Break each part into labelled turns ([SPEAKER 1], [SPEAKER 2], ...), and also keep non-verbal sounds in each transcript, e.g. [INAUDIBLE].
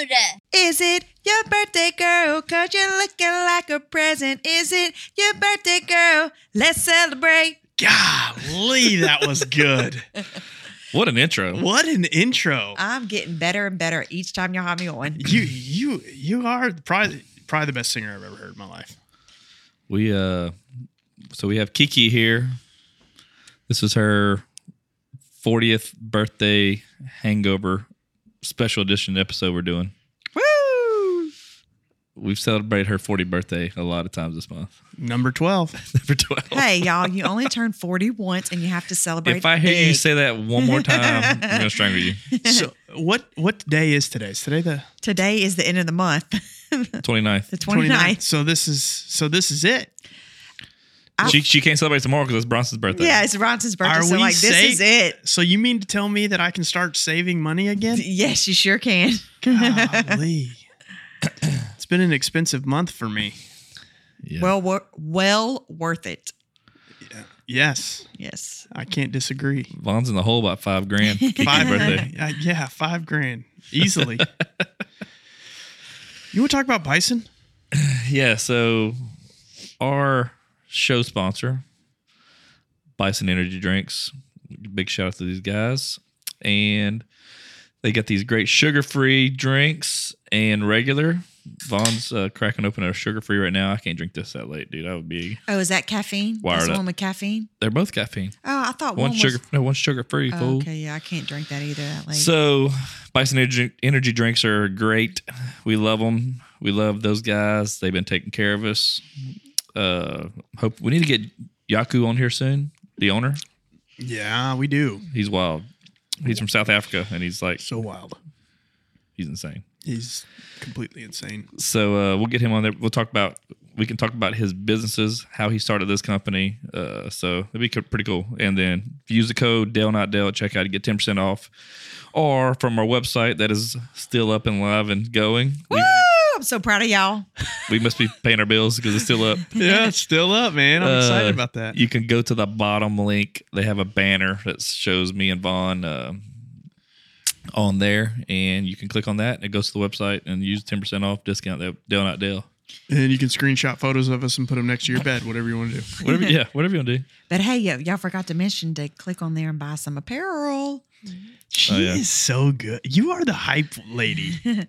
[SPEAKER 1] Rude.
[SPEAKER 2] Is it your birthday, girl? Cause you're looking like a present. Is it your birthday, girl? Let's celebrate.
[SPEAKER 3] Golly, that was good.
[SPEAKER 4] What an intro.
[SPEAKER 3] what an intro.
[SPEAKER 2] I'm getting better and better each time y'all have me on.
[SPEAKER 3] You you you are probably probably the best singer I've ever heard in my life.
[SPEAKER 4] We uh so we have Kiki here. This is her 40th birthday hangover special edition episode we're doing.
[SPEAKER 2] Woo!
[SPEAKER 4] We've celebrated her 40th birthday a lot of times this month.
[SPEAKER 3] Number 12.
[SPEAKER 4] [LAUGHS] Number 12.
[SPEAKER 2] Hey, y'all, you
[SPEAKER 4] [LAUGHS]
[SPEAKER 2] only turn 40 once and you have to celebrate.
[SPEAKER 4] if I hear you
[SPEAKER 2] big.
[SPEAKER 4] say that one
[SPEAKER 2] [LAUGHS]
[SPEAKER 4] more time, I'm going to strangle you.
[SPEAKER 3] [LAUGHS] So what what day is today? Is today the
[SPEAKER 2] Today is the end of the month, [LAUGHS]
[SPEAKER 4] 29th.
[SPEAKER 2] the 29th.
[SPEAKER 3] So this is so this is it.
[SPEAKER 2] I-
[SPEAKER 4] She, she can't celebrate tomorrow because it's Bronson's birthday.
[SPEAKER 2] Yeah, it's Ronson's birthday.
[SPEAKER 3] Are
[SPEAKER 2] so,
[SPEAKER 3] we
[SPEAKER 2] like, this
[SPEAKER 3] safe?
[SPEAKER 2] is it.
[SPEAKER 3] So you mean to tell me that I can start saving money
[SPEAKER 4] [LAUGHS]
[SPEAKER 3] again?
[SPEAKER 2] Yes, you sure can.
[SPEAKER 3] Golly. [CLEARS THROAT] it's been an expensive month for me.
[SPEAKER 4] Yeah.
[SPEAKER 2] Well, wor- well worth it.
[SPEAKER 3] Yes,
[SPEAKER 2] Yes.
[SPEAKER 3] I can't disagree.
[SPEAKER 4] [LAUGHS] Vaughn's in the hole about five
[SPEAKER 2] [LAUGHS]
[SPEAKER 4] grand. Kiki's
[SPEAKER 3] Five
[SPEAKER 4] birthday.
[SPEAKER 3] grand. Uh, yeah, five grand
[SPEAKER 4] [LAUGHS]
[SPEAKER 3] easily. you want to talk about bison?
[SPEAKER 4] Yeah, so our show sponsor, Bison Energy Drinks. Big shout out to these guys. And they got these great sugar free drinks and regular. Vaughn's uh, cracking open a sugar free right now. I can't drink this that late, dude. I would be.
[SPEAKER 2] Oh, is that caffeine?
[SPEAKER 4] Wired
[SPEAKER 2] That's the
[SPEAKER 4] up.
[SPEAKER 2] one with caffeine?
[SPEAKER 4] They're both caffeine.
[SPEAKER 2] Oh, I thought one,
[SPEAKER 4] One
[SPEAKER 2] was-
[SPEAKER 4] sugar, no, one's sugar free.
[SPEAKER 2] Oh,
[SPEAKER 4] fool.
[SPEAKER 2] okay, yeah, I can't drink that either. That late.
[SPEAKER 4] So, Bison energy, energy drinks are great. We love them. We love those guys. They've been taking care of us. Uh, hope we need to get Yaku on here soon. The owner,
[SPEAKER 3] Yeah, we do.
[SPEAKER 4] he's wild. He's from South Africa, and he's like
[SPEAKER 3] So wild.
[SPEAKER 4] he's insane.
[SPEAKER 3] He's completely insane.
[SPEAKER 4] So uh, we'll get him on there. We'll talk about we can talk about his businesses, how he started this company. Uh, so it'd be co- pretty cool. And then if you use the code Dale Not Dale at checkout to get ten percent off, or from our website that is still up and live and going. We-
[SPEAKER 2] Woo! I'm so proud of y'all.
[SPEAKER 4] we must be paying our bills because it's still up.
[SPEAKER 3] Yeah, it's still up, man. I'm excited
[SPEAKER 4] Uh,
[SPEAKER 3] about that.
[SPEAKER 4] You can go to the bottom link. They have a banner that shows me and Vaughn um on there, and you can click on that. It goes to the website and use ten percent off discount. That Dale not Dale.
[SPEAKER 3] and then you can screenshot photos of us and put them next to your bed, whatever you want to do.
[SPEAKER 4] [LAUGHS] Whatever, yeah, whatever you want to do.
[SPEAKER 2] But hey, yo, y'all forgot to mention to click on there and buy some apparel.
[SPEAKER 3] She
[SPEAKER 4] Oh, yeah.
[SPEAKER 3] is so good. You are the hype lady.
[SPEAKER 4] [LAUGHS]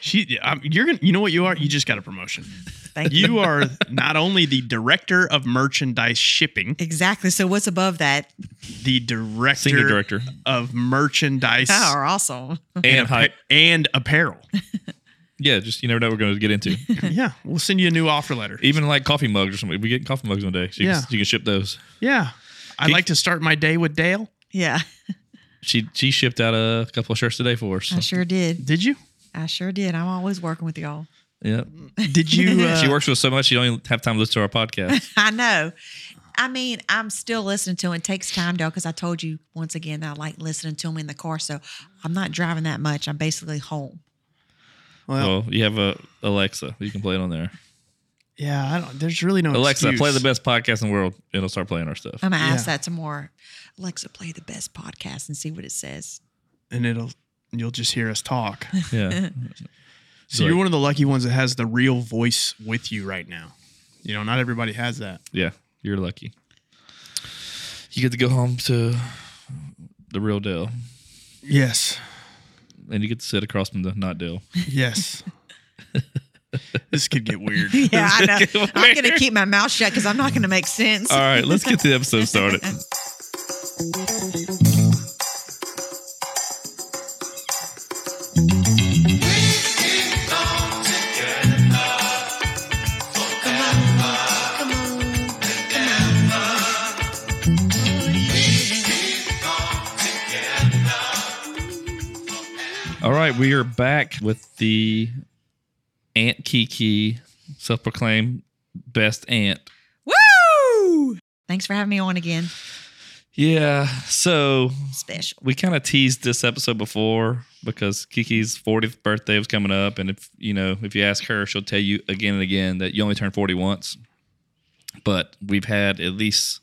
[SPEAKER 3] She, I'm, you're gonna, you know what you are. You just got a promotion.
[SPEAKER 2] Thank you.
[SPEAKER 3] You are not only the director of merchandise shipping,
[SPEAKER 2] Exactly. So what's above that?
[SPEAKER 3] the director, [LAUGHS]
[SPEAKER 4] Senior director
[SPEAKER 3] of merchandise
[SPEAKER 2] Y'all are awesome. [LAUGHS]
[SPEAKER 4] and hype.
[SPEAKER 3] and
[SPEAKER 4] [LAUGHS]
[SPEAKER 3] apparel.
[SPEAKER 4] Yeah, just you never know what we're going to
[SPEAKER 3] [LAUGHS]
[SPEAKER 4] get into.
[SPEAKER 3] yeah, we'll send you a new offer letter.
[SPEAKER 4] Even like coffee mugs or something. We get coffee mugs one day. So you,
[SPEAKER 3] Yeah.
[SPEAKER 4] can, you can ship those.
[SPEAKER 3] Yeah, I'd
[SPEAKER 4] He-
[SPEAKER 3] like to start my day with Dale.
[SPEAKER 2] Yeah,
[SPEAKER 4] She she shipped out a couple of shirts today for us.
[SPEAKER 2] I sure did.
[SPEAKER 3] Did you?
[SPEAKER 2] I sure did. I'm always working with y'all. [LAUGHS]
[SPEAKER 4] Yeah.
[SPEAKER 3] Did you? Uh,
[SPEAKER 4] she works with us so much she don't even have time to listen to our podcast.
[SPEAKER 2] I know. I mean, I'm still listening to 'em. It takes time, though, because I told you once again that I like listening to them in the car. So I'm not driving that much. I'm basically home.
[SPEAKER 3] [LAUGHS] Well,
[SPEAKER 4] well, you have a Alexa. You can play it on there.
[SPEAKER 3] yeah. I don't, there's really no
[SPEAKER 4] Alexa, play
[SPEAKER 3] excuse.
[SPEAKER 4] the best podcast in the world. It'll start playing
[SPEAKER 2] [LAUGHS]
[SPEAKER 4] our stuff.
[SPEAKER 2] I'm gonna ask
[SPEAKER 3] Yeah.
[SPEAKER 2] that tomorrow. Alexa, play the best podcast and see what it
[SPEAKER 4] [LAUGHS]
[SPEAKER 2] says.
[SPEAKER 3] and it'll you'll just hear us talk.
[SPEAKER 4] Yeah.
[SPEAKER 3] So
[SPEAKER 4] Right.
[SPEAKER 3] you're one of the lucky ones that has the real voice with you right now. You know, not everybody has that.
[SPEAKER 4] yeah. You're lucky. You get to go home to the real Dale.
[SPEAKER 3] Yes.
[SPEAKER 4] And you get to sit across from the not Dale.
[SPEAKER 3] Yes. this could get weird.
[SPEAKER 2] Yeah, I know.
[SPEAKER 4] get
[SPEAKER 2] I'm gonna
[SPEAKER 4] weird.
[SPEAKER 2] keep my mouth shut because I'm not gonna make sense.
[SPEAKER 4] All
[SPEAKER 2] [LAUGHS]
[SPEAKER 4] right, let's get the episode started. All right, we are back with the Aunt Kiki self proclaimed best aunt
[SPEAKER 2] Woo! Thanks for having me on again.
[SPEAKER 4] Yeah. So
[SPEAKER 2] Special.
[SPEAKER 4] we kind of teased this episode before because Kiki's 40th birthday was coming up. And if, you know, if you ask her, she'll tell you again and again that you only turn 40 once. But we've had at least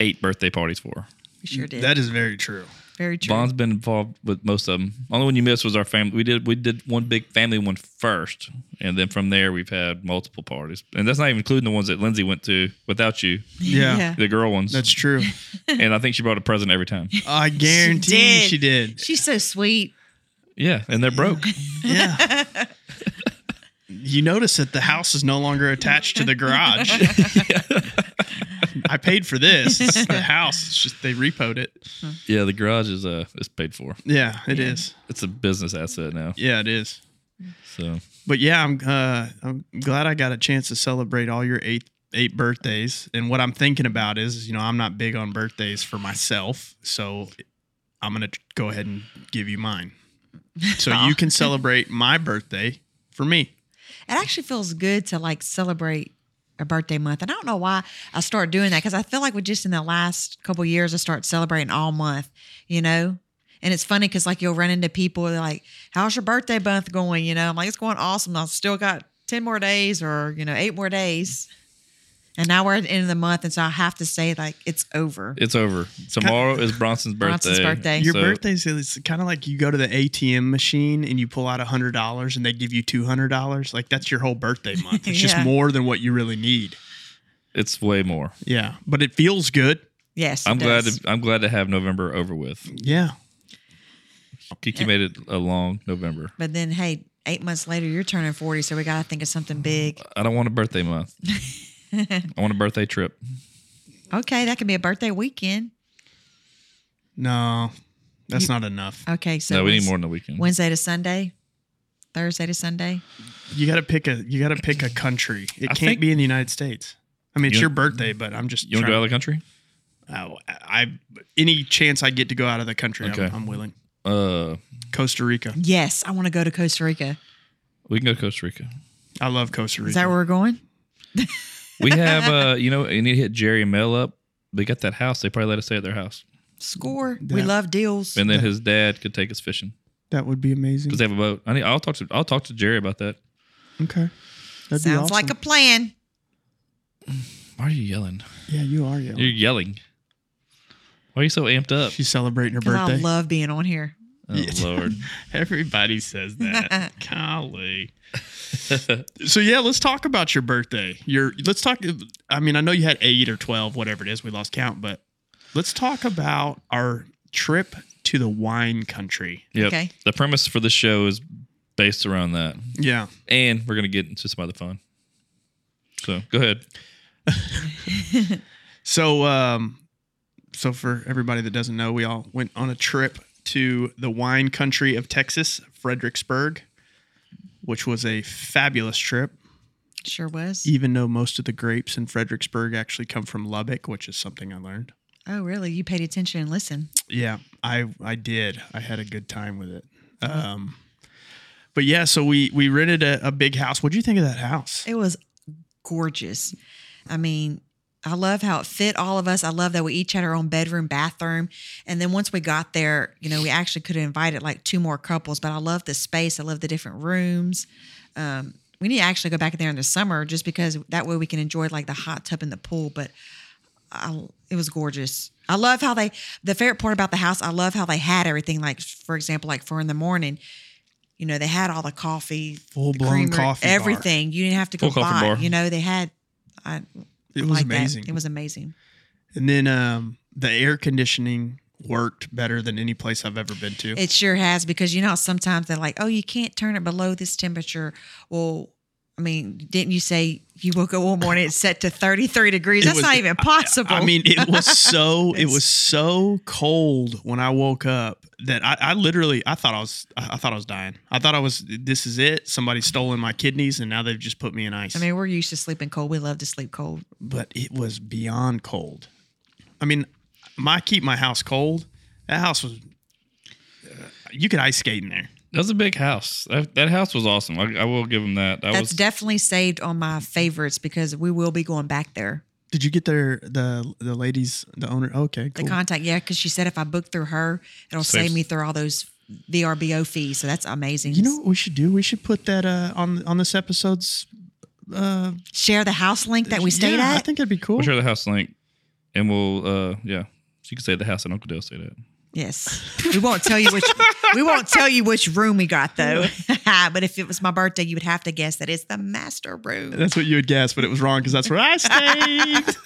[SPEAKER 4] eight birthday parties for her.
[SPEAKER 2] We sure did.
[SPEAKER 4] Mm,
[SPEAKER 3] That is very true.
[SPEAKER 2] Very true.
[SPEAKER 4] Vaughn's been involved with most of them. Only one you missed was our family. We did we did one big family one first, and then from there we've had multiple parties, and that's not even including the ones that Lindsay went to without you,
[SPEAKER 3] Yeah.
[SPEAKER 4] the girl ones.
[SPEAKER 3] That's true.
[SPEAKER 4] and I think she brought a present every time.
[SPEAKER 3] I guarantee
[SPEAKER 2] did.
[SPEAKER 3] she did.
[SPEAKER 2] She's so sweet.
[SPEAKER 4] Yeah, and they're broke.
[SPEAKER 3] Yeah. you notice that the house is no longer attached to the [LAUGHS] garage. I paid for this. It's [LAUGHS] the house. It's just they repoed it.
[SPEAKER 4] yeah, the garage is uh is paid for.
[SPEAKER 3] Yeah, it is.
[SPEAKER 2] Yeah.
[SPEAKER 4] It's a business asset now.
[SPEAKER 3] Yeah, it is.
[SPEAKER 4] So
[SPEAKER 3] But yeah, I'm uh, I'm glad I got a chance to celebrate all your eight eight birthdays. And what I'm thinking about is, you know, I'm not big on birthdays for myself, so I'm gonna tr- go ahead and give you mine, so [LAUGHS]
[SPEAKER 2] Aw.
[SPEAKER 3] you can celebrate my birthday for me.
[SPEAKER 2] It actually feels good to like celebrate a birthday month. And I don't know why I start doing that because I feel like we just in the last couple of years, I start celebrating all month, you know? And it's funny because like you'll run into people they're like, how's your birthday month going? You know, I'm like, it's going awesome. I've still got 10 more days or, you know, eight more days. And now we're at the end of the month. And so I have to say, like, it's over.
[SPEAKER 4] it's over. Tomorrow is Bronson's birthday.
[SPEAKER 2] Bronson's birthday.
[SPEAKER 3] Your
[SPEAKER 4] So-
[SPEAKER 3] birthdays is kind of like you go to the ATM machine and you pull out hundred dollars and they give you two hundred dollars. Like that's your whole birthday month. It's
[SPEAKER 2] Yeah.
[SPEAKER 3] just more than what you really need.
[SPEAKER 4] It's way more.
[SPEAKER 3] Yeah, but it feels good.
[SPEAKER 2] Yes. it
[SPEAKER 4] I'm glad.
[SPEAKER 2] does.
[SPEAKER 4] To, I'm glad to have November over with.
[SPEAKER 3] Yeah,
[SPEAKER 4] Kiki made it a long November.
[SPEAKER 2] But then, hey, eight months later, you're turning 40. So we got to think of something big.
[SPEAKER 4] I don't want a
[SPEAKER 2] [LAUGHS]
[SPEAKER 4] birthday month. I want a birthday trip.
[SPEAKER 2] Okay. That could be a birthday weekend.
[SPEAKER 3] no, that's not enough.
[SPEAKER 2] Okay. So
[SPEAKER 4] no, we need
[SPEAKER 2] Wednesday-
[SPEAKER 4] more on the weekend.
[SPEAKER 2] Wednesday to Sunday, Thursday to Sunday.
[SPEAKER 3] You got to pick a you got to pick a country. It
[SPEAKER 4] I
[SPEAKER 3] can't
[SPEAKER 4] think-
[SPEAKER 3] be in the United States. I mean, it's
[SPEAKER 4] You-
[SPEAKER 3] your birthday, but I'm just
[SPEAKER 4] you want to go out of the country?
[SPEAKER 3] trying- oh, I any chance I get to go out of the country, I'm-
[SPEAKER 4] Okay.
[SPEAKER 3] I'm, willing.
[SPEAKER 4] Uh,
[SPEAKER 3] Costa Rica.
[SPEAKER 2] Yes, I want to go to Costa Rica.
[SPEAKER 4] we can go to Costa Rica.
[SPEAKER 3] I love Costa Rica.
[SPEAKER 2] Is that where we're going?
[SPEAKER 4] We have,
[SPEAKER 2] [LAUGHS]
[SPEAKER 4] uh, you know, you need to hit Jerry and Mel up. They got that house. They probably let us stay at their house,
[SPEAKER 2] Score.
[SPEAKER 3] That-
[SPEAKER 2] we love deals.
[SPEAKER 4] and then
[SPEAKER 3] Yeah.
[SPEAKER 4] his dad could take us fishing
[SPEAKER 3] that would be amazing.
[SPEAKER 4] because they have a boat. I need. I'll talk to. I'll talk to Jerry about that.
[SPEAKER 3] okay. That'd be
[SPEAKER 2] Sounds
[SPEAKER 3] awesome.
[SPEAKER 2] like a plan.
[SPEAKER 4] Why are you yelling?
[SPEAKER 3] yeah. You are yelling.
[SPEAKER 4] You're yelling. Why are you so
[SPEAKER 3] [LAUGHS]
[SPEAKER 4] amped up?
[SPEAKER 3] She's celebrating her
[SPEAKER 2] Because I
[SPEAKER 3] birthday.
[SPEAKER 2] love being on here.
[SPEAKER 4] Oh Lord.
[SPEAKER 3] Everybody
[SPEAKER 2] [LAUGHS]
[SPEAKER 3] says that. Golly. so yeah, let's talk about your birthday. Your let's talk. I mean, I know you had eight or twelve, whatever it is. We lost count, but let's talk about our trip to the wine country.
[SPEAKER 4] Yep.
[SPEAKER 2] Okay.
[SPEAKER 4] The premise for the show is based around that,
[SPEAKER 3] Yeah.
[SPEAKER 4] and we're gonna get into some other fun. So go ahead.
[SPEAKER 3] So, um, so for everybody that doesn't know, we all went on a trip to the wine country of Texas, Fredericksburg, which was a fabulous trip.
[SPEAKER 2] Sure was.
[SPEAKER 3] Even though most of the grapes in Fredericksburg actually come from Lubbock, which is something I learned.
[SPEAKER 2] Oh, really? You paid attention and listened.
[SPEAKER 3] Yeah, I I did. I had a good time with it. Um, but yeah, so we we rented a, a big house. What do you think of that house?
[SPEAKER 2] It was gorgeous. I mean, I love how it fit all of us. I love that we each had our own bedroom, bathroom. And then once we got there, you know, we actually could have invited like two more couples, but I love the space. I love the different rooms. Um, we need to actually go back there in the summer just because that way we can enjoy like the hot tub and the pool. But I, it was gorgeous. I love how they, the favorite part about the house, I love how they had everything. Like, for example, like for in the morning, you know, they had all the coffee,
[SPEAKER 3] Full
[SPEAKER 2] the
[SPEAKER 3] blown
[SPEAKER 2] creamery,
[SPEAKER 3] coffee, bar.
[SPEAKER 2] everything. You didn't have to go
[SPEAKER 4] Full
[SPEAKER 2] buy.
[SPEAKER 4] coffee
[SPEAKER 2] it.
[SPEAKER 4] bar.
[SPEAKER 2] You know, they had. I
[SPEAKER 3] It was
[SPEAKER 2] like that.
[SPEAKER 3] amazing.
[SPEAKER 2] It was amazing.
[SPEAKER 3] and then um, the air conditioning worked better than any place I've ever been to.
[SPEAKER 2] It sure has because you know how sometimes they're like, oh, you can't turn it below this temperature. Well, I mean, didn't you say you woke up one morning it's set to thirty three degrees?
[SPEAKER 3] It
[SPEAKER 2] That's
[SPEAKER 3] was-
[SPEAKER 2] not even possible.
[SPEAKER 3] I mean,
[SPEAKER 2] [LAUGHS]
[SPEAKER 3] it was so it
[SPEAKER 2] It's-
[SPEAKER 3] was so cold when I woke up that I, I literally I thought I was I I thought I was dying. I thought I was this is it. Somebody's stolen my kidneys and now they've just put me in ice.
[SPEAKER 2] I mean, we're used to sleeping cold. We love to sleep cold.
[SPEAKER 3] but it was beyond cold. I mean, my keep my house cold. That house was. uh, you could ice skate in there.
[SPEAKER 4] That was a big house. That, that house was awesome. I, I will give him that. That
[SPEAKER 2] That's
[SPEAKER 4] was
[SPEAKER 2] definitely saved on my favorites because we will be going back there.
[SPEAKER 3] Did you get their the the ladies the owner? Okay,
[SPEAKER 2] The
[SPEAKER 3] cool.
[SPEAKER 2] contact, yeah, because she said if I book through her, it'll
[SPEAKER 4] Saves-
[SPEAKER 2] save me through all those VRBO fees. So that's amazing.
[SPEAKER 3] you know what we should do? We should put that uh, on on this episode's. Uh,
[SPEAKER 2] share the house link that we stayed
[SPEAKER 3] yeah, I
[SPEAKER 2] at.
[SPEAKER 3] think that'd be cool.
[SPEAKER 4] we'll share the house link, and we'll uh yeah. So you can say the house that Uncle Dale stayed at.
[SPEAKER 2] Yes. We won't tell you which
[SPEAKER 4] [LAUGHS]
[SPEAKER 2] we won't tell you which room we got though. [LAUGHS] but if it was my birthday, you would have to guess that it's the master room.
[SPEAKER 3] That's what you would guess, but it was wrong because that's where I
[SPEAKER 4] [LAUGHS]
[SPEAKER 3] stayed.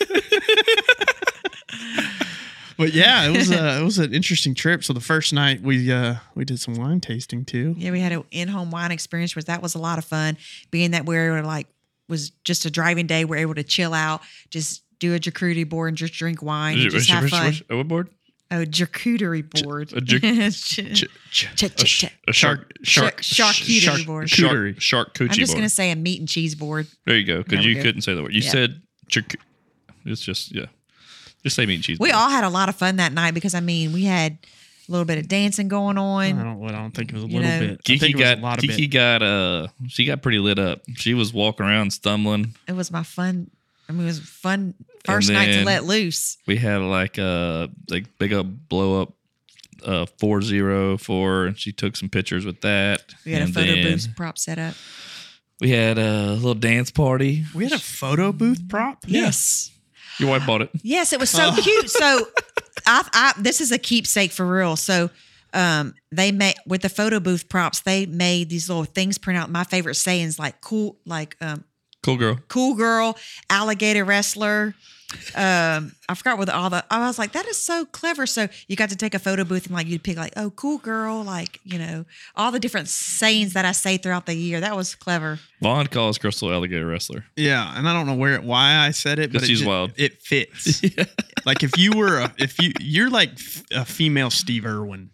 [SPEAKER 3] but yeah, it was a, it was an interesting trip. So the first night we uh, we did some wine tasting too.
[SPEAKER 2] Yeah, we had an in-home wine experience which that was a lot of fun. Being that we were like was just a driving day, we're able to chill out, just do a charcuterie board and just drink wine and just have fun.
[SPEAKER 4] A what board?
[SPEAKER 2] Oh, charcuterie board. [LAUGHS]
[SPEAKER 4] a jac- Ch- ch-
[SPEAKER 2] Ch- ch-
[SPEAKER 4] a sh-
[SPEAKER 2] ch-
[SPEAKER 4] a shark,
[SPEAKER 2] Shark-
[SPEAKER 4] shark,
[SPEAKER 2] charcuterie
[SPEAKER 4] shark-
[SPEAKER 2] board.
[SPEAKER 4] Shark, shark
[SPEAKER 2] I'm
[SPEAKER 4] coochie
[SPEAKER 2] just gonna
[SPEAKER 4] board.
[SPEAKER 2] say a meat and cheese board.
[SPEAKER 4] There you go.
[SPEAKER 2] There
[SPEAKER 4] Because
[SPEAKER 2] we
[SPEAKER 4] you
[SPEAKER 2] go.
[SPEAKER 4] couldn't say the word. You
[SPEAKER 2] Yeah.
[SPEAKER 4] said charcu- It's just yeah. Just say meat and cheese.
[SPEAKER 2] We
[SPEAKER 4] board.
[SPEAKER 2] all had a lot of fun that night because I mean we had a little bit of dancing going
[SPEAKER 3] I
[SPEAKER 2] on.
[SPEAKER 3] don't, I don't think it was a
[SPEAKER 2] You
[SPEAKER 3] little
[SPEAKER 2] know.
[SPEAKER 3] bit. I
[SPEAKER 4] Kiki
[SPEAKER 3] think it was
[SPEAKER 4] got
[SPEAKER 3] a lot of
[SPEAKER 4] Kiki
[SPEAKER 3] bit.
[SPEAKER 4] got uh she got pretty lit up. She was walking around stumbling.
[SPEAKER 2] it was my fun. I mean, it was a fun first night to
[SPEAKER 4] then-
[SPEAKER 2] let loose.
[SPEAKER 4] We had like a like big old blow up uh four zero four and she took some pictures with that.
[SPEAKER 2] We had a
[SPEAKER 4] And
[SPEAKER 2] photo
[SPEAKER 4] then
[SPEAKER 2] booth prop set up.
[SPEAKER 4] We had a little dance party.
[SPEAKER 3] We had a photo booth prop.
[SPEAKER 2] Yes,
[SPEAKER 4] Your wife bought it.
[SPEAKER 2] yes, it was so
[SPEAKER 4] Oh.
[SPEAKER 2] cute.
[SPEAKER 4] [LAUGHS]
[SPEAKER 2] So, I, I this is a keepsake for real. So, um, they made with the photo booth props. They made these little things print out. My favorite sayings like cool, like um,
[SPEAKER 4] Cool girl.
[SPEAKER 2] cool girl, alligator wrestler. Um, I forgot what all the. I was like, that is so clever. So you got to take a photo booth and like you'd pick like, oh, cool girl, like you know, all the different sayings that I say throughout the year. That was clever.
[SPEAKER 4] Vaughn calls Crystal alligator wrestler.
[SPEAKER 3] Yeah, and I don't know where why I said it, but
[SPEAKER 4] Because
[SPEAKER 3] it,
[SPEAKER 4] she's
[SPEAKER 3] ju-
[SPEAKER 4] wild.
[SPEAKER 3] it fits.
[SPEAKER 4] [LAUGHS]
[SPEAKER 3] Like if you were a, if you you're like f- a female Steve Irwin.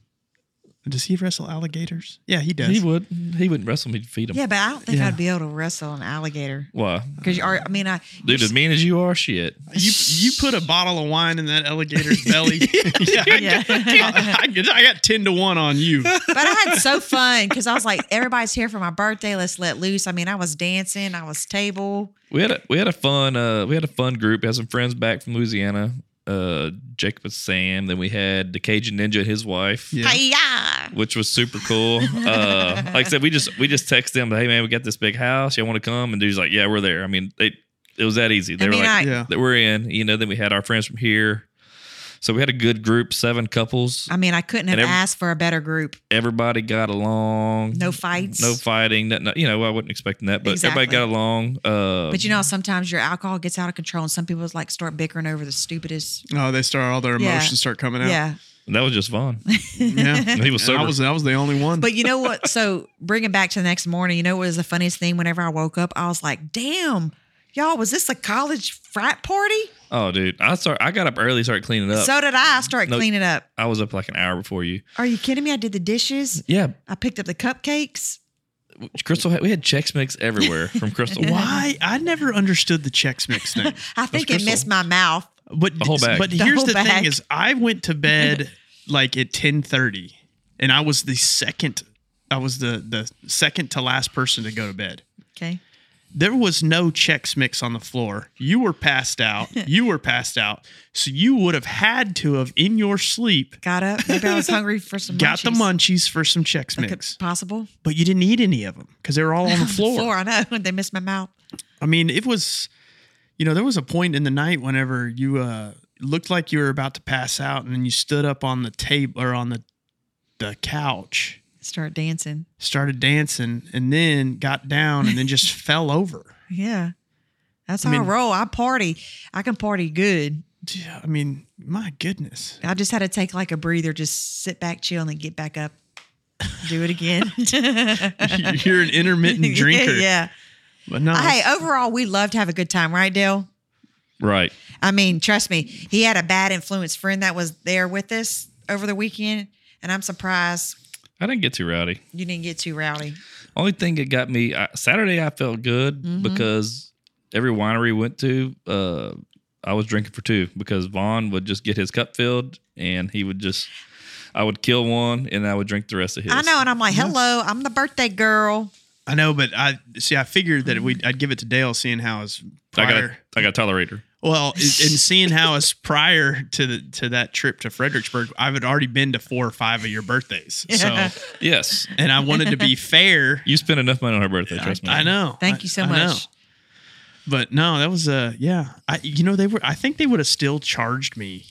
[SPEAKER 3] Does he wrestle alligators? Yeah, he does.
[SPEAKER 4] He would. He wouldn't wrestle me. to Feed him.
[SPEAKER 2] Yeah, but I don't think
[SPEAKER 3] Yeah.
[SPEAKER 2] I'd be able to wrestle an alligator
[SPEAKER 4] Why,
[SPEAKER 2] because you are. I mean, I
[SPEAKER 4] dude? As mean as you are, shit.
[SPEAKER 3] You
[SPEAKER 4] [LAUGHS]
[SPEAKER 3] you put a bottle of wine in that alligator's belly. [LAUGHS] yeah, I,
[SPEAKER 2] Yeah.
[SPEAKER 3] I, I- I got ten to one on
[SPEAKER 4] [LAUGHS]
[SPEAKER 3] you.
[SPEAKER 2] but I had so fun because I was like, everybody's here for my birthday. Let's let loose. I mean, I was dancing. I was table.
[SPEAKER 4] We had a we had a fun uh we had a fun group. Had some friends back from Louisiana. Uh, Jacob and Sam. Then we had the Cajun Ninja and his wife.
[SPEAKER 3] Yeah.
[SPEAKER 2] Hi-ya.
[SPEAKER 4] Which was super cool. Uh, like I said, we just we just text them, hey man, we got this big house. Y'all want to come? And dude's like, yeah, we're there. I mean, they, it was that easy. They
[SPEAKER 2] I
[SPEAKER 4] were
[SPEAKER 2] mean,
[SPEAKER 4] like,
[SPEAKER 2] I
[SPEAKER 3] Yeah.
[SPEAKER 4] that we're in. You know, then we had our friends from here. So we had a good group, seven couples.
[SPEAKER 2] I mean, I couldn't have
[SPEAKER 4] And every-
[SPEAKER 2] asked for a better group.
[SPEAKER 4] Everybody got along.
[SPEAKER 2] No fights.
[SPEAKER 4] No fighting. Nothing, you know, I wasn't expecting that, but everybody
[SPEAKER 2] Exactly.
[SPEAKER 4] got along. Uh,
[SPEAKER 2] But you
[SPEAKER 3] Um,
[SPEAKER 2] know, sometimes your alcohol gets out of control, and some people just like start bickering over the stupidest.
[SPEAKER 3] Oh, they start all their
[SPEAKER 2] Yeah.
[SPEAKER 3] emotions start coming out.
[SPEAKER 2] Yeah,
[SPEAKER 4] that was just fun.
[SPEAKER 3] [LAUGHS]
[SPEAKER 2] [LAUGHS]
[SPEAKER 3] yeah.
[SPEAKER 4] He was
[SPEAKER 3] And I
[SPEAKER 4] sober.
[SPEAKER 3] was I was the only one.
[SPEAKER 2] but you know what? So bringing back to the next morning, you know what was the funniest thing? Whenever I woke up, I was like, "Damn, y'all, was this a college frat party?"
[SPEAKER 4] Oh, dude, I start. I got up early, started cleaning up.
[SPEAKER 2] So did I. I started
[SPEAKER 4] No.
[SPEAKER 2] cleaning up.
[SPEAKER 4] I was up like an hour before you.
[SPEAKER 2] Are you kidding me? I did the dishes.
[SPEAKER 4] Yeah,
[SPEAKER 2] I picked up the cupcakes.
[SPEAKER 4] Crystal. Had, we had Chex Mix
[SPEAKER 2] [LAUGHS]
[SPEAKER 4] everywhere from Crystal.
[SPEAKER 3] why? I never understood the Chex Mix thing.
[SPEAKER 2] I think it
[SPEAKER 4] Crystal.
[SPEAKER 2] missed my mouth.
[SPEAKER 3] But
[SPEAKER 4] The whole bag.
[SPEAKER 3] but
[SPEAKER 2] The
[SPEAKER 3] here's
[SPEAKER 2] whole
[SPEAKER 3] the
[SPEAKER 2] bag.
[SPEAKER 3] thing is I went
[SPEAKER 2] [LAUGHS]
[SPEAKER 3] to bed like at 10:30 and I was the second I was the the second to last person to go to bed.
[SPEAKER 2] Okay.
[SPEAKER 3] There was no Chex Mix on the floor. You were passed out. You were passed out. So you would have had to have in your sleep
[SPEAKER 2] Got up. Maybe I was hungry for some.
[SPEAKER 3] got the
[SPEAKER 2] munchies.
[SPEAKER 3] munchies for some Chex
[SPEAKER 2] Could-
[SPEAKER 3] Mix,
[SPEAKER 2] Possible.
[SPEAKER 3] but you didn't eat any of them because they were all on the floor.
[SPEAKER 2] Floor. I know. [LAUGHS] They missed my mouth.
[SPEAKER 3] I mean, it was, you know, there was a point in the night whenever you uh, looked like you were about to pass out, and then you stood up on the table or on the the couch,
[SPEAKER 2] Start dancing.
[SPEAKER 3] started dancing, and then got down, and then just fell over.
[SPEAKER 2] Yeah. That's
[SPEAKER 3] I
[SPEAKER 2] how I,
[SPEAKER 3] mean-
[SPEAKER 2] roll. I party. I can party good.
[SPEAKER 3] Yeah, I mean, my goodness.
[SPEAKER 2] I just had to take like a breather, just sit back, chill, and then get back up, do it
[SPEAKER 3] [LAUGHS]
[SPEAKER 2] again. [LAUGHS]
[SPEAKER 3] You're an intermittent drinker. Oh.
[SPEAKER 2] yeah.
[SPEAKER 3] But no,
[SPEAKER 2] Hey, overall, we love to have a good time, right, Dale?
[SPEAKER 4] Right.
[SPEAKER 2] I mean, trust me, he had a bad influence friend that was there with us over the weekend, and I'm surprised
[SPEAKER 4] I didn't get too rowdy.
[SPEAKER 2] you didn't get too rowdy.
[SPEAKER 4] Only thing that got me I, Saturday, I felt good
[SPEAKER 2] Mm-hmm.
[SPEAKER 4] because every winery we went to, uh, I was drinking for two because Vaughn would just get his cup filled and he would just, I would kill one and I would drink the rest of his.
[SPEAKER 2] I know, and I'm like, hello, I'm the birthday girl.
[SPEAKER 3] I know, but I see. I figured that we I'd give it to Dale, seeing how his
[SPEAKER 4] I got,
[SPEAKER 3] prior.
[SPEAKER 4] I got a tolerator.
[SPEAKER 3] Well, and and seeing how us prior to the, to that trip to Fredericksburg, I had already been to four or five of
[SPEAKER 2] [LAUGHS]
[SPEAKER 3] your birthdays.
[SPEAKER 2] Yeah.
[SPEAKER 3] So,
[SPEAKER 4] Yes.
[SPEAKER 3] and I wanted
[SPEAKER 2] [LAUGHS]
[SPEAKER 3] to be fair.
[SPEAKER 4] You spent enough money on her birthday, trust me.
[SPEAKER 3] I know.
[SPEAKER 2] Thank
[SPEAKER 3] I-
[SPEAKER 2] you so
[SPEAKER 3] I know.
[SPEAKER 2] much.
[SPEAKER 3] But no, that was uh, yeah. I you know they were. I think they would have still charged me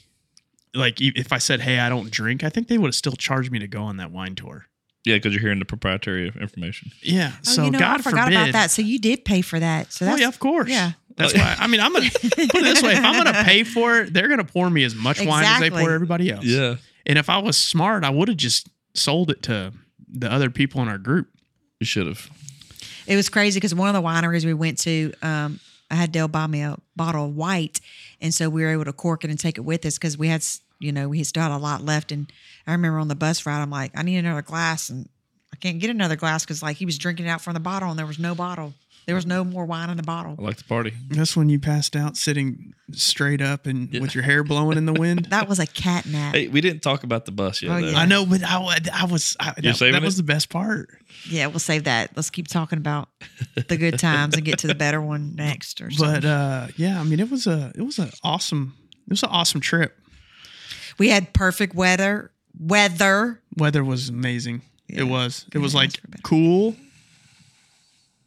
[SPEAKER 3] like e- if I said, "Hey, I don't drink," I think they would have still charged me to go on that wine tour.
[SPEAKER 4] Yeah, because you're hearing the proprietary information.
[SPEAKER 3] Yeah.
[SPEAKER 2] Oh,
[SPEAKER 3] so
[SPEAKER 2] you know,
[SPEAKER 3] God
[SPEAKER 2] I forgot
[SPEAKER 3] forbid.
[SPEAKER 2] about that. So you did pay for that. So
[SPEAKER 3] Oh
[SPEAKER 2] that's
[SPEAKER 3] yeah, of course.
[SPEAKER 2] yeah.
[SPEAKER 3] That's why. I mean, I'm gonna put it this way: if I'm gonna pay for it, they're gonna pour me as much wine as they
[SPEAKER 2] Exactly.
[SPEAKER 3] pour everybody else.
[SPEAKER 4] Yeah.
[SPEAKER 3] And if I was smart, I would have just sold it to the other people in our group.
[SPEAKER 4] You should have.
[SPEAKER 2] It was crazy because one of the wineries we went to, um, I had Dale buy me a bottle of white, and so we were able to cork it and take it with us because we had, s- you know, we still had a lot left. And I remember on the bus ride, I'm like, I need another glass, and I can't get another glass because like he was drinking it out from the bottle, and there was no bottle, there was no more wine in the
[SPEAKER 4] I
[SPEAKER 2] bottle.
[SPEAKER 4] like the party.
[SPEAKER 3] That's when you passed out sitting straight up and with your hair blowing in the wind.
[SPEAKER 2] That was a cat nap.
[SPEAKER 4] Hey, we didn't talk about the bus yet.
[SPEAKER 2] Oh,
[SPEAKER 4] though.
[SPEAKER 2] yeah.
[SPEAKER 3] [LAUGHS] I know, but I, wa- I was I,
[SPEAKER 4] You're
[SPEAKER 3] that,
[SPEAKER 4] saving
[SPEAKER 3] that was
[SPEAKER 4] it?
[SPEAKER 3] the best part.
[SPEAKER 2] Yeah, we'll save that. Let's keep talking about the good times and get to the better one next. Or something.
[SPEAKER 3] [LAUGHS] But uh, yeah, I mean, it was a it was an awesome it was an awesome trip.
[SPEAKER 2] we had perfect weather. Weather.
[SPEAKER 3] Weather was amazing.
[SPEAKER 2] Yeah,
[SPEAKER 3] it was it
[SPEAKER 2] couldn't
[SPEAKER 3] was
[SPEAKER 2] have
[SPEAKER 3] like
[SPEAKER 2] asked for better.
[SPEAKER 3] cool,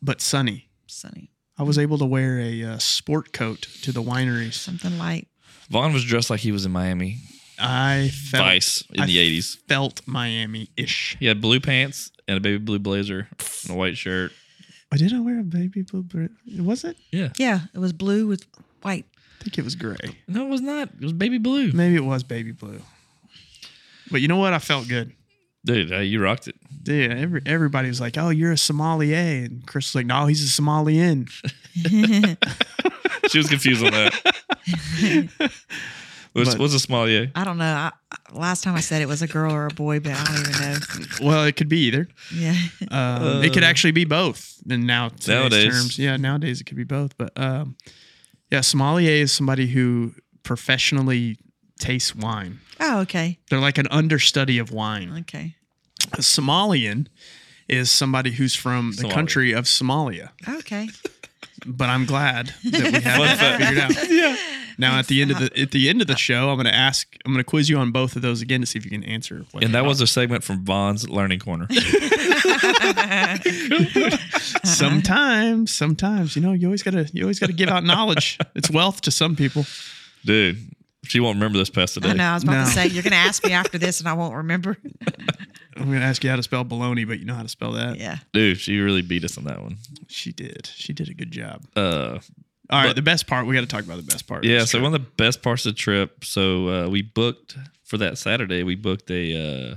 [SPEAKER 3] but sunny.
[SPEAKER 2] Sunny.
[SPEAKER 3] I was able to wear a uh, sport coat to the wineries.
[SPEAKER 2] Something light.
[SPEAKER 4] Vaughn was dressed like he was in Miami
[SPEAKER 3] I felt
[SPEAKER 4] Vice in
[SPEAKER 3] I
[SPEAKER 4] the 80s.
[SPEAKER 3] felt Miami ish.
[SPEAKER 4] He had blue pants and a baby blue blazer and a white shirt.
[SPEAKER 3] I did I wear a baby blue. bra- Was it?
[SPEAKER 4] Yeah.
[SPEAKER 2] Yeah, it was blue with white.
[SPEAKER 3] I think it was gray.
[SPEAKER 4] No, it was not. It was baby blue.
[SPEAKER 3] Maybe it was baby blue. But you know what? I felt good.
[SPEAKER 4] Dude, hey, you rocked it.
[SPEAKER 3] Dude, every, everybody was like, "Oh, you're a sommelier," and Chris was like, "No, he's a Somalian."
[SPEAKER 4] [LAUGHS]
[SPEAKER 3] [LAUGHS]
[SPEAKER 4] She was confused on that.
[SPEAKER 2] [LAUGHS]
[SPEAKER 4] what's,
[SPEAKER 3] But-
[SPEAKER 4] what's a small yeah?
[SPEAKER 2] I don't know. I, I- last time I said it was a girl or a boy, but I don't even know.
[SPEAKER 3] well, it could be either.
[SPEAKER 2] Yeah, [LAUGHS]
[SPEAKER 3] Um, it could
[SPEAKER 4] Uh,
[SPEAKER 3] actually be both. And now today's
[SPEAKER 4] Nowadays.
[SPEAKER 3] terms, yeah, nowadays it could be both. But um, yeah, sommelier is somebody who professionally tastes wine.
[SPEAKER 2] Oh, okay,
[SPEAKER 3] They're like an understudy of wine.
[SPEAKER 2] okay.
[SPEAKER 3] A Somalian is somebody who's from the
[SPEAKER 4] Somalia.
[SPEAKER 3] country of Somalia.
[SPEAKER 2] Okay.
[SPEAKER 3] But I'm glad that we have
[SPEAKER 4] Fun
[SPEAKER 3] that
[SPEAKER 4] fact.
[SPEAKER 3] figured
[SPEAKER 4] [LAUGHS]
[SPEAKER 3] out. Yeah. Now at the end of the at the end of the show, I'm going to ask, I'm going to quiz you on both of those again to see if you can answer. what
[SPEAKER 4] And that
[SPEAKER 3] they
[SPEAKER 4] was a segment from Vaughn's
[SPEAKER 2] [LAUGHS]
[SPEAKER 4] Learning Corner.
[SPEAKER 3] [LAUGHS] Sometimes, sometimes, you know, you always gotta, you always gotta give out knowledge. It's wealth to some people.
[SPEAKER 4] Dude, she won't remember this past today.
[SPEAKER 2] I know. I was about
[SPEAKER 3] No.
[SPEAKER 2] to say you're going to ask me after this, and I won't remember.
[SPEAKER 3] I'm gonna ask you how to spell baloney, but you know how to spell that.
[SPEAKER 2] Yeah.
[SPEAKER 4] Dude, she really beat us on that one.
[SPEAKER 3] She did. She did a good job.
[SPEAKER 4] Uh,
[SPEAKER 3] All right,
[SPEAKER 4] But-
[SPEAKER 3] the best part. We got to talk about the best part. of
[SPEAKER 4] yeah,
[SPEAKER 3] this
[SPEAKER 4] so
[SPEAKER 3] trip.
[SPEAKER 4] one of the best parts of the trip. So uh, we booked for that Saturday, we booked a uh,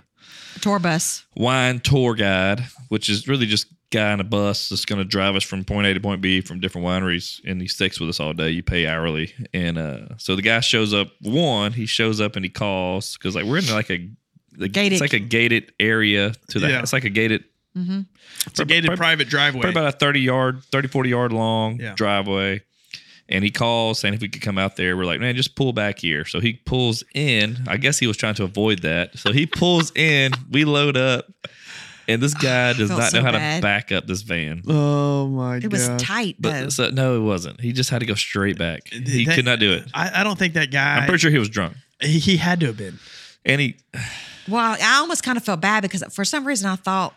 [SPEAKER 2] Tour bus.
[SPEAKER 4] wine tour guide, which is really just guy on a bus that's going to drive us from point A to point B from different wineries, and he sticks with us all day. You pay hourly, and uh, so the guy shows up. One, he shows up and he calls because like we're in like a the,
[SPEAKER 2] Gated.
[SPEAKER 4] It's like a gated area to the.
[SPEAKER 3] Yeah.
[SPEAKER 4] It's like a gated.
[SPEAKER 2] hmm
[SPEAKER 3] it's a gated
[SPEAKER 4] prob-
[SPEAKER 3] private driveway.
[SPEAKER 4] Probably about a 30 yard, 30, 40 yard long
[SPEAKER 3] Yeah.
[SPEAKER 4] driveway. And he calls saying if we could come out there, we're like, man, just pull back here. So he pulls in. I guess he was trying to avoid that. So he pulls in, we load up, and
[SPEAKER 2] [SIGHS]
[SPEAKER 4] this guy does
[SPEAKER 2] Felt
[SPEAKER 4] not
[SPEAKER 2] so
[SPEAKER 4] know how to
[SPEAKER 2] bad.
[SPEAKER 4] back up this van.
[SPEAKER 3] oh my
[SPEAKER 2] It was tight
[SPEAKER 4] But
[SPEAKER 2] though.
[SPEAKER 4] so, no, it wasn't. He just had to go straight back. He
[SPEAKER 3] That-
[SPEAKER 4] could not do it.
[SPEAKER 3] I, I don't think that guy.
[SPEAKER 4] I'm pretty sure he was drunk.
[SPEAKER 3] he, he had to have been.
[SPEAKER 4] And he,
[SPEAKER 2] Well, I almost kind of felt bad because for some reason I thought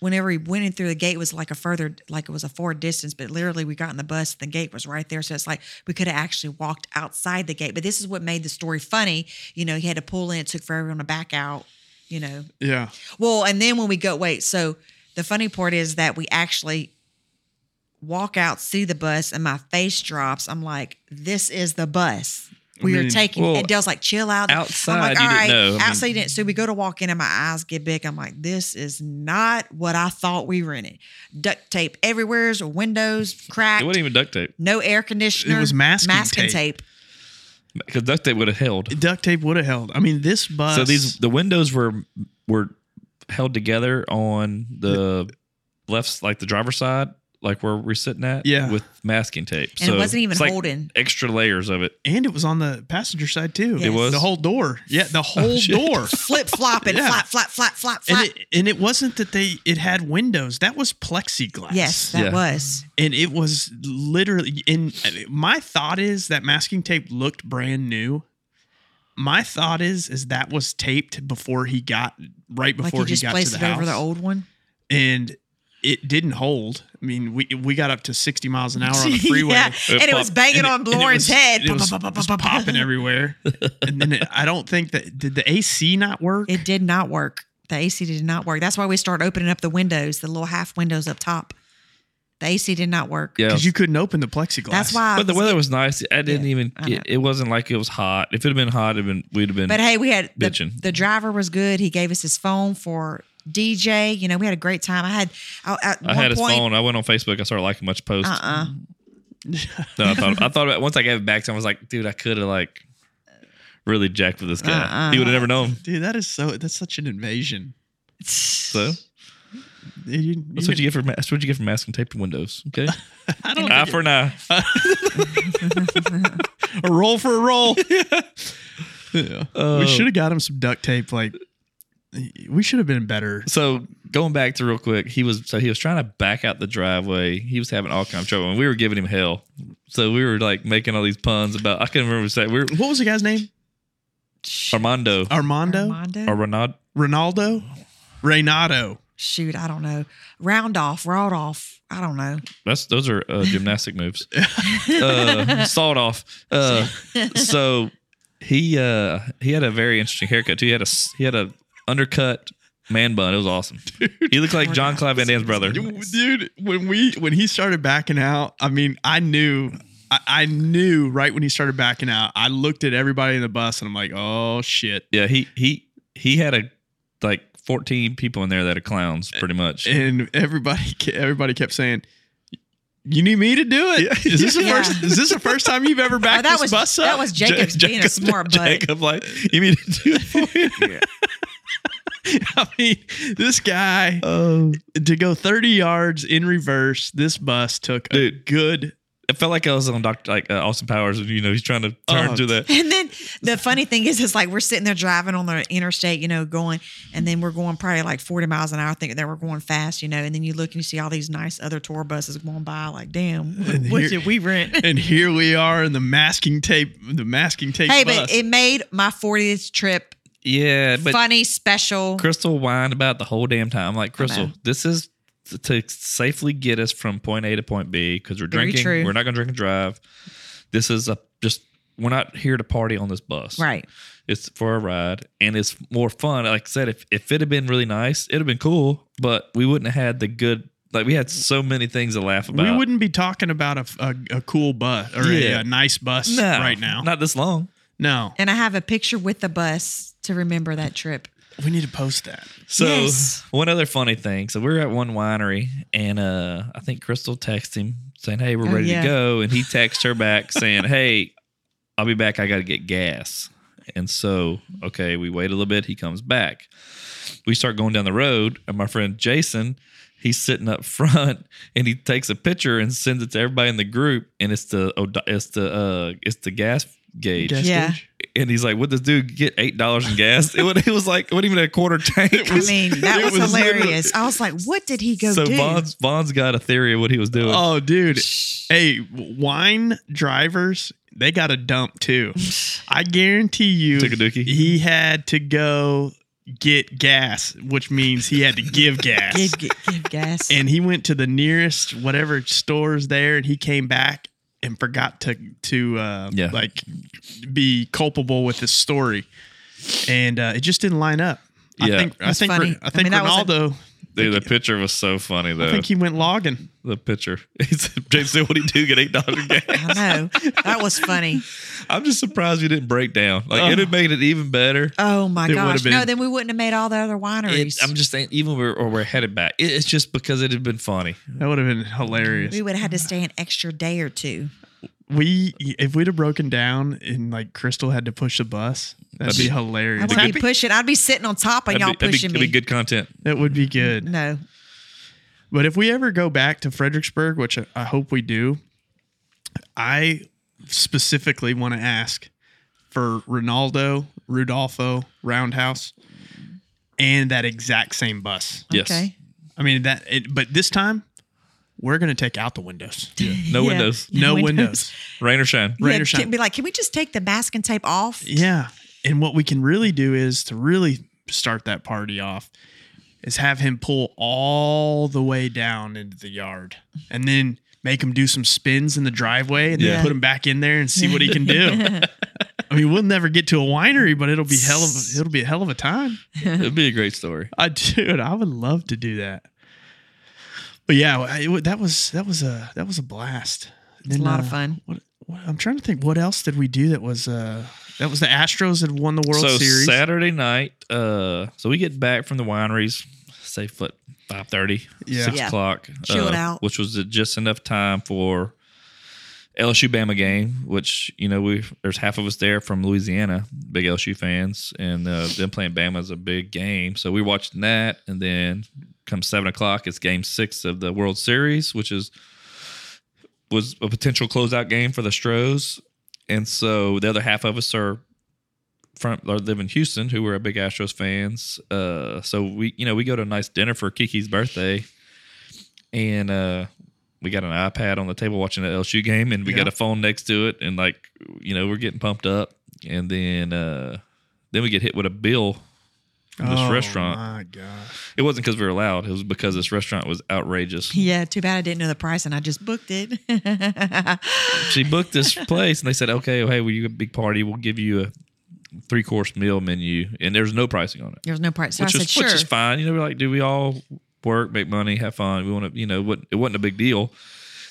[SPEAKER 2] whenever he went in through the gate was like a further, like it was a forward distance, but literally we got in the bus, the gate was right there. So it's like we could have actually walked outside the gate. But this is what made the story funny. You know, he had to pull in, it took forever to back out, you know.
[SPEAKER 3] Yeah.
[SPEAKER 2] Well, and then when we go, wait, so the funny part is that we actually walk out, see the bus, and my face drops. I'm like, this is the bus. We
[SPEAKER 3] I
[SPEAKER 2] are
[SPEAKER 3] mean,
[SPEAKER 2] taking,
[SPEAKER 4] well,
[SPEAKER 2] and Dale's like, chill out.
[SPEAKER 4] outside, you didn't know. I mean-
[SPEAKER 2] outside you didn't. So we go to walk in, and my eyes get big. I'm like, this is not what I thought we rented. Duct tape everywhere, windows
[SPEAKER 4] it
[SPEAKER 2] cracked,
[SPEAKER 4] wasn't even duct tape
[SPEAKER 2] no air conditioner.
[SPEAKER 3] It was masking tape.
[SPEAKER 4] because duct tape would have held.
[SPEAKER 3] Duct tape would have held. I mean, this bus.
[SPEAKER 4] So these, the windows were, were held together on the left, like the driver's side, like where we're sitting at.
[SPEAKER 3] Yeah.
[SPEAKER 4] With masking tape.
[SPEAKER 2] And it wasn't even
[SPEAKER 4] it's like
[SPEAKER 2] holding.
[SPEAKER 4] Extra layers of it.
[SPEAKER 3] and it was on the passenger side too.
[SPEAKER 2] It was?
[SPEAKER 3] the whole door. Yeah, the whole
[SPEAKER 4] Oh, shit. [LAUGHS]
[SPEAKER 3] door.
[SPEAKER 2] Flip flopping,
[SPEAKER 3] [LAUGHS] Yeah.
[SPEAKER 2] flap, flap, flap, flap, flap.
[SPEAKER 3] And it, and it wasn't that they. It had windows. That was plexiglass.
[SPEAKER 2] yes, that
[SPEAKER 4] Yeah.
[SPEAKER 2] was.
[SPEAKER 3] and it was literally in my thought is that masking tape looked brand new my thought is is that was taped before he got right
[SPEAKER 2] Like
[SPEAKER 3] before
[SPEAKER 2] you
[SPEAKER 3] he
[SPEAKER 2] just
[SPEAKER 3] got to
[SPEAKER 2] placed
[SPEAKER 3] the
[SPEAKER 2] it
[SPEAKER 3] house
[SPEAKER 2] over the old one.
[SPEAKER 3] and it didn't hold. I mean, we we got up to 60 miles an hour on the freeway.
[SPEAKER 2] [LAUGHS] yeah. and it was
[SPEAKER 4] popped-
[SPEAKER 2] banging
[SPEAKER 3] And it-
[SPEAKER 2] on
[SPEAKER 3] and it
[SPEAKER 2] Lauren's
[SPEAKER 3] was-
[SPEAKER 2] head.
[SPEAKER 3] It
[SPEAKER 2] Pop,
[SPEAKER 3] was,
[SPEAKER 2] pop, pop,
[SPEAKER 3] was
[SPEAKER 2] pop, pop. [LAUGHS]
[SPEAKER 3] popping everywhere. and then it, I don't think that did the AC not work.
[SPEAKER 2] It did not work. The AC did not work. That's why we started opening up the windows, the little half windows up top. The AC did not work.
[SPEAKER 4] Yeah.
[SPEAKER 3] because you couldn't open the plexiglass.
[SPEAKER 2] That's why. I
[SPEAKER 4] But the
[SPEAKER 2] was-
[SPEAKER 4] weather was nice. I didn't
[SPEAKER 2] Ah, Yeah,
[SPEAKER 4] even.
[SPEAKER 2] I know.
[SPEAKER 4] It, it wasn't like it was hot. If it had been hot, it'd been we'd have been.
[SPEAKER 2] But hey, we had the,
[SPEAKER 4] Bitchin'.
[SPEAKER 2] the driver was good. He gave us his phone for DJ. You know, we had a great time. I had I, at
[SPEAKER 4] I
[SPEAKER 2] one
[SPEAKER 4] had his
[SPEAKER 2] point.
[SPEAKER 4] phone. I went on Facebook. I started liking much post.
[SPEAKER 2] Uh uh
[SPEAKER 4] No, I thought I thought about once I gave it back to him. I was like, dude, I could have like really jacked with this guy.
[SPEAKER 2] Uh-uh.
[SPEAKER 4] He would have never known.
[SPEAKER 3] dude, that is so. That's such an invasion.
[SPEAKER 4] So
[SPEAKER 3] You- you-
[SPEAKER 4] that's what you get for ma- that's what you get for masking tape to windows.
[SPEAKER 2] [LAUGHS]
[SPEAKER 4] Okay,
[SPEAKER 3] [LAUGHS] I don't
[SPEAKER 4] eye
[SPEAKER 3] think
[SPEAKER 4] for an eye.
[SPEAKER 3] it- a roll for
[SPEAKER 2] [LAUGHS]
[SPEAKER 3] a roll. yeah.
[SPEAKER 4] Uh,
[SPEAKER 3] we should have got him some duct tape. Like we should have been better.
[SPEAKER 4] So going back to real quick, he was so he was trying to back out the driveway. He was having all kind of trouble, and we were giving him hell. So we were like making all these puns about I can't remember what to say. We were
[SPEAKER 3] What was the guy's name?
[SPEAKER 4] Armando
[SPEAKER 3] Armando,
[SPEAKER 2] Armando?
[SPEAKER 4] or Renaud.
[SPEAKER 3] Ronaldo, Reynado.
[SPEAKER 2] Shoot, I don't know. Round off, round off. I don't know.
[SPEAKER 4] That's those are uh, gymnastic moves. Uh, sawed off. Uh, so he uh, he had a very interesting haircut too. He had a s- he had a undercut man bun. It was awesome. He looked like John Clive Van Damme's brother.
[SPEAKER 3] dude when we when he started backing out i mean i knew I, I knew right when he started backing out i looked at everybody in the bus and i'm like oh shit
[SPEAKER 4] Yeah, he he he had a like fourteen people in there that are clowns pretty much.
[SPEAKER 3] and everybody ke- everybody kept saying you need me to do it. Is this the
[SPEAKER 2] Yeah.
[SPEAKER 3] first? Is this the first time you've ever backed
[SPEAKER 2] [LAUGHS] Oh, that
[SPEAKER 3] this
[SPEAKER 2] was-
[SPEAKER 3] bus up?
[SPEAKER 2] that was Jacob's being a smart butt.
[SPEAKER 4] [LAUGHS] Jacob, like you mean to do it
[SPEAKER 3] [LAUGHS]
[SPEAKER 4] for me?
[SPEAKER 3] I mean, this guy
[SPEAKER 4] Oh,
[SPEAKER 3] to go 30 yards in reverse. This bus took a
[SPEAKER 4] Dude.
[SPEAKER 3] good.
[SPEAKER 4] it felt like I was on Doctor like uh, Austin Powers, and you know he's trying to turn
[SPEAKER 3] Oh.
[SPEAKER 4] to the.
[SPEAKER 2] [LAUGHS] And then the funny thing is, it's like we're sitting there driving on the interstate, you know, going, and then we're going probably like 40 miles an hour, thinking that we're going fast, you know. And then you look and you see all these nice other tour buses going by, like, damn,
[SPEAKER 3] [LAUGHS] And
[SPEAKER 2] what
[SPEAKER 3] here-
[SPEAKER 2] did we
[SPEAKER 3] [LAUGHS]
[SPEAKER 2] rent?
[SPEAKER 3] And here we are in the masking tape. The masking tape.
[SPEAKER 2] hey,
[SPEAKER 3] bus.
[SPEAKER 2] but it made my 40th trip
[SPEAKER 4] Yeah, but
[SPEAKER 2] funny, special.
[SPEAKER 4] Crystal whined about the whole damn time. I'm like, Crystal,
[SPEAKER 2] know.
[SPEAKER 4] this is t- to safely get us from point A to point B because we're
[SPEAKER 2] Very
[SPEAKER 4] drinking.
[SPEAKER 2] true.
[SPEAKER 4] We're not going to drink and drive. This is a just. We're not here to party on this bus.
[SPEAKER 2] Right.
[SPEAKER 4] It's for a ride and it's more fun. Like I said, if, if it had been really nice, it'd have been cool, but we wouldn't have had the good, like, we had so many things to laugh about.
[SPEAKER 3] We wouldn't be talking about a, a, a cool bus or
[SPEAKER 4] Yeah.
[SPEAKER 3] a, a nice bus
[SPEAKER 4] No,
[SPEAKER 3] right now.
[SPEAKER 4] Not this long.
[SPEAKER 3] no,
[SPEAKER 2] And I have a picture with the bus to remember that trip.
[SPEAKER 3] we need to post that.
[SPEAKER 4] So
[SPEAKER 2] Yes.
[SPEAKER 4] one other funny thing. So we were at one winery, and uh, I think Crystal texted him saying, "Hey, we're
[SPEAKER 2] Oh,
[SPEAKER 4] ready
[SPEAKER 2] yeah.
[SPEAKER 4] to go," and he texted
[SPEAKER 2] [LAUGHS]
[SPEAKER 4] her back saying, "Hey, I'll be back. I got to get gas." And so, okay, we wait a little bit. He comes back. We start going down the road, and my friend Jason, he's sitting up [LAUGHS] front, and he takes a picture and sends it to everybody in the group, and it's the od- it's the uh, it's the gas gauge
[SPEAKER 3] Guest
[SPEAKER 2] Yeah.
[SPEAKER 3] gauge?
[SPEAKER 4] and he's like, "What this dude get eight dollars in gas?" It, wa- [LAUGHS] it was like, it wasn't even a quarter tank. [LAUGHS] It
[SPEAKER 2] I
[SPEAKER 3] [LAUGHS]
[SPEAKER 2] mean, that
[SPEAKER 3] it
[SPEAKER 2] was,
[SPEAKER 3] was literally-
[SPEAKER 2] hilarious. I was like, what did he go
[SPEAKER 4] so
[SPEAKER 2] do?
[SPEAKER 4] Vaughn's, Vaughn's got a theory of what he was doing.
[SPEAKER 3] Oh, dude. Hey, wine drivers, they got a
[SPEAKER 2] [LAUGHS]
[SPEAKER 3] dump too. I guarantee you,
[SPEAKER 4] Took a dookie?
[SPEAKER 3] he had to go get gas, which means he had
[SPEAKER 2] [LAUGHS]
[SPEAKER 3] to give gas.
[SPEAKER 2] Give, give, give
[SPEAKER 3] [LAUGHS]
[SPEAKER 2] gas.
[SPEAKER 3] and he went to the nearest whatever stores there and he came back and forgot to to uh
[SPEAKER 4] Yeah.
[SPEAKER 3] like be culpable with his story and uh it just didn't line up i
[SPEAKER 4] Yeah.
[SPEAKER 3] think
[SPEAKER 2] That's
[SPEAKER 3] i think
[SPEAKER 2] funny.
[SPEAKER 3] i
[SPEAKER 2] I
[SPEAKER 3] think
[SPEAKER 2] mean, that was a-
[SPEAKER 3] ronaldo
[SPEAKER 4] Dude, the picture was so funny
[SPEAKER 3] i
[SPEAKER 4] though.
[SPEAKER 3] think he went logging
[SPEAKER 4] the picture. [LAUGHS] He said, "Jason, what he do get eight dollars in gas?"
[SPEAKER 2] I know. That was funny.
[SPEAKER 4] I'm just surprised you didn't break down. Like it would made it even better.
[SPEAKER 2] Oh my
[SPEAKER 3] It would've
[SPEAKER 2] gosh. No,
[SPEAKER 3] been-
[SPEAKER 2] then we wouldn't have made all the other wineries.
[SPEAKER 4] It, I'm just saying, even we're or we're headed back. It, it's just because it had been funny.
[SPEAKER 3] that would have been hilarious
[SPEAKER 2] we would have had to stay an extra day or two.
[SPEAKER 3] we if we'd have broken down and like crystal had to push the bus that'd
[SPEAKER 4] That'd
[SPEAKER 3] be
[SPEAKER 4] be-
[SPEAKER 2] I
[SPEAKER 3] hilarious
[SPEAKER 2] would be pushing. I'd be sitting on top of
[SPEAKER 4] That'd
[SPEAKER 2] y'all
[SPEAKER 4] be, that'd be-
[SPEAKER 2] pushing
[SPEAKER 4] that'd be good content.
[SPEAKER 3] that would be good
[SPEAKER 2] me. No.
[SPEAKER 3] But if we ever go back to Fredericksburg, which I- I hope we do, I specifically want to ask for Ronaldo, Rudolfo, Roundhouse, and that exact same bus.
[SPEAKER 4] Yes.
[SPEAKER 2] Okay.
[SPEAKER 3] I mean that, it, but this time we're gonna take out the windows,
[SPEAKER 4] No
[SPEAKER 2] Yeah.
[SPEAKER 4] windows,
[SPEAKER 3] no
[SPEAKER 2] Windows.
[SPEAKER 3] windows.
[SPEAKER 4] rain
[SPEAKER 2] [LAUGHS]
[SPEAKER 4] or shine.
[SPEAKER 3] Rain
[SPEAKER 2] Yeah,
[SPEAKER 3] or shine.
[SPEAKER 2] can- be like, can we just take the masking tape off?
[SPEAKER 3] Yeah, and what we can really do is to really start that party off. is have him pull all the way down into the yard and then make him do some spins in the driveway and
[SPEAKER 2] Yeah.
[SPEAKER 3] then put him back in there and see what he can do.
[SPEAKER 2] [LAUGHS]
[SPEAKER 3] I mean, we'll never get to a winery, but it'll be hell of it'll be a hell of a time.
[SPEAKER 4] It'd be a great story.
[SPEAKER 3] I [LAUGHS] dude, I would love to do that. But yeah, I- it, wa- that was that was a that was a blast.
[SPEAKER 2] It's a
[SPEAKER 3] Then,
[SPEAKER 2] lot
[SPEAKER 3] uh,
[SPEAKER 2] of fun.
[SPEAKER 3] What, what, I'm trying to think, what else did we do that was uh that was the Astros had won the World
[SPEAKER 4] so
[SPEAKER 3] Series.
[SPEAKER 4] Saturday night, uh, so we get back from the wineries, say foot five thirty,
[SPEAKER 3] Yeah.
[SPEAKER 4] six
[SPEAKER 2] Yeah.
[SPEAKER 4] o'clock,
[SPEAKER 2] Chilled
[SPEAKER 4] uh,
[SPEAKER 2] out.
[SPEAKER 4] which was just enough time for LSU Bama game. Which you know we there's half of us there from Louisiana, big LSU fans, and uh, them playing Bama is a big game. So we are watching that, and then come seven o'clock, it's Game Six of the World Series, which is was a potential closeout game for the Stros. And so the other half of us are from or live in Houston, who were big Astros fans. Uh, so we, you know, we go to a nice dinner for Kiki's birthday, and uh, we got an iPad on the table watching the LSU game, and we got
[SPEAKER 3] Yeah.
[SPEAKER 4] a phone next to it, and like, you know, we're getting pumped up, and then uh, then we get hit with a bill from this
[SPEAKER 3] Oh,
[SPEAKER 4] restaurant.
[SPEAKER 3] My gosh.
[SPEAKER 4] It wasn't because we were loud; it was because this restaurant was outrageous.
[SPEAKER 2] Yeah, too bad I didn't know the price and I just booked it. [LAUGHS]
[SPEAKER 4] she booked this place and they said, okay, hey, well, you got a big party. We'll give you a three course meal menu. And there's no pricing on it,
[SPEAKER 2] there was no price. So
[SPEAKER 4] which,
[SPEAKER 2] I
[SPEAKER 4] is,
[SPEAKER 2] said, sure.
[SPEAKER 4] which is fine. You know, we're like, do we all work, make money, have fun? We want to, you know, what, it wasn't a big deal.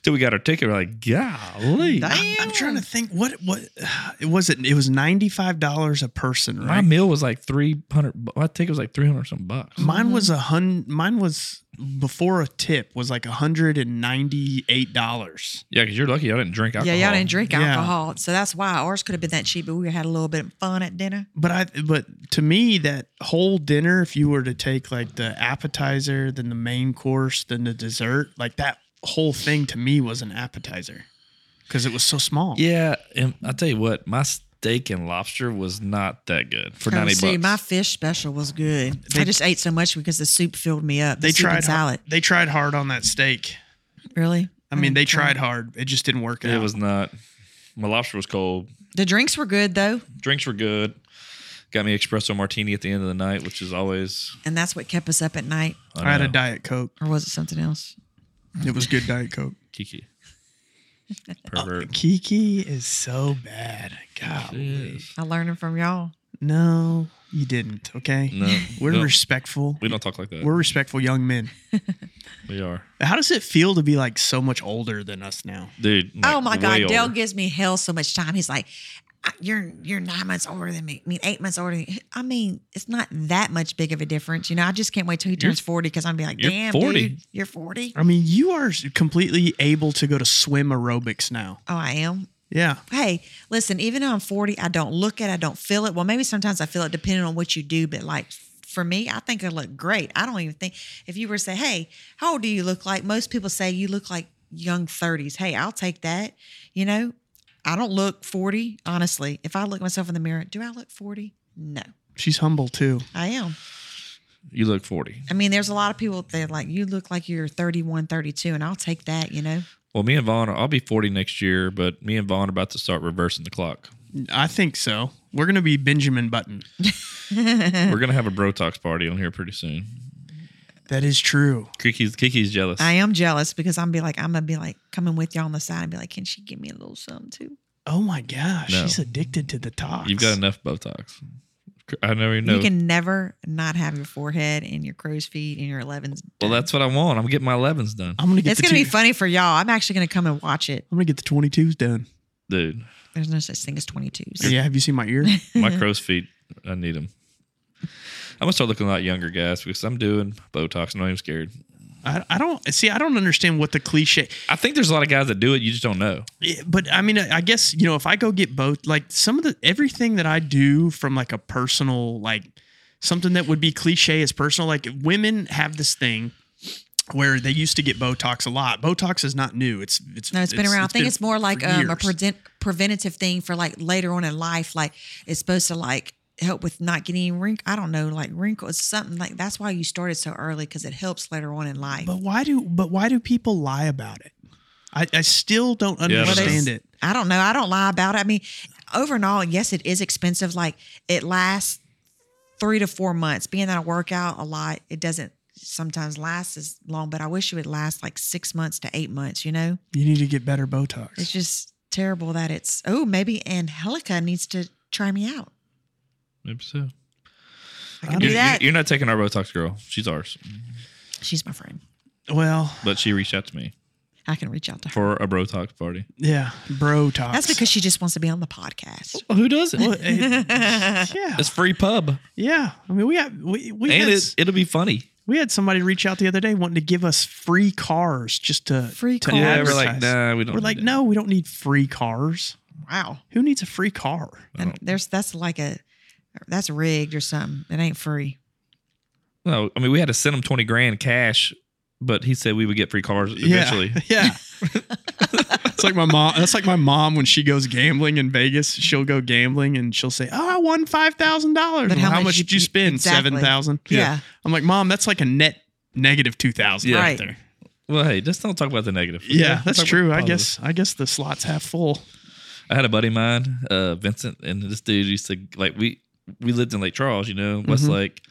[SPEAKER 4] Till we got our ticket, we're like, golly,
[SPEAKER 2] Damn.
[SPEAKER 3] I'm trying to think what what it was it it was ninety five dollars a person,
[SPEAKER 4] my
[SPEAKER 3] right?
[SPEAKER 4] meal was like 300, bu- my ticket was like 300 some bucks.
[SPEAKER 3] mine was a hun mine was before a tip was like hundred and ninety eight dollars.
[SPEAKER 4] Yeah, because you're lucky I didn't drink alcohol.
[SPEAKER 2] yeah, y'all didn't drink
[SPEAKER 3] Yeah.
[SPEAKER 2] alcohol. So that's why ours could have been that cheap, but we had a little bit of fun at dinner.
[SPEAKER 3] But I but to me that whole dinner, if you were to take like the appetizer, then the main course, then the dessert, like that whole thing to me was an appetizer. Because it was so small.
[SPEAKER 4] Yeah. And I'll tell you what, my steak and lobster was not that good for 90
[SPEAKER 2] Oh, see,
[SPEAKER 4] bucks.
[SPEAKER 2] my fish special was good. I just ate so much because the soup filled me up. The
[SPEAKER 3] They
[SPEAKER 2] soup and
[SPEAKER 3] tried
[SPEAKER 2] salad.
[SPEAKER 3] they tried hard on that steak.
[SPEAKER 2] Really?
[SPEAKER 3] I mean,
[SPEAKER 2] didn't
[SPEAKER 3] they
[SPEAKER 2] try
[SPEAKER 3] tried hard. It just didn't work out.
[SPEAKER 4] it was not, my lobster was cold.
[SPEAKER 2] The drinks were good though,
[SPEAKER 4] drinks were good. Got me espresso martini at the end of the night, which is always.
[SPEAKER 2] and that's what kept us up at night.
[SPEAKER 4] I,
[SPEAKER 3] I had a
[SPEAKER 4] don't know,
[SPEAKER 3] diet coke.
[SPEAKER 2] Or was it something else?
[SPEAKER 3] It was good diet
[SPEAKER 4] [LAUGHS]
[SPEAKER 3] coke.
[SPEAKER 2] [LAUGHS]
[SPEAKER 4] Kiki. Pervert.
[SPEAKER 3] Kiki is so bad. God.
[SPEAKER 4] Jeez.
[SPEAKER 2] I learned it from y'all.
[SPEAKER 3] No, you didn't. Okay.
[SPEAKER 4] No,
[SPEAKER 3] We're
[SPEAKER 4] we don't,
[SPEAKER 3] respectful.
[SPEAKER 4] we don't talk like that.
[SPEAKER 3] We're respectful young men.
[SPEAKER 4] we are,
[SPEAKER 3] How does it feel to be like so much older than us now?
[SPEAKER 4] dude.
[SPEAKER 2] oh
[SPEAKER 4] like,
[SPEAKER 2] my
[SPEAKER 4] way
[SPEAKER 2] God, Dale
[SPEAKER 4] older.
[SPEAKER 2] gives me hell so much time. He's like, "I- "You're you're nine months older than me. I mean, eight months older than me. I mean, it's not that much big of a difference, you know. I just can't wait till he turns forty because I'm be like,
[SPEAKER 4] you're
[SPEAKER 2] damn,
[SPEAKER 4] 40.
[SPEAKER 2] dude, you're forty.
[SPEAKER 3] I mean, you are completely able to go to swim aerobics now.
[SPEAKER 2] Oh, I am.
[SPEAKER 3] Yeah.
[SPEAKER 2] hey, listen, even though I'm 40, I don't look it, I don't feel it. Well, maybe sometimes I feel it depending on what you do, but like for me, I think I look great. I don't even think if you were to say, hey, how old do you look like? Most people say you look like young 30s. Hey, I'll take that. You know, I don't look 40, honestly. If I look myself in the mirror, do I look 40? No,
[SPEAKER 3] She's humble too.
[SPEAKER 2] I am.
[SPEAKER 4] You look forty.
[SPEAKER 2] I mean, there's a lot of people that like, you look like you're 31, 32, and I'll take that, you know?
[SPEAKER 4] Well, me and Vaughn, I'll be forty next year, but me and Vaughn are about to start reversing
[SPEAKER 2] [LAUGHS]
[SPEAKER 4] the clock.
[SPEAKER 3] I think so. We're going to be Benjamin Button.
[SPEAKER 4] We're gonna have a bro talks party on here pretty soon.
[SPEAKER 3] That is true.
[SPEAKER 4] Kiki's Kiki's jealous.
[SPEAKER 2] I am jealous because I'm be like, I'm gonna be like coming with y'all on the side and be like, can she give me a little something too?
[SPEAKER 3] Oh my gosh.
[SPEAKER 4] No.
[SPEAKER 3] She's addicted to the talk.
[SPEAKER 4] You've got enough Botox. I never even know.
[SPEAKER 2] You can never not have your forehead and your crow's feet and your 11s.
[SPEAKER 4] well, that's what I want. I'm getting my 11s done,
[SPEAKER 3] I'm going to get
[SPEAKER 2] it's
[SPEAKER 3] the
[SPEAKER 2] going to be
[SPEAKER 3] two-
[SPEAKER 2] funny for y'all. I'm actually going to come and watch it.
[SPEAKER 3] I'm going to get the 22s done.
[SPEAKER 4] dude.
[SPEAKER 2] There's no such thing as 22s.
[SPEAKER 3] Yeah. Have you seen my
[SPEAKER 2] [LAUGHS]
[SPEAKER 3] ear?
[SPEAKER 4] My crow's feet, I need them. I'm gonna start looking a lot younger, guys, because I'm doing Botox and I'm scared.
[SPEAKER 3] I, I don't see. I don't understand what the cliche.
[SPEAKER 4] I think there's a lot of guys that do it. You just don't know.
[SPEAKER 3] Yeah, but I mean, I I guess you know if I go get both, like some of the everything that I do from like a personal, like something that would be cliche is personal. Like women have this thing where they used to get Botox a lot. Botox is not new. It's it's
[SPEAKER 2] No, it's been around. I think
[SPEAKER 3] been
[SPEAKER 2] it's more like
[SPEAKER 3] for
[SPEAKER 2] um, a
[SPEAKER 3] years.
[SPEAKER 2] prevent, preventative thing for like later on in life. Like it's supposed to like help with not getting wrinkles. I don't know, like wrinkles, something like that's why you started so early because it helps later on in life.
[SPEAKER 3] But why do but why do people lie about it? I, I still don't
[SPEAKER 4] Yeah, I don't
[SPEAKER 3] understand
[SPEAKER 2] know.
[SPEAKER 3] it.
[SPEAKER 2] I don't know. I don't lie about it. I mean, over and all, yes, it is expensive. Like it lasts three to four months. Being that I work out a lot, it doesn't sometimes lasts as long, but I wish it would last like six months to eight months, you know?
[SPEAKER 3] You need to get better Botox.
[SPEAKER 2] It's just terrible that it's, oh, maybe Angelica needs to try me out.
[SPEAKER 4] Maybe so.
[SPEAKER 2] I
[SPEAKER 3] I
[SPEAKER 2] can
[SPEAKER 3] do
[SPEAKER 2] do
[SPEAKER 4] You're,
[SPEAKER 2] that.
[SPEAKER 4] you're not taking our Botox girl. She's ours,
[SPEAKER 2] She's my friend.
[SPEAKER 3] well,
[SPEAKER 4] but she reached out to me
[SPEAKER 2] I can reach out to her.
[SPEAKER 4] for a Botox party.
[SPEAKER 3] yeah, Brotox.
[SPEAKER 2] That's because she just wants to be on the podcast.
[SPEAKER 4] Who doesn't?
[SPEAKER 3] Well,
[SPEAKER 2] [LAUGHS]
[SPEAKER 3] it- yeah,
[SPEAKER 4] It's free pub,
[SPEAKER 3] yeah. I mean, we had we we had,
[SPEAKER 4] and
[SPEAKER 3] s-
[SPEAKER 4] it, it'll be funny.
[SPEAKER 3] we had somebody reach out the other day wanting to give us free cars just to
[SPEAKER 2] Free
[SPEAKER 3] to
[SPEAKER 2] cars.
[SPEAKER 4] Yeah, we're like,
[SPEAKER 3] advertise.
[SPEAKER 4] nah, we
[SPEAKER 3] Oh,
[SPEAKER 4] don't.
[SPEAKER 3] We're
[SPEAKER 4] need
[SPEAKER 3] like,
[SPEAKER 4] that.
[SPEAKER 3] no, we don't need free cars.
[SPEAKER 2] Wow.
[SPEAKER 3] Who needs a free car?
[SPEAKER 4] Uh,
[SPEAKER 2] And there's that's like a that's rigged or something. It ain't free.
[SPEAKER 4] no. I mean, we had to send him twenty grand cash, but he said we would get free cars
[SPEAKER 3] [LAUGHS]
[SPEAKER 4] eventually. [LAUGHS]
[SPEAKER 3] Yeah. it's like my mom. That's like my mom when she goes gambling in Vegas. She'll go gambling and she'll say, "Oh, I won five thousand dollars.
[SPEAKER 2] But
[SPEAKER 3] How, much did you spend?
[SPEAKER 2] exactly.
[SPEAKER 3] Seven thousand.
[SPEAKER 2] Yeah.
[SPEAKER 3] I'm like, Mom, that's like a net negative two thousand
[SPEAKER 4] Yeah.
[SPEAKER 3] right
[SPEAKER 2] Right.
[SPEAKER 3] there.
[SPEAKER 4] Well, hey, just don't talk about the negative.
[SPEAKER 3] Yeah,
[SPEAKER 4] Let's
[SPEAKER 3] that's
[SPEAKER 4] talk about
[SPEAKER 3] true.
[SPEAKER 4] the
[SPEAKER 3] I
[SPEAKER 4] positive.
[SPEAKER 3] guess I guess the slot's half full.
[SPEAKER 4] I had a buddy of mine, uh, Vincent, and this dude used to like we we lived in Lake Charles, you know,
[SPEAKER 3] Mm-hmm.
[SPEAKER 4] Westlake,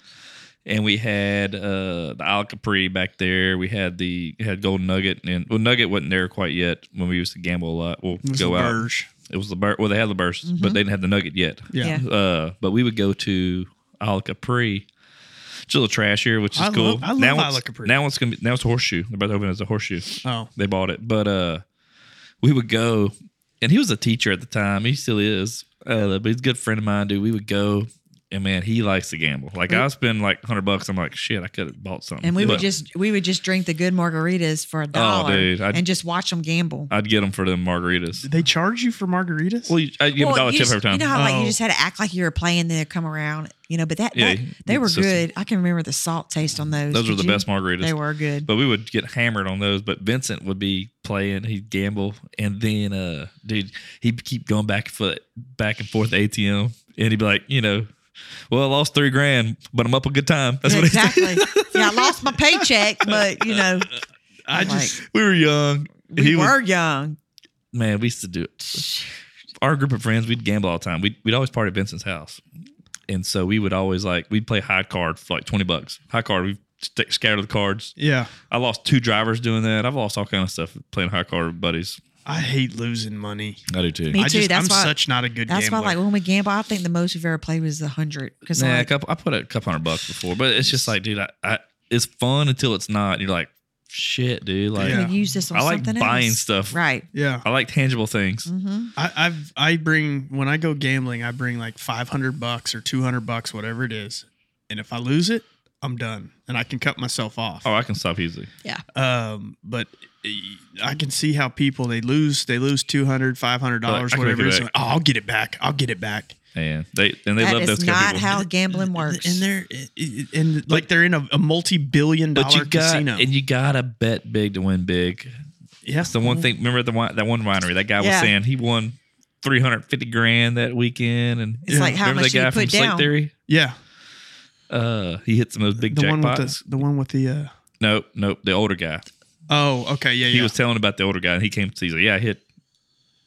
[SPEAKER 4] and we had uh, the Al Capri back there. We had the had Golden Nugget, and well, Nugget wasn't there quite yet when we used to gamble a lot. Well,
[SPEAKER 3] It was
[SPEAKER 4] go
[SPEAKER 3] a
[SPEAKER 4] out.
[SPEAKER 3] verge.
[SPEAKER 4] It was the bur- well, they had the burst, but they didn't have the Nugget yet.
[SPEAKER 3] Yeah.
[SPEAKER 2] Mm-hmm. Yeah.
[SPEAKER 4] Uh, but we would go to Al Capri. It's a little trashier, which is
[SPEAKER 3] I love-
[SPEAKER 4] cool.
[SPEAKER 3] I love
[SPEAKER 4] now
[SPEAKER 3] Isle
[SPEAKER 4] it's-
[SPEAKER 3] Capri.
[SPEAKER 4] Now it's gonna be now it's a horseshoe. They're about to open it as a horseshoe
[SPEAKER 3] Oh,
[SPEAKER 4] they bought it. But uh we would go and he was a teacher at the time. He still is. Uh, but he's a good friend of mine, dude. We would go and man, he likes to gamble. Like I spend like hundred bucks. I'm like, shit, I could have bought something.
[SPEAKER 2] And we would
[SPEAKER 4] But
[SPEAKER 2] just we would just drink the good margaritas for a dollar
[SPEAKER 4] Oh, dude, I-
[SPEAKER 2] and just watch them gamble.
[SPEAKER 4] I'd get them for them margaritas.
[SPEAKER 3] did they charge you for margaritas?
[SPEAKER 4] Well, you, I give a dollar
[SPEAKER 2] you
[SPEAKER 4] tip
[SPEAKER 2] just-
[SPEAKER 4] every time.
[SPEAKER 2] You know how like
[SPEAKER 3] Oh.
[SPEAKER 2] you just had to act like you were playing, then they'd come around, you know. But that,
[SPEAKER 4] Yeah,
[SPEAKER 2] that
[SPEAKER 4] you-
[SPEAKER 2] they
[SPEAKER 4] you
[SPEAKER 2] were
[SPEAKER 4] system.
[SPEAKER 2] good. I can remember the salt taste on those.
[SPEAKER 4] Those were
[SPEAKER 2] Did you?
[SPEAKER 4] the best margaritas.
[SPEAKER 2] They were good.
[SPEAKER 4] But we would get hammered on those. But Vincent would be playing, he'd gamble, and then uh dude, he'd keep going back foot back and forth ATM and he'd be like, you know, well, I lost three grand, but I'm up a good time. That's what he said.
[SPEAKER 2] exactly. yeah, I lost my paycheck, but you know,
[SPEAKER 3] I
[SPEAKER 2] like,
[SPEAKER 3] just
[SPEAKER 4] [LAUGHS] We were young.
[SPEAKER 2] we
[SPEAKER 4] [LAUGHS] He would-
[SPEAKER 2] were young.
[SPEAKER 4] man, we used to do it. Our group of friends, we'd gamble all the time. We'd, we'd always party at Vincent's house. And so we would always like, we'd play high card for like 20 bucks. High card, we'd st- scatter the cards.
[SPEAKER 3] yeah.
[SPEAKER 4] I lost two drivers doing that. I've lost all kind of stuff playing high card with buddies.
[SPEAKER 3] I hate losing money.
[SPEAKER 4] I do too.
[SPEAKER 2] Me
[SPEAKER 3] I
[SPEAKER 2] too.
[SPEAKER 3] just,
[SPEAKER 2] that's
[SPEAKER 3] I'm
[SPEAKER 2] why.
[SPEAKER 3] such not a good
[SPEAKER 2] that's
[SPEAKER 3] gambler.
[SPEAKER 2] why, like when we gamble, I think the most we've ever played was a hundred. Because
[SPEAKER 4] Nah, a
[SPEAKER 2] like,
[SPEAKER 4] couple, I put a couple hundred bucks before, but it's just like, dude, I, I, it's fun until it's not. And you're like, shit, dude.
[SPEAKER 2] I'm
[SPEAKER 4] Like,
[SPEAKER 3] Yeah.
[SPEAKER 2] gonna use this on
[SPEAKER 4] I like
[SPEAKER 2] something
[SPEAKER 4] buying
[SPEAKER 2] else.
[SPEAKER 4] stuff.
[SPEAKER 2] Right.
[SPEAKER 3] yeah.
[SPEAKER 4] I like tangible things.
[SPEAKER 2] Mm-hmm.
[SPEAKER 3] I, I've I bring when I go gambling, I bring like five hundred bucks or two hundred bucks, whatever it is, and if I lose it, I'm done, and I can cut myself off.
[SPEAKER 4] Oh, I can stop easily.
[SPEAKER 3] Um, but I can see how people they lose they lose 200 500 dollars
[SPEAKER 4] I can make
[SPEAKER 3] whatever it
[SPEAKER 4] it
[SPEAKER 3] is.
[SPEAKER 4] back.
[SPEAKER 3] oh, I'll get it back. I'll get it back.
[SPEAKER 4] And they, and they
[SPEAKER 2] That
[SPEAKER 4] love
[SPEAKER 2] is
[SPEAKER 4] those kind of
[SPEAKER 2] not
[SPEAKER 4] people.
[SPEAKER 2] how gambling works.
[SPEAKER 3] And they're eh, and like they're in a, a multi-billion dollar
[SPEAKER 4] But you got
[SPEAKER 3] casino.
[SPEAKER 4] and you gotta bet big to win big.
[SPEAKER 3] yeah.
[SPEAKER 4] That's the one thing. Remember the wi- that one winery that guy was
[SPEAKER 2] Mm-hmm. Yeah.
[SPEAKER 4] saying he won three hundred fifty grand that weekend, and
[SPEAKER 2] It's like how
[SPEAKER 4] remember
[SPEAKER 2] much
[SPEAKER 4] that
[SPEAKER 2] you
[SPEAKER 4] guy
[SPEAKER 2] put
[SPEAKER 4] from Slate
[SPEAKER 2] down.
[SPEAKER 4] Theory?
[SPEAKER 3] Yeah.
[SPEAKER 4] Uh, he hit some of those big
[SPEAKER 3] The one with
[SPEAKER 4] jackpots.
[SPEAKER 3] the the one with the uh
[SPEAKER 4] nope, nope. The older guy.
[SPEAKER 3] Oh, okay. Yeah, yeah.
[SPEAKER 4] He was telling about the older guy, and he came to. He's like, yeah, I hit.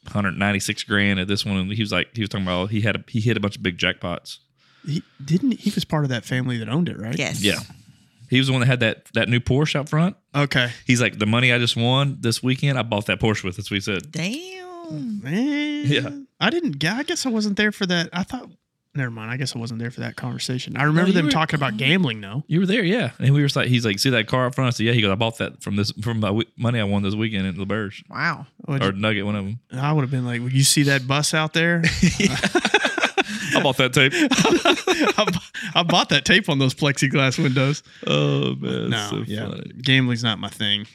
[SPEAKER 4] 196 grand at this one and he was like he was talking about he had a, he hit a bunch of big jackpots
[SPEAKER 3] he didn't he was part of that family that owned it, right?
[SPEAKER 2] yes.
[SPEAKER 4] yeah he was the one that had that that new porsche out front
[SPEAKER 3] Okay.
[SPEAKER 4] he's like the money i just won this weekend i bought that porsche with that's what he said
[SPEAKER 2] Damn.
[SPEAKER 3] Man.
[SPEAKER 4] Yeah.
[SPEAKER 3] I didn't. g- I guess I wasn't there for that. I thought. Never mind. I guess I wasn't there for that conversation. I remember
[SPEAKER 4] you
[SPEAKER 3] them
[SPEAKER 4] were-
[SPEAKER 3] talking about gambling, though.
[SPEAKER 4] You were there, yeah. And we were like, he's like, see that car up front? I said, yeah. He goes, I bought that from this from my w- money I won this weekend at LeBurge
[SPEAKER 2] Wow.
[SPEAKER 3] Would-
[SPEAKER 4] or Nugget, one of them.
[SPEAKER 3] I would have been like, "Would you see that bus out there?"
[SPEAKER 4] I bought that [LAUGHS] tape.
[SPEAKER 3] [LAUGHS] I, bu- I bought that tape on those plexiglass windows.
[SPEAKER 4] oh
[SPEAKER 3] No,
[SPEAKER 4] man, that's so
[SPEAKER 3] yeah,
[SPEAKER 4] funny.
[SPEAKER 3] gambling's not my thing.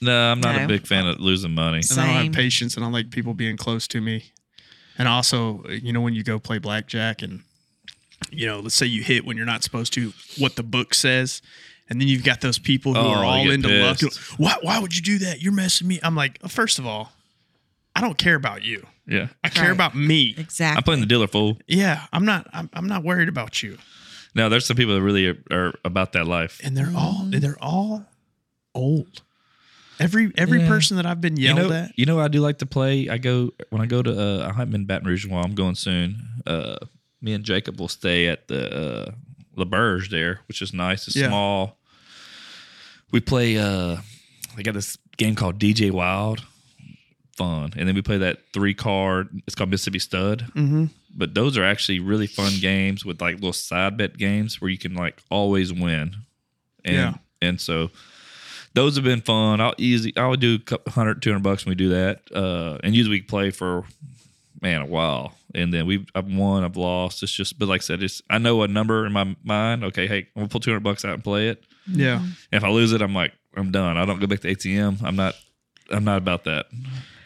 [SPEAKER 4] No, I'm not a
[SPEAKER 2] No.
[SPEAKER 4] big fan of losing money.
[SPEAKER 3] And I don't
[SPEAKER 2] Same.
[SPEAKER 3] have patience, and I like people being close to me. And also, you know, when you go play blackjack, and you know, let's say you hit when you're not supposed to, what the book says, and then you've got those people who
[SPEAKER 4] Oh,
[SPEAKER 3] are
[SPEAKER 4] you
[SPEAKER 3] all
[SPEAKER 4] get
[SPEAKER 3] into luck.
[SPEAKER 4] pissed.
[SPEAKER 3] Why? Why would you do that? You're messing me. I'm like, first of all, I don't care about you.
[SPEAKER 4] Yeah,
[SPEAKER 3] I care
[SPEAKER 2] Right.
[SPEAKER 3] about me.
[SPEAKER 2] Exactly.
[SPEAKER 4] I'm playing the dealer fool.
[SPEAKER 3] Yeah, I'm not. I'm, I'm not worried about you.
[SPEAKER 4] Now there's some people that really are, are about that life.
[SPEAKER 3] And they're all.
[SPEAKER 4] Mm-hmm.
[SPEAKER 3] They're all old. Every every
[SPEAKER 4] Yeah.
[SPEAKER 3] person that I've been
[SPEAKER 4] You
[SPEAKER 3] yelled
[SPEAKER 4] know,
[SPEAKER 3] at.
[SPEAKER 4] you know, I do like to play. I go when I go to uh, I hunt in Baton Rouge. While I'm going soon, uh, me and Jacob will stay at the uh, La Burge there, which is nice. It's
[SPEAKER 3] Yeah.
[SPEAKER 4] small. we play. uh They got this game called DJ Wild, fun, and then we play that three card. It's called Mississippi Stud.
[SPEAKER 3] Mm-hmm.
[SPEAKER 4] But those are actually really fun games with like little side bet games where you can like always win. And,
[SPEAKER 3] Yeah.
[SPEAKER 4] And so those have been fun. I'll easy. I would do a couple hundred, two hundred bucks when we do that. Uh, and usually we play for man a while. And then we've I've won, I've lost. It's just, but like I said, it's I know a number in my mind. Okay, hey, I'm gonna pull two hundred bucks out and play it.
[SPEAKER 3] Yeah.
[SPEAKER 4] And if I lose it, I'm like, I'm done. I don't go back to ATM. I'm not. I'm not about that.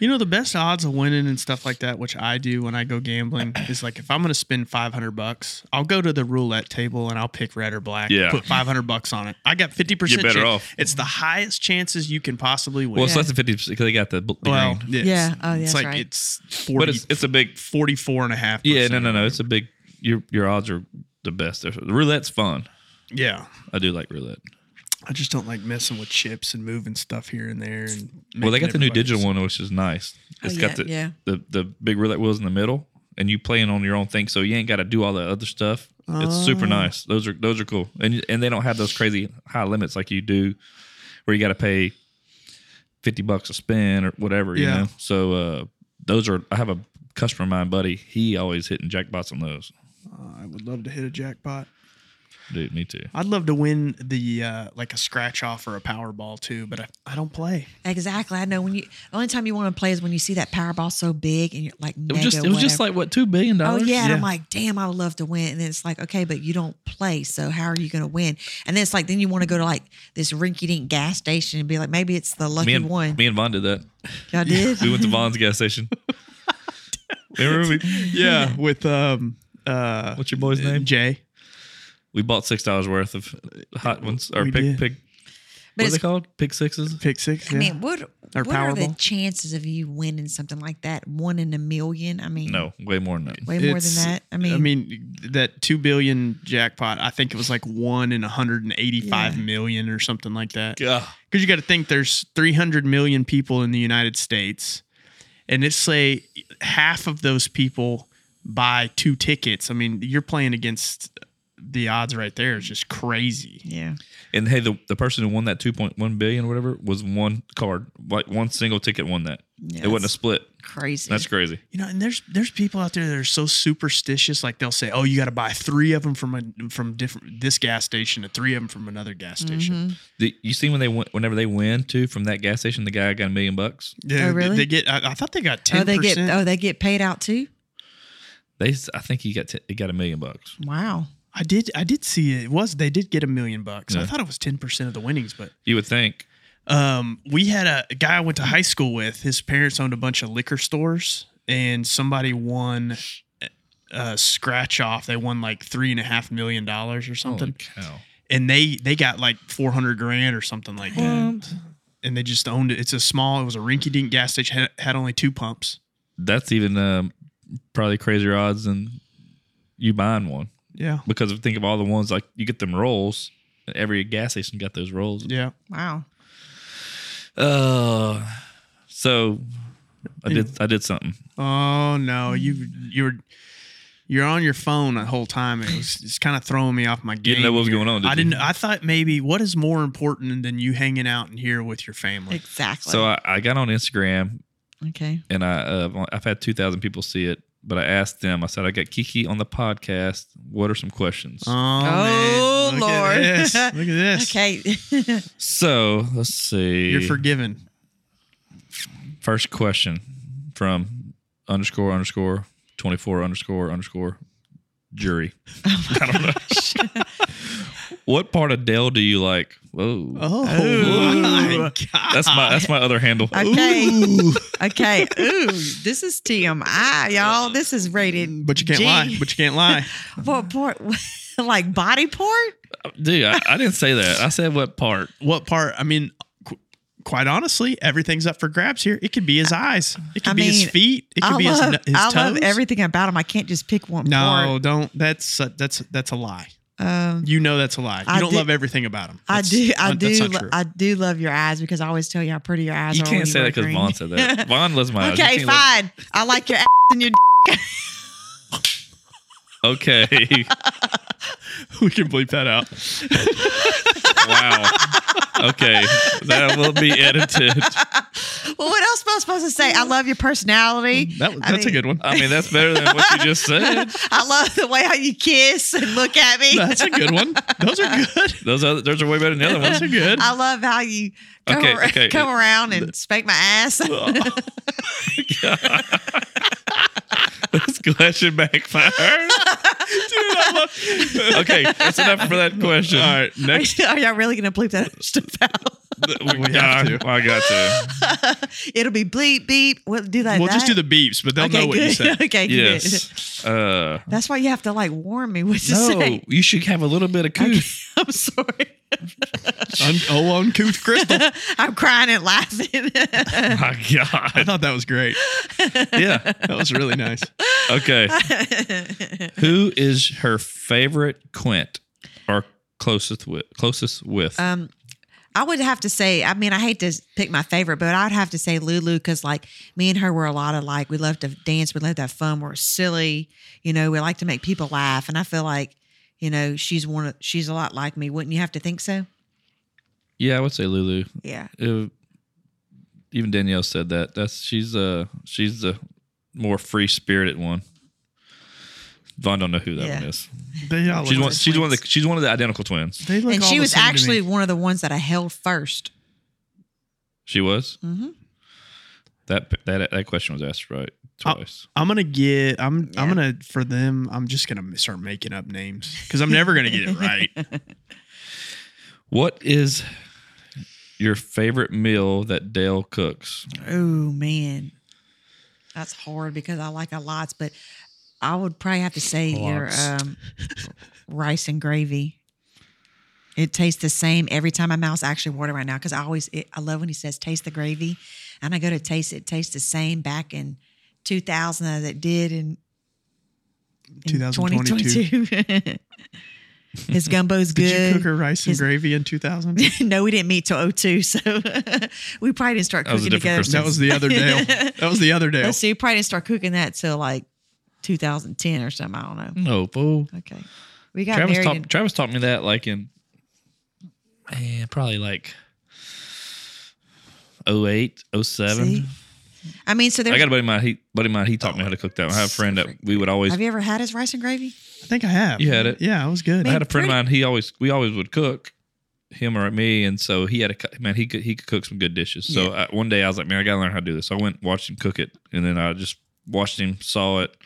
[SPEAKER 3] You know, the best odds of winning and stuff like that, which I do when I go
[SPEAKER 4] [CLEARS THROAT]
[SPEAKER 3] gambling, is like if I'm going to spend 500 bucks, I'll go to the roulette table and I'll pick red or black.
[SPEAKER 4] Yeah.
[SPEAKER 3] Put 500 bucks on it. I got 50%.
[SPEAKER 4] You're better
[SPEAKER 3] chance.
[SPEAKER 4] off.
[SPEAKER 3] It's the highest chances you can possibly win.
[SPEAKER 4] Well, it's
[SPEAKER 2] Yeah.
[SPEAKER 4] less than fifty because they got the, bl- the
[SPEAKER 3] Well, yes.
[SPEAKER 4] green.
[SPEAKER 2] Yeah. Oh, that's
[SPEAKER 3] it's like
[SPEAKER 2] right.
[SPEAKER 3] it's 40,
[SPEAKER 4] but it's it's a big
[SPEAKER 3] 44 and a half.
[SPEAKER 4] Yeah, no, no, no. It's a big. Your your odds are the best. The roulette's fun.
[SPEAKER 3] Yeah.
[SPEAKER 4] I do like roulette.
[SPEAKER 3] I just don't like messing with chips and moving stuff here and there. And
[SPEAKER 4] well, they
[SPEAKER 3] making
[SPEAKER 4] got the new
[SPEAKER 3] everybody's-
[SPEAKER 4] digital one, which is nice.
[SPEAKER 2] Oh,
[SPEAKER 4] It's
[SPEAKER 2] yeah,
[SPEAKER 4] got the,
[SPEAKER 2] yeah.
[SPEAKER 4] the the big roulette wheels in the middle, and you playing on your own thing, so you ain't got to do all the other stuff. It's
[SPEAKER 2] Oh.
[SPEAKER 4] super nice. Those are those are cool, and and they don't have those crazy high limits like you do, where you got to pay fifty bucks a spin or whatever.
[SPEAKER 3] Yeah.
[SPEAKER 4] You know? So uh, those are. I have a customer of mine, buddy. He always hitting jackpots on those.
[SPEAKER 3] Uh, I would love to hit a jackpot.
[SPEAKER 4] Dude, me too.
[SPEAKER 3] I'd love to win the uh, like a scratch off or a Powerball too, but I, I don't play.
[SPEAKER 2] Exactly. I know when you only time you want to play is when you see that Powerball so big and you're like,
[SPEAKER 4] It was just it was just like what two billion
[SPEAKER 2] Oh
[SPEAKER 4] dollars.
[SPEAKER 2] yeah, and I'm
[SPEAKER 3] Yeah.
[SPEAKER 2] like, damn, I would love to win. And then it's like, okay, but you don't play, so how are you going to win? And then it's like, then you want to go to like this rinky-dink gas station and be like, maybe it's the lucky
[SPEAKER 4] me and
[SPEAKER 2] one.
[SPEAKER 4] me and Vaughn did that.
[SPEAKER 2] Y'all did.
[SPEAKER 4] [LAUGHS] We went to Vaughn's gas station. Remember we,
[SPEAKER 2] [LAUGHS]
[SPEAKER 3] Yeah, with um uh
[SPEAKER 4] what's your boy's name?
[SPEAKER 3] Jay.
[SPEAKER 4] We bought six dollars worth of hot ones or
[SPEAKER 3] We
[SPEAKER 4] pig
[SPEAKER 3] did.
[SPEAKER 4] pig.
[SPEAKER 2] [LAUGHS] But
[SPEAKER 4] What are they
[SPEAKER 2] it's,
[SPEAKER 4] called? Pig sixes.
[SPEAKER 3] Pick six.
[SPEAKER 2] I
[SPEAKER 3] Yeah.
[SPEAKER 2] mean, what
[SPEAKER 3] Or
[SPEAKER 2] what are the
[SPEAKER 3] Powerball.
[SPEAKER 2] chances of you winning something like that? One in a million? I mean,
[SPEAKER 4] No, way more than that.
[SPEAKER 2] way more than
[SPEAKER 3] It's-
[SPEAKER 2] that. I mean,
[SPEAKER 3] I mean that two billion jackpot. I think it was like one in 185
[SPEAKER 2] Yeah.
[SPEAKER 3] million or something like that.
[SPEAKER 4] Yeah.
[SPEAKER 3] Because you got to think there's 300 million people in the United States, and let's say half of those people buy two tickets. I mean, you're playing against the odds right there. It's just crazy.
[SPEAKER 2] yeah,
[SPEAKER 4] And hey, the, the person who won that two point one billion whatever was one card, like one single ticket won that.
[SPEAKER 2] Yeah,
[SPEAKER 4] it wasn't a
[SPEAKER 2] that's
[SPEAKER 4] split.
[SPEAKER 2] crazy.
[SPEAKER 4] That's crazy.
[SPEAKER 3] You know, and there's there's people out there that are so superstitious. Like they'll say, "Oh, you got to buy three of them from a, from different this gas station and three of them from another gas
[SPEAKER 2] Mm-hmm. Oh,
[SPEAKER 3] station."
[SPEAKER 4] The, you see when they win, whenever they win too from that gas station, the guy got a million bucks.
[SPEAKER 3] They,
[SPEAKER 2] Oh, really?
[SPEAKER 3] They get. I, I thought they got ten
[SPEAKER 2] Oh, they get
[SPEAKER 3] percent.
[SPEAKER 2] oh, they get paid out too.
[SPEAKER 4] They, s- I think he got t- he got a million bucks.
[SPEAKER 2] Wow.
[SPEAKER 3] I did. I did see it. it was they did get a million bucks. I
[SPEAKER 4] Yeah.
[SPEAKER 3] thought it was ten percent of the winnings, but
[SPEAKER 4] You would think.
[SPEAKER 3] um, we had a, a guy I went to high school with. His parents owned a bunch of liquor stores, and somebody won a scratch off. They won like three and a half million dollars or something,
[SPEAKER 4] Holy cow.
[SPEAKER 3] and they they got like four hundred grand or something like that. And they just owned it. It's a small. It was a rinky-dink gas station. Had, had only two pumps.
[SPEAKER 4] that's even um, probably crazier odds than you buying one
[SPEAKER 3] Yeah,
[SPEAKER 4] because if think of all the ones like you get them rolls. Every gas station got those rolls.
[SPEAKER 3] yeah.
[SPEAKER 2] Wow.
[SPEAKER 4] Uh, so I did. I did something.
[SPEAKER 3] Oh no, you you're you're on your phone the whole time. It was it's kind of throwing me off my game.
[SPEAKER 4] You didn't know what was
[SPEAKER 3] here.
[SPEAKER 4] going on, did
[SPEAKER 3] I
[SPEAKER 4] you?
[SPEAKER 3] didn't. I thought maybe what is more important than you hanging out in here with your family?
[SPEAKER 2] Exactly.
[SPEAKER 3] uh,
[SPEAKER 4] So I, I got on Instagram
[SPEAKER 2] okay.
[SPEAKER 4] and I uh, I've had two thousand people see it, but I asked them. I said I got Kiki on the podcast. What are some questions?
[SPEAKER 3] Oh, man.
[SPEAKER 2] Oh,
[SPEAKER 3] Look
[SPEAKER 2] Lord.
[SPEAKER 3] At this. Look at this.
[SPEAKER 2] [LAUGHS] Okay.
[SPEAKER 4] so let's see.
[SPEAKER 3] You're forgiven.
[SPEAKER 4] First question from underscore underscore twenty four underscore underscore jury. I don't know. [LAUGHS] what part of Dell do you like? Whoa.
[SPEAKER 3] Oh my God.
[SPEAKER 4] That's my that's my other handle.
[SPEAKER 2] Okay.
[SPEAKER 3] Ooh.
[SPEAKER 2] okay. Ooh, this is TMI, y'all. This is rated.
[SPEAKER 3] But you can't
[SPEAKER 2] G.
[SPEAKER 3] lie. But you can't lie.
[SPEAKER 2] What part? [LAUGHS] like body porn?
[SPEAKER 4] Dude, I, I didn't say that. I said what part.
[SPEAKER 3] What part? I mean, qu- quite honestly, everything's up for grabs here. It could be his eyes. It could
[SPEAKER 2] I
[SPEAKER 3] be
[SPEAKER 2] mean,
[SPEAKER 3] his feet. It could
[SPEAKER 2] I
[SPEAKER 3] be
[SPEAKER 2] love.
[SPEAKER 3] his, his
[SPEAKER 2] I
[SPEAKER 3] toes.
[SPEAKER 2] love everything about him. I can't just pick one
[SPEAKER 3] No, don't. That's a, that's that's a lie.
[SPEAKER 2] part. Um,
[SPEAKER 3] You know that's a lie. You
[SPEAKER 2] I
[SPEAKER 3] don't
[SPEAKER 2] do-
[SPEAKER 3] love everything about him.
[SPEAKER 2] I
[SPEAKER 3] That's-
[SPEAKER 2] do. I
[SPEAKER 3] uh,
[SPEAKER 2] do.
[SPEAKER 3] That's not
[SPEAKER 2] lo-
[SPEAKER 3] true.
[SPEAKER 2] I do love your eyes because I always tell you how pretty your eyes
[SPEAKER 4] You
[SPEAKER 2] are.
[SPEAKER 4] can't
[SPEAKER 2] when
[SPEAKER 4] say
[SPEAKER 2] you
[SPEAKER 4] that
[SPEAKER 2] were
[SPEAKER 4] because
[SPEAKER 2] green.
[SPEAKER 4] Vaughn
[SPEAKER 2] [LAUGHS]
[SPEAKER 4] said that. Vaughn loves my eyes. You
[SPEAKER 2] Okay,
[SPEAKER 4] can't look-
[SPEAKER 2] fine. I like your ass and your.
[SPEAKER 4] Okay. [LAUGHS]
[SPEAKER 3] we can bleep that out.
[SPEAKER 4] wow. Okay, that will be edited.
[SPEAKER 2] Well, what else am I supposed to say? I love your personality.
[SPEAKER 3] [LAUGHS]
[SPEAKER 2] [LAUGHS]
[SPEAKER 3] That, was-
[SPEAKER 2] I
[SPEAKER 3] that's a
[SPEAKER 2] mean-
[SPEAKER 3] good one.
[SPEAKER 4] I mean, that's better than what you just said.
[SPEAKER 2] I love the way how you kiss and look at me. [LAUGHS]
[SPEAKER 3] [LAUGHS] That's a good one. Those are good.
[SPEAKER 4] [LAUGHS] Those other, those are way better than the other
[SPEAKER 3] Those
[SPEAKER 4] ones.
[SPEAKER 3] are
[SPEAKER 4] [LAUGHS]
[SPEAKER 3] good.
[SPEAKER 2] I love how you come,
[SPEAKER 4] Okay,
[SPEAKER 2] ar-
[SPEAKER 4] okay.
[SPEAKER 2] come around and spank my ass.
[SPEAKER 4] This
[SPEAKER 3] [LAUGHS]
[SPEAKER 4] question backfired. [LAUGHS] okay, that's enough for that question. All right,
[SPEAKER 2] Are,
[SPEAKER 4] next.
[SPEAKER 2] you, [LAUGHS] are y'all really gonna bleep that [LAUGHS] stuff out?
[SPEAKER 4] [LAUGHS] We
[SPEAKER 3] have
[SPEAKER 4] got, I got to.
[SPEAKER 2] It'll be bleep beep. We'll do that.
[SPEAKER 3] We'll just do the beeps, but they'll
[SPEAKER 2] okay,
[SPEAKER 3] know what
[SPEAKER 2] good.
[SPEAKER 3] you
[SPEAKER 2] [LAUGHS]
[SPEAKER 3] said.
[SPEAKER 2] okay, good. [LAUGHS]
[SPEAKER 4] Yes. Uh,
[SPEAKER 2] That's why you have to like warn me what to
[SPEAKER 4] no,
[SPEAKER 2] say. [LAUGHS]
[SPEAKER 4] you should have a little bit of
[SPEAKER 2] Okay,
[SPEAKER 4] cooth.
[SPEAKER 2] I'm sorry.
[SPEAKER 3] Un- oh, uncouth crystal. [LAUGHS]
[SPEAKER 2] I'm crying and laughing. [LAUGHS]
[SPEAKER 4] [LAUGHS] My
[SPEAKER 3] I
[SPEAKER 4] God.
[SPEAKER 3] thought that was great.
[SPEAKER 4] Yeah.
[SPEAKER 3] That was really nice.
[SPEAKER 2] [LAUGHS]
[SPEAKER 4] Okay. Who is her favorite Quint or closest with? Closest with?
[SPEAKER 2] um, I would have to say. I mean, I hate to pick my favorite, but I'd have to say Lulu because like me and her were a lot alike. We love to dance. We love to have fun. We're silly. You know, we like to make people laugh, and I feel like. You know, she's one. Of, she's a lot like me. Wouldn't you have to think so?
[SPEAKER 4] yeah, I would say Lulu.
[SPEAKER 2] Yeah.
[SPEAKER 4] Uh, even Danielle said that. That's she's uh she's the more free spirited one. Vaughn don't know who that
[SPEAKER 2] Yeah.
[SPEAKER 4] one is.
[SPEAKER 3] They all
[SPEAKER 4] She's
[SPEAKER 3] look
[SPEAKER 4] one.
[SPEAKER 3] like
[SPEAKER 4] She's one of the.
[SPEAKER 3] twins.
[SPEAKER 4] She's one of the identical twins.
[SPEAKER 3] They look
[SPEAKER 2] and
[SPEAKER 3] all
[SPEAKER 2] she
[SPEAKER 3] the
[SPEAKER 2] was
[SPEAKER 3] same to me.
[SPEAKER 2] actually one of the ones that I held 1st
[SPEAKER 4] She was
[SPEAKER 2] Mm-hmm.
[SPEAKER 4] that. That that question was asked right
[SPEAKER 3] Oh.
[SPEAKER 4] twice.
[SPEAKER 3] I'm gonna get. I'm. I'm
[SPEAKER 2] Yeah.
[SPEAKER 3] gonna for them. I'm just gonna start making up names because I'm never gonna get it
[SPEAKER 2] [LAUGHS]
[SPEAKER 3] right.
[SPEAKER 4] What is your favorite meal that Dale cooks?
[SPEAKER 2] Oh man, that's hard because I like a lot, but I would probably have to say your
[SPEAKER 4] Lots.
[SPEAKER 2] um, rice and gravy. It tastes the same every time. My mouth's actually water right now because I always it, I love when he says taste the gravy, and I go to taste it. it tastes the same back in 2000 as it did in, in
[SPEAKER 3] 2022.
[SPEAKER 2] 2022. [LAUGHS] His gumbo's good.
[SPEAKER 3] Did you cook her rice and
[SPEAKER 2] His-
[SPEAKER 3] gravy in
[SPEAKER 2] [LAUGHS]
[SPEAKER 3] 2000?
[SPEAKER 2] no, we didn't meet till 02, so [LAUGHS] we probably didn't start
[SPEAKER 4] That was a
[SPEAKER 2] cooking together.
[SPEAKER 4] different
[SPEAKER 3] That was the
[SPEAKER 2] [LAUGHS]
[SPEAKER 3] other Dale. That was the other Dale.
[SPEAKER 2] Let's see, we probably didn't start cooking that till like 2010 or something. I don't know.
[SPEAKER 4] No, boo.
[SPEAKER 2] Okay, we got
[SPEAKER 4] Travis
[SPEAKER 2] married.
[SPEAKER 4] taught
[SPEAKER 2] in-
[SPEAKER 4] Travis taught me that like in, eh, probably like. 08, 07.
[SPEAKER 2] See? I mean, so
[SPEAKER 4] I
[SPEAKER 2] there's.
[SPEAKER 4] got a buddy of mine. He buddy of mine. He taught me how to cook that. I have a friend that we would always.
[SPEAKER 2] Have you ever had his rice and gravy?
[SPEAKER 3] I think I have.
[SPEAKER 4] You had it.
[SPEAKER 3] Yeah, it was good.
[SPEAKER 4] I had
[SPEAKER 2] Man,
[SPEAKER 4] a friend of
[SPEAKER 2] pretty-
[SPEAKER 4] mine. He always we always would cook him or me, and so he had a cu- man. He could he could cook some good dishes. So I, one day I was like, man, I gotta learn how to do this. So I went and watched him cook it, and then I just watched him saw it,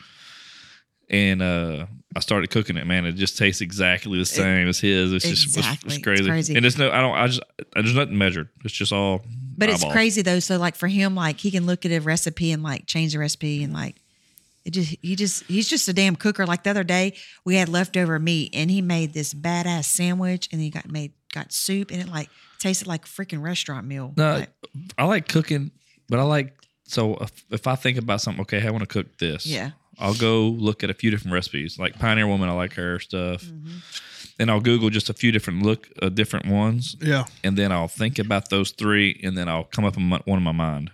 [SPEAKER 4] and uh I started cooking it. Man, it just tastes exactly the same as his. It's just it's,
[SPEAKER 2] Exactly.
[SPEAKER 4] it's
[SPEAKER 2] It's
[SPEAKER 4] crazy.
[SPEAKER 2] crazy.
[SPEAKER 4] And it's no, I don't. I just there's nothing measured. It's just all.
[SPEAKER 2] But it's
[SPEAKER 4] eyeball.
[SPEAKER 2] crazy though. So like for him, like he can look at a recipe and like change the recipe and like it just he just he's just a damn cooker. Like the other day we had leftover meat and he made this badass sandwich and he got made got soup and it like tasted like a freaking restaurant meal.
[SPEAKER 4] No,
[SPEAKER 2] Like,
[SPEAKER 4] I like cooking, but I like so if, if I think about something, okay, I want to cook this.
[SPEAKER 2] Yeah.
[SPEAKER 4] I'll go look at a few different recipes, like Pioneer Woman. I like her stuff,
[SPEAKER 2] Mm-hmm.
[SPEAKER 4] and I'll Google just a few different look, uh, different ones,
[SPEAKER 3] yeah.
[SPEAKER 4] and then I'll think about those three, and then I'll come up with my- one in my mind.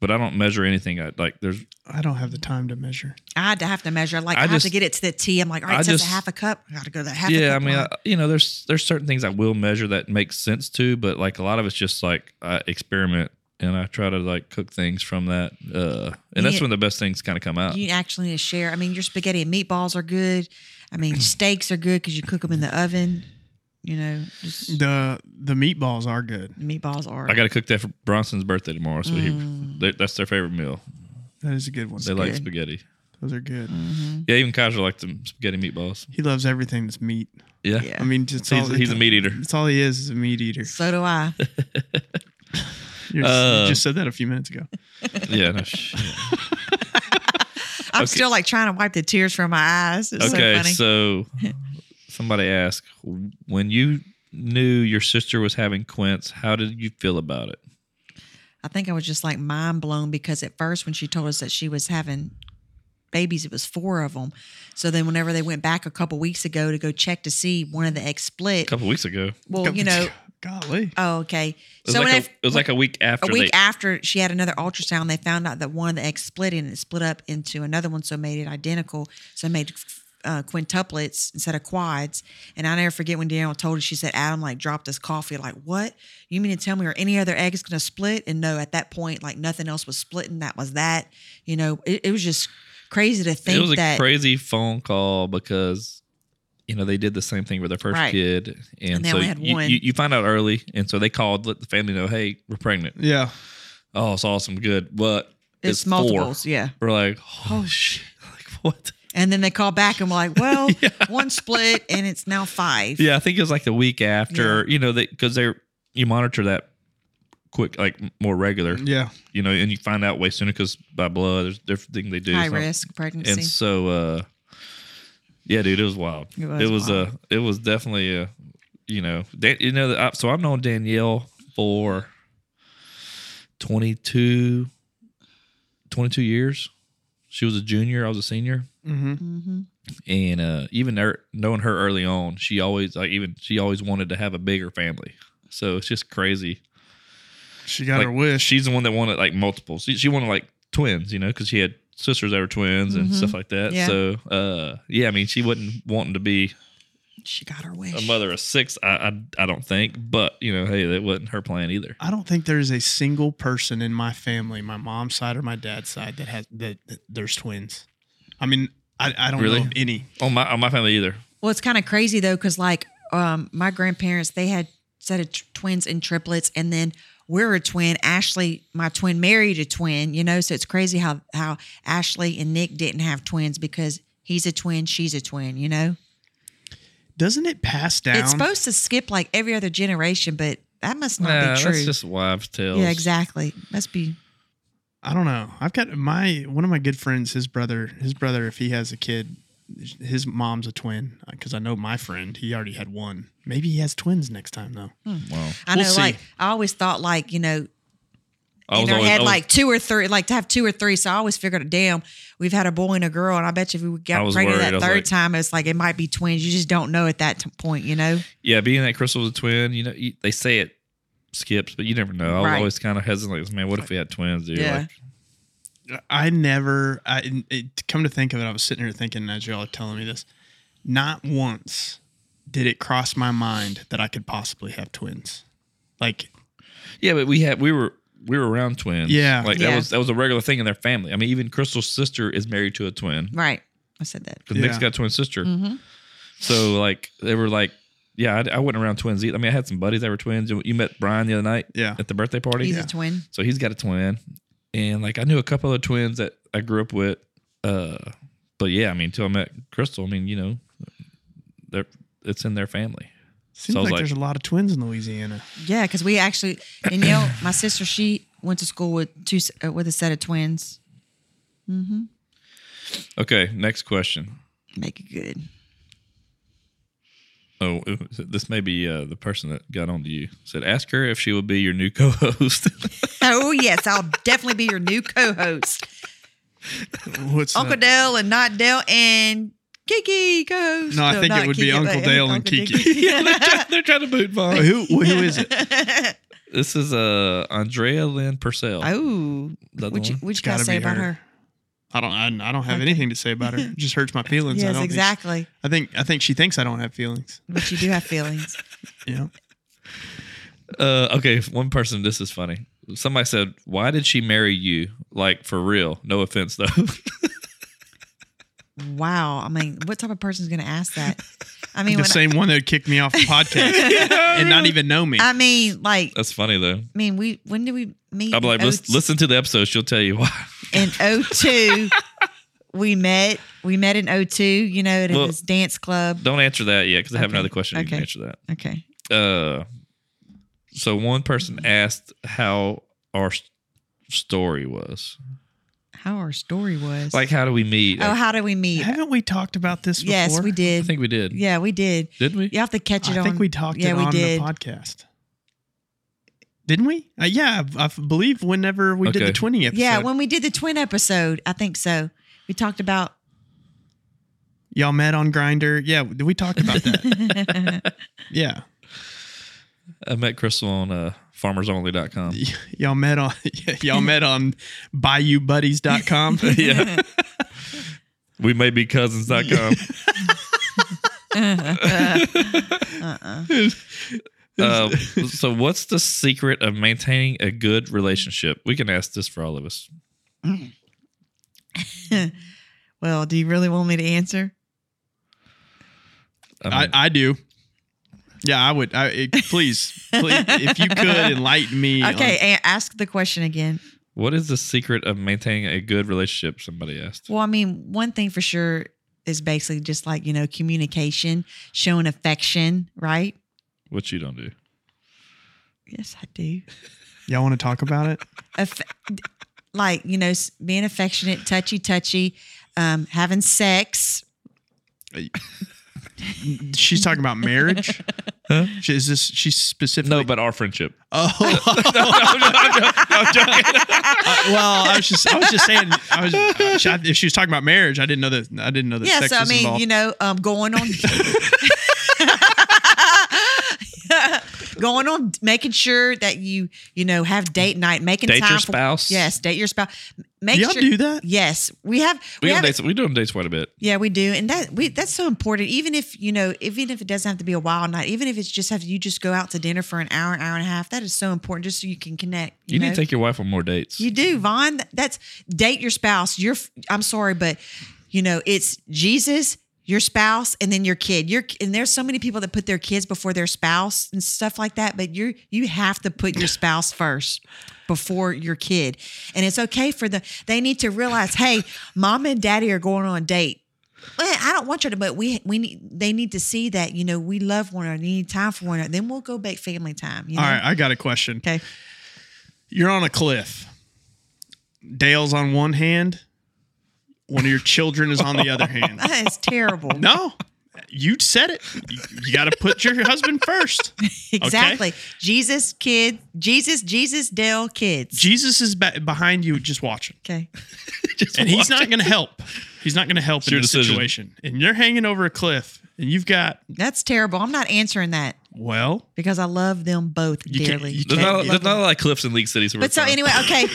[SPEAKER 4] But I don't measure anything. I like there's
[SPEAKER 3] I don't have the time to measure.
[SPEAKER 2] I had to have to measure. Like
[SPEAKER 4] I
[SPEAKER 2] I, have
[SPEAKER 4] just-
[SPEAKER 2] to get it to the T. I'm like, all
[SPEAKER 4] I
[SPEAKER 2] right, so it's a
[SPEAKER 4] just-
[SPEAKER 2] half a cup. I got to go to the half.
[SPEAKER 4] yeah.
[SPEAKER 2] a
[SPEAKER 4] I
[SPEAKER 2] cup
[SPEAKER 4] mean,
[SPEAKER 2] line.
[SPEAKER 4] I, you know, there's there's certain things I will measure that make sense to, but like a lot of it's just like I experiment and I try to like cook things from that, uh, and that's
[SPEAKER 2] Yeah.
[SPEAKER 4] when the best things kind of come out.
[SPEAKER 2] you actually need to share. I mean, your spaghetti and meatballs are good. I
[SPEAKER 4] [CLEARS THROAT]
[SPEAKER 2] mean, steaks are good because you cook them in the oven. You know, just
[SPEAKER 3] The the meatballs are good.
[SPEAKER 2] meatballs are.
[SPEAKER 4] I got [LAUGHS] to cook that for Bronson's birthday tomorrow. So he, they, that's their favorite meal.
[SPEAKER 3] That is a good one.
[SPEAKER 4] They like
[SPEAKER 2] Mm. good. Mm-hmm.
[SPEAKER 4] spaghetti.
[SPEAKER 3] Those are good.
[SPEAKER 4] Yeah, even Kaiser liked them spaghetti meatballs.
[SPEAKER 3] He loves everything that's meat.
[SPEAKER 4] Yeah.
[SPEAKER 2] Yeah.
[SPEAKER 3] I mean, just
[SPEAKER 4] So he's,
[SPEAKER 3] all,
[SPEAKER 4] he's a meat eater.
[SPEAKER 3] That's all he is. Is a meat eater.
[SPEAKER 2] so do I.
[SPEAKER 3] You're just-
[SPEAKER 4] Uh,
[SPEAKER 3] you just said that a few minutes ago.
[SPEAKER 4] [LAUGHS] Yeah. no
[SPEAKER 2] [LAUGHS]
[SPEAKER 4] sh-
[SPEAKER 2] I'm still like trying to wipe the tears from my eyes. It's so
[SPEAKER 4] okay.
[SPEAKER 2] funny. [LAUGHS]
[SPEAKER 4] So, somebody asked when you knew your sister was having quince, how did you feel about it?
[SPEAKER 2] I think I was just like mind blown because at first, when she told us that she was having babies, it was four of them. So then, whenever they went back a couple weeks ago to go check to see one of the eggs
[SPEAKER 4] A
[SPEAKER 2] split,
[SPEAKER 4] couple weeks ago.
[SPEAKER 2] well, you know,
[SPEAKER 3] golly,
[SPEAKER 2] oh, okay.
[SPEAKER 4] It was, like,
[SPEAKER 2] when
[SPEAKER 4] a,
[SPEAKER 2] I-
[SPEAKER 4] it was like a week after.
[SPEAKER 2] a week
[SPEAKER 4] they,
[SPEAKER 2] after she had another ultrasound, they found out that one of the eggs split and it split up into another one, so it made it identical. So it made f- uh, quintuplets instead of quads. And I never forget when Danielle told us, she said, Adam like dropped this coffee. Like, what? You mean to tell me are any other egg is going to split? And no, at that point, like nothing else was splitting. That was that. You know, it, it was just crazy to think
[SPEAKER 4] it was a
[SPEAKER 2] that.
[SPEAKER 4] crazy phone call because you know they did the same thing with their first
[SPEAKER 2] Right.
[SPEAKER 4] kid, and,
[SPEAKER 2] And they
[SPEAKER 4] so
[SPEAKER 2] only had
[SPEAKER 4] you,
[SPEAKER 2] one.
[SPEAKER 4] You, you find out early, and so they called, let the family know, hey, we're pregnant.
[SPEAKER 3] Yeah.
[SPEAKER 4] Oh, it's awesome, good, but
[SPEAKER 2] it's,
[SPEAKER 4] it's
[SPEAKER 2] multiples,
[SPEAKER 4] Four.
[SPEAKER 2] yeah.
[SPEAKER 4] We're like, oh shit, [LAUGHS] like what?
[SPEAKER 2] And then they call back and we're like, well,
[SPEAKER 4] [LAUGHS]
[SPEAKER 2] one split and it's now five.
[SPEAKER 4] Yeah, I think it was like the week after, you know, because they, you monitor that quick, like more regular,
[SPEAKER 3] Yeah.
[SPEAKER 4] you know, and you find out way sooner because by blood, there's different thing they do.
[SPEAKER 2] High
[SPEAKER 4] It's not-
[SPEAKER 2] risk pregnancy.
[SPEAKER 4] and so uh yeah dude it was wild
[SPEAKER 2] It
[SPEAKER 4] it
[SPEAKER 2] was
[SPEAKER 4] was, uh
[SPEAKER 2] wild.
[SPEAKER 4] it was definitely uh you know Dan- you know I, so i've known danielle for 22 22 years she was a junior i was a senior
[SPEAKER 3] Mm-hmm.
[SPEAKER 2] Mhm.
[SPEAKER 4] and uh even er, knowing her early on she always like even she always wanted to have a bigger family so it's just crazy
[SPEAKER 3] She got
[SPEAKER 4] Like,
[SPEAKER 3] her wish.
[SPEAKER 4] she's the one that wanted like multiples. She, she wanted like twins, you know, because she had sisters that were twins and
[SPEAKER 2] Mhm.
[SPEAKER 4] stuff like that.
[SPEAKER 2] Yeah.
[SPEAKER 4] So, uh, yeah, I mean, she wasn't wanting to be
[SPEAKER 2] She got her wish.
[SPEAKER 4] a mother of six. I, I, I don't think, but you know, hey, that wasn't her plan either.
[SPEAKER 3] I don't think there's a single person in my family, my mom's side or my dad's side, that has that, that there's twins. I mean, I, I don't
[SPEAKER 4] Really?
[SPEAKER 3] know of any.
[SPEAKER 4] On my on my family either.
[SPEAKER 2] Well, it's kind of crazy though, because like um, my grandparents, they had set of t- twins and triplets, and then we're a twin. Ashley, my twin, married a twin. You know, so it's crazy how how Ashley and Nick didn't have twins because he's a twin, she's a twin. You know,
[SPEAKER 3] Doesn't it pass down?
[SPEAKER 2] it's supposed to skip like every other generation, but that must not
[SPEAKER 4] Nah,
[SPEAKER 2] be true.
[SPEAKER 4] that's just wives' tales.
[SPEAKER 2] yeah, exactly. Must be.
[SPEAKER 3] I don't know. I've got my one of my good friends. His brother, his brother, if he has a kid, his mom's a twin. Because I know my friend, he already had one. Maybe he has twins next time though.
[SPEAKER 4] Wow.
[SPEAKER 2] I
[SPEAKER 3] We'll
[SPEAKER 2] know.
[SPEAKER 3] see.
[SPEAKER 2] Like I always thought, like you know,
[SPEAKER 4] I
[SPEAKER 2] in
[SPEAKER 4] was
[SPEAKER 2] our
[SPEAKER 4] always- I
[SPEAKER 2] head
[SPEAKER 4] was-
[SPEAKER 2] like two or three, like to have two or three. So I always figured, damn, we've had a boy and a girl, and I bet you if we
[SPEAKER 4] I
[SPEAKER 2] got
[SPEAKER 4] was
[SPEAKER 2] pregnant
[SPEAKER 4] worried.
[SPEAKER 2] that
[SPEAKER 4] I was
[SPEAKER 2] third
[SPEAKER 4] like-
[SPEAKER 2] time, it's like it might be twins. You just don't know at that t- point, you know.
[SPEAKER 4] yeah, being that Crystal was a twin, you know, you, they say it skips, but you never know. I was
[SPEAKER 2] Right.
[SPEAKER 4] always kind of hesitant, like, man, what if we had twins, dude?
[SPEAKER 2] Yeah.
[SPEAKER 4] Like,
[SPEAKER 3] I never. I it, come to think of it, I was sitting here thinking as y'all are telling me this. Not once did it cross my mind that I could possibly have twins. Like
[SPEAKER 4] Yeah, but we had we were we were around twins.
[SPEAKER 3] Yeah.
[SPEAKER 4] like
[SPEAKER 2] Yeah.
[SPEAKER 4] that was that was a regular thing in their family. I mean, even Crystal's sister is married to a twin
[SPEAKER 2] Right. I said that.
[SPEAKER 4] because Nick's
[SPEAKER 3] Yeah.
[SPEAKER 4] got a twin sister.
[SPEAKER 2] Mhm.
[SPEAKER 4] So like they were like, yeah, I, I wasn't around twins either. I mean, I had some buddies that were twins. You- You met Brian the other night
[SPEAKER 3] yeah,
[SPEAKER 4] at the birthday party.
[SPEAKER 2] He's a twin.
[SPEAKER 4] So he's got a twin, and like I knew a couple of twins that I grew up with. Uh, but yeah, I mean, until I met Crystal, I mean, you know, they're it's in their family.
[SPEAKER 3] seems
[SPEAKER 4] I was
[SPEAKER 3] like,
[SPEAKER 4] like-
[SPEAKER 3] there's a lot of twins in Louisiana.
[SPEAKER 2] Yeah, because we actually Danielle, my sister, she went to school with two s- uh, with a set of twins.
[SPEAKER 4] Okay, next question.
[SPEAKER 2] Make it good.
[SPEAKER 4] Oh, this may be uh, the person that got on to you. Said, ask her if she will be your new co-host. [LAUGHS]
[SPEAKER 2] Oh yes, I'll definitely be your new co-host,
[SPEAKER 3] What's
[SPEAKER 2] Uncle
[SPEAKER 3] that?
[SPEAKER 2] Dale and not Dale and Kiki co-host.
[SPEAKER 3] No, I think it
[SPEAKER 2] not
[SPEAKER 3] would be
[SPEAKER 2] but
[SPEAKER 3] Uncle Dale and Kiki.
[SPEAKER 4] yeah, [LAUGHS]
[SPEAKER 2] [LAUGHS]
[SPEAKER 4] they're, trying, they're trying to boot
[SPEAKER 3] Oh,
[SPEAKER 4] Vaughn.
[SPEAKER 3] who who is it?
[SPEAKER 4] This is uh, Andrea Lynn Purcell.
[SPEAKER 2] Oh,
[SPEAKER 4] the
[SPEAKER 2] what you,
[SPEAKER 4] one?
[SPEAKER 2] what you got
[SPEAKER 3] gotta
[SPEAKER 2] to say
[SPEAKER 3] be
[SPEAKER 2] about
[SPEAKER 3] her.
[SPEAKER 2] her?
[SPEAKER 3] I don't. I, I don't have
[SPEAKER 2] Okay.
[SPEAKER 3] anything to say about her. It just hurts my feelings. I
[SPEAKER 2] Yes,
[SPEAKER 3] don't think she-
[SPEAKER 2] exactly.
[SPEAKER 3] I think. I think she thinks I don't have feelings.
[SPEAKER 2] But you do have feelings. [LAUGHS]
[SPEAKER 3] Yeah.
[SPEAKER 4] Uh, okay, one person. This is funny. Somebody said, "Why did she marry you?" Like for real. No offense though. [LAUGHS]
[SPEAKER 2] wow. I mean, what type of person's going to ask that? I mean,
[SPEAKER 3] The
[SPEAKER 2] when
[SPEAKER 3] same one that would kick me
[SPEAKER 2] [LAUGHS]
[SPEAKER 3] off the podcast and not even know me.
[SPEAKER 2] I, mean, like, I
[SPEAKER 4] That's funny though.
[SPEAKER 2] mean, we when did we meet?
[SPEAKER 4] I'm like,
[SPEAKER 2] in
[SPEAKER 4] listen, listen to the episode. She'll tell you why. [LAUGHS]
[SPEAKER 2] in 02. we met. We met in 02, you know, at
[SPEAKER 4] Well-
[SPEAKER 2] this dance club.
[SPEAKER 4] Don't answer that yet because I have
[SPEAKER 2] Okay,
[SPEAKER 4] another question. You
[SPEAKER 2] okay.
[SPEAKER 4] can answer that.
[SPEAKER 2] Okay.
[SPEAKER 4] uh so one person asked how our s- story was
[SPEAKER 2] How our story was.
[SPEAKER 4] like how do we meet
[SPEAKER 2] oh,
[SPEAKER 4] I,
[SPEAKER 2] how did we meet?
[SPEAKER 3] Haven't we talked about this before?
[SPEAKER 2] Yes, we
[SPEAKER 4] I
[SPEAKER 2] did.
[SPEAKER 4] think we did
[SPEAKER 2] yeah, we did.
[SPEAKER 4] didn't we
[SPEAKER 2] You have to catch it
[SPEAKER 3] I
[SPEAKER 2] on.
[SPEAKER 3] think we talked
[SPEAKER 2] yeah,
[SPEAKER 3] it
[SPEAKER 2] we
[SPEAKER 3] on
[SPEAKER 2] did.
[SPEAKER 3] the podcast. Didn't we? Uh, yeah, I, I believe whenever we did the
[SPEAKER 4] Okay.
[SPEAKER 3] twinning episode,
[SPEAKER 2] yeah, when we did the twin episode, I think so. We talked about
[SPEAKER 3] y'all met on Grinder. Yeah, we talked about
[SPEAKER 2] [LAUGHS]
[SPEAKER 3] that. yeah, [LAUGHS]
[SPEAKER 4] i met crystal on uh farmersonly.com
[SPEAKER 3] Y- y'all
[SPEAKER 2] [LAUGHS]
[SPEAKER 3] met [LAUGHS] [LAUGHS] on y'all met on BayouBuddies.com.
[SPEAKER 4] yeah We may
[SPEAKER 3] [LAUGHS]
[SPEAKER 4] be cousins.com.
[SPEAKER 2] Uh-uh.
[SPEAKER 4] uh, so, what's the secret of maintaining a good relationship? We can ask this for all of us.
[SPEAKER 2] Well, do you really want me to answer?
[SPEAKER 3] I, I do. Yeah, I would. I, it, please, please, if you could enlighten me. on-
[SPEAKER 2] Okay, a- ask the question again.
[SPEAKER 4] What is the secret of maintaining a good relationship? Somebody asked.
[SPEAKER 2] Well, I mean, one thing for sure is basically just like, you know, communication, showing affection, right?
[SPEAKER 4] What you don't do.
[SPEAKER 2] Yes, I do.
[SPEAKER 3] y'all want to talk about it?
[SPEAKER 2] Aff- like, you know, s- being affectionate, touchy, touchy, um, having sex.
[SPEAKER 3] She's talking
[SPEAKER 2] [LAUGHS]
[SPEAKER 3] about marriage.
[SPEAKER 4] Huh?
[SPEAKER 3] She, is this? She's specifically.
[SPEAKER 4] No, but our
[SPEAKER 3] [LAUGHS]
[SPEAKER 4] friendship.
[SPEAKER 3] Oh
[SPEAKER 4] [LAUGHS]
[SPEAKER 3] Uh, well, I was just I was just saying I was uh, she- if she was talking about marriage, I didn't know that I didn't know that
[SPEAKER 2] yeah,
[SPEAKER 3] sex
[SPEAKER 2] so I
[SPEAKER 3] was
[SPEAKER 2] mean,
[SPEAKER 3] involved.
[SPEAKER 2] you know, um, going
[SPEAKER 4] [LAUGHS]
[SPEAKER 2] on. [LAUGHS] going on making sure that you you know have date night making
[SPEAKER 4] Date
[SPEAKER 2] time
[SPEAKER 4] your
[SPEAKER 2] for-
[SPEAKER 4] spouse.
[SPEAKER 2] yes date your spouse make
[SPEAKER 3] Do y'all
[SPEAKER 2] sure
[SPEAKER 3] do that?
[SPEAKER 2] yes we have we
[SPEAKER 4] We, do
[SPEAKER 2] have
[SPEAKER 4] dates, we do on dates quite a bit.
[SPEAKER 2] Yeah, we do, and that we that's so important. Even if you know, even if it doesn't have to be a wild night, even if it's just have you just go out to dinner for an hour, an hour and a half, that is so important, just so you can connect. You,
[SPEAKER 4] You,
[SPEAKER 2] know?
[SPEAKER 4] need to take your wife on more dates.
[SPEAKER 2] You do, Vaughn. That- That's date your spouse. Your I'm sorry, but you know it's Jesus, your spouse, and then your kid. Your and there's so many people that put their kids before their spouse and stuff like that. But you you have to put your spouse first before your kid, and it's okay for the. They need to realize, hey, mom and daddy are going on a date. Eh, I don't want you to, but we we need they need to see that you know we love one another, need time for one another. Then we'll go back family time. You know?
[SPEAKER 3] All right, I got a question.
[SPEAKER 2] Okay. [LAUGHS]
[SPEAKER 3] You're on a cliff. Dale's on one hand, one of your children is on the
[SPEAKER 2] [LAUGHS]
[SPEAKER 3] other hand.
[SPEAKER 2] That is terrible.
[SPEAKER 3] No. You said it. You, you got to put your husband first.
[SPEAKER 2] Exactly. Jesus, kid. Jesus, Jesus, Dale, kids.
[SPEAKER 3] Jesus is ba- behind you just watching.
[SPEAKER 2] okay.
[SPEAKER 3] and he's not going to help. He's not going to help in
[SPEAKER 4] your
[SPEAKER 3] this
[SPEAKER 4] decision.
[SPEAKER 3] situation. And you're hanging over a cliff and you've got
[SPEAKER 2] That's terrible. I'm not answering that
[SPEAKER 3] well,
[SPEAKER 2] because I love them both
[SPEAKER 3] You can't-
[SPEAKER 2] dearly.
[SPEAKER 3] you
[SPEAKER 4] There's
[SPEAKER 3] can't-
[SPEAKER 4] not,
[SPEAKER 3] Okay.
[SPEAKER 4] there's not a lot of cliffs in League City. So we're
[SPEAKER 2] but so
[SPEAKER 4] fine.
[SPEAKER 2] anyway, okay. [LAUGHS]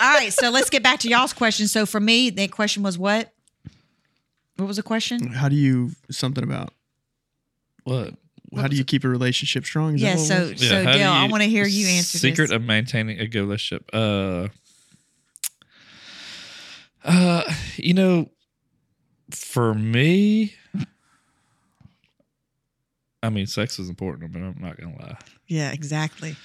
[SPEAKER 2] All right. So let's get back to y'all's question. So for me, that question was what? What was the question?
[SPEAKER 3] how do you something about
[SPEAKER 4] What?
[SPEAKER 3] how do you keep a relationship strong? Is that
[SPEAKER 2] Yeah.
[SPEAKER 3] what it
[SPEAKER 2] So
[SPEAKER 3] was?
[SPEAKER 4] Yeah,
[SPEAKER 2] so
[SPEAKER 4] how do
[SPEAKER 2] Dale, I
[SPEAKER 4] you-
[SPEAKER 2] want to hear you answer
[SPEAKER 4] Secret
[SPEAKER 2] this.
[SPEAKER 4] of maintaining a good relationship. Uh, uh, you know, for me, I mean, sex is important, but I'm not gonna lie.
[SPEAKER 2] yeah. Exactly.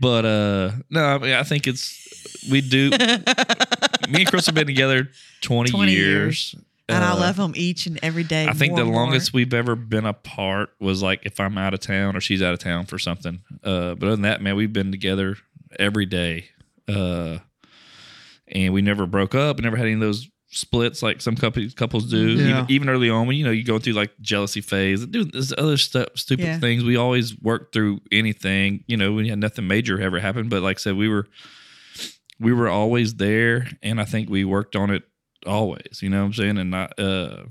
[SPEAKER 4] But uh, no, I mean, I think it's
[SPEAKER 2] [LAUGHS]
[SPEAKER 4] we do. me and Chris have been together 20,
[SPEAKER 2] 20
[SPEAKER 4] years,
[SPEAKER 2] And I
[SPEAKER 4] Uh,
[SPEAKER 2] love them each and every day.
[SPEAKER 4] I think
[SPEAKER 2] more
[SPEAKER 4] the
[SPEAKER 2] and more.
[SPEAKER 4] longest we've ever been apart was like if I'm out of town or she's out of town for something. Uh, but other than that, man, we've been together every day. Uh, and we never broke up. We never had any of those splits like some couples couples do.
[SPEAKER 3] Yeah.
[SPEAKER 4] Even, even early on, when you know you go through like jealousy phase, do this other stuff, stupid
[SPEAKER 2] Yeah.
[SPEAKER 4] things. We always worked through anything. You know, we had nothing major ever happen. But like I said, we were we were always there, and I think we worked on it always. You know what I'm saying? And not uh